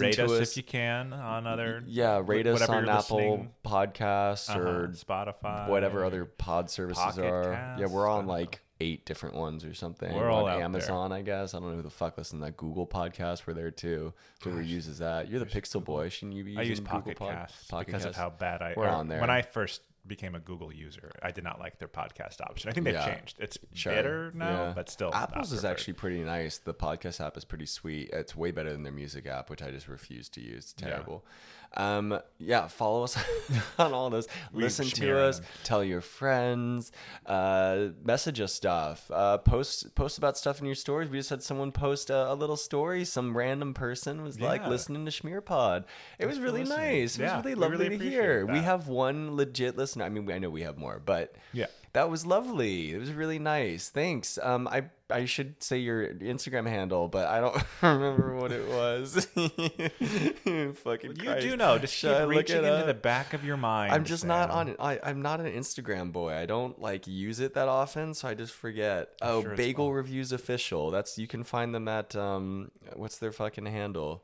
Speaker 1: Mm-hmm. Rate
Speaker 2: to
Speaker 1: us,
Speaker 2: us.
Speaker 1: if you can on other.
Speaker 2: [LAUGHS] yeah, rate
Speaker 1: wh-
Speaker 2: us
Speaker 1: whatever
Speaker 2: on
Speaker 1: you're
Speaker 2: Apple
Speaker 1: listening,
Speaker 2: Podcasts
Speaker 1: uh-huh,
Speaker 2: or
Speaker 1: Spotify,
Speaker 2: whatever other pod services
Speaker 1: Pocket
Speaker 2: are. yeah,
Speaker 1: Casts,
Speaker 2: we're
Speaker 1: I
Speaker 2: on
Speaker 1: don't know.
Speaker 2: like eight different ones or something.
Speaker 1: We're all
Speaker 2: on
Speaker 1: out there.
Speaker 2: Amazon, I guess. I don't know who the fuck listens to that Google podcast. We're there too. Whoever uses that, you're the Pixel Boy. Shouldn't you be? Using
Speaker 1: I use
Speaker 2: Google
Speaker 1: Pocket
Speaker 2: Pod-
Speaker 1: Casts
Speaker 2: Pocket
Speaker 1: because of
Speaker 2: Casts?
Speaker 1: how bad I.
Speaker 2: We're
Speaker 1: or
Speaker 2: on there.
Speaker 1: When I first became a Google user, I did not like their podcast option. I think they've
Speaker 2: Yeah.
Speaker 1: changed. It's better now,
Speaker 2: Yeah.
Speaker 1: but still, not
Speaker 2: Apple's is
Speaker 1: preferred.
Speaker 2: actually pretty nice. The podcast app is pretty sweet. It's way better than their music app, which I just refuse to use. It's terrible. Yeah. Um, yeah, follow us [LAUGHS] on all those. Listen to
Speaker 1: smear
Speaker 2: us.
Speaker 1: them.
Speaker 2: Tell your friends. Uh, message us stuff. Uh, post post about stuff in your stories. We just had someone post a, a little story. Some random person was like
Speaker 1: Yeah.
Speaker 2: listening to Schmear Pod. It was
Speaker 1: for
Speaker 2: really
Speaker 1: listening.
Speaker 2: nice. It
Speaker 1: Yeah,
Speaker 2: was
Speaker 1: we
Speaker 2: really
Speaker 1: really
Speaker 2: lovely to hear.
Speaker 1: appreciate
Speaker 2: We
Speaker 1: that.
Speaker 2: have one legit listener. I mean, we- I know we have more, but
Speaker 1: Yeah.
Speaker 2: that was lovely. It was really nice. Thanks. Um, I I should say your Instagram handle, but I don't [LAUGHS] remember what it was. [LAUGHS] Fucking,
Speaker 1: You
Speaker 2: Christ.
Speaker 1: do know. Just
Speaker 2: Should I
Speaker 1: keep
Speaker 2: look
Speaker 1: reaching
Speaker 2: it
Speaker 1: into
Speaker 2: up?
Speaker 1: the back of your mind.
Speaker 2: I'm just not
Speaker 1: Sam.
Speaker 2: on it. I, I'm not an Instagram boy. I don't like use it that often, so I just forget. oh,
Speaker 1: sure it's
Speaker 2: Bagel Reviews Official. That's you can find them at um, what's their fucking handle?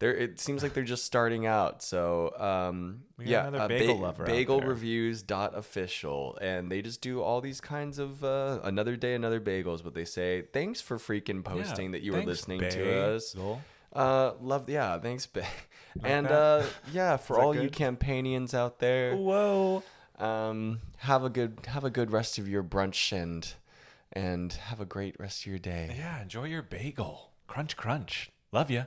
Speaker 2: They're, it seems like they're just starting out. So um,
Speaker 1: got
Speaker 2: yeah,
Speaker 1: another
Speaker 2: uh,
Speaker 1: bagel lover out
Speaker 2: Bagel
Speaker 1: there.
Speaker 2: Reviews dot official, and they just do all these kinds of uh, another day, another bagels. But they say thanks for freaking
Speaker 1: Yeah.
Speaker 2: posting that you
Speaker 1: Thanks,
Speaker 2: were listening to
Speaker 1: babe.
Speaker 2: us.
Speaker 1: Cool.
Speaker 2: Uh, love, yeah, thanks, ba- [LAUGHS] and
Speaker 1: that? [LAUGHS]
Speaker 2: uh, yeah, for
Speaker 1: that
Speaker 2: all you
Speaker 1: good?
Speaker 2: campaignians out there,
Speaker 1: Whoa.
Speaker 2: um, have a good have a good rest of your brunch and and have a great rest of your day.
Speaker 1: Yeah. Enjoy your bagel. Crunch, crunch. Love you.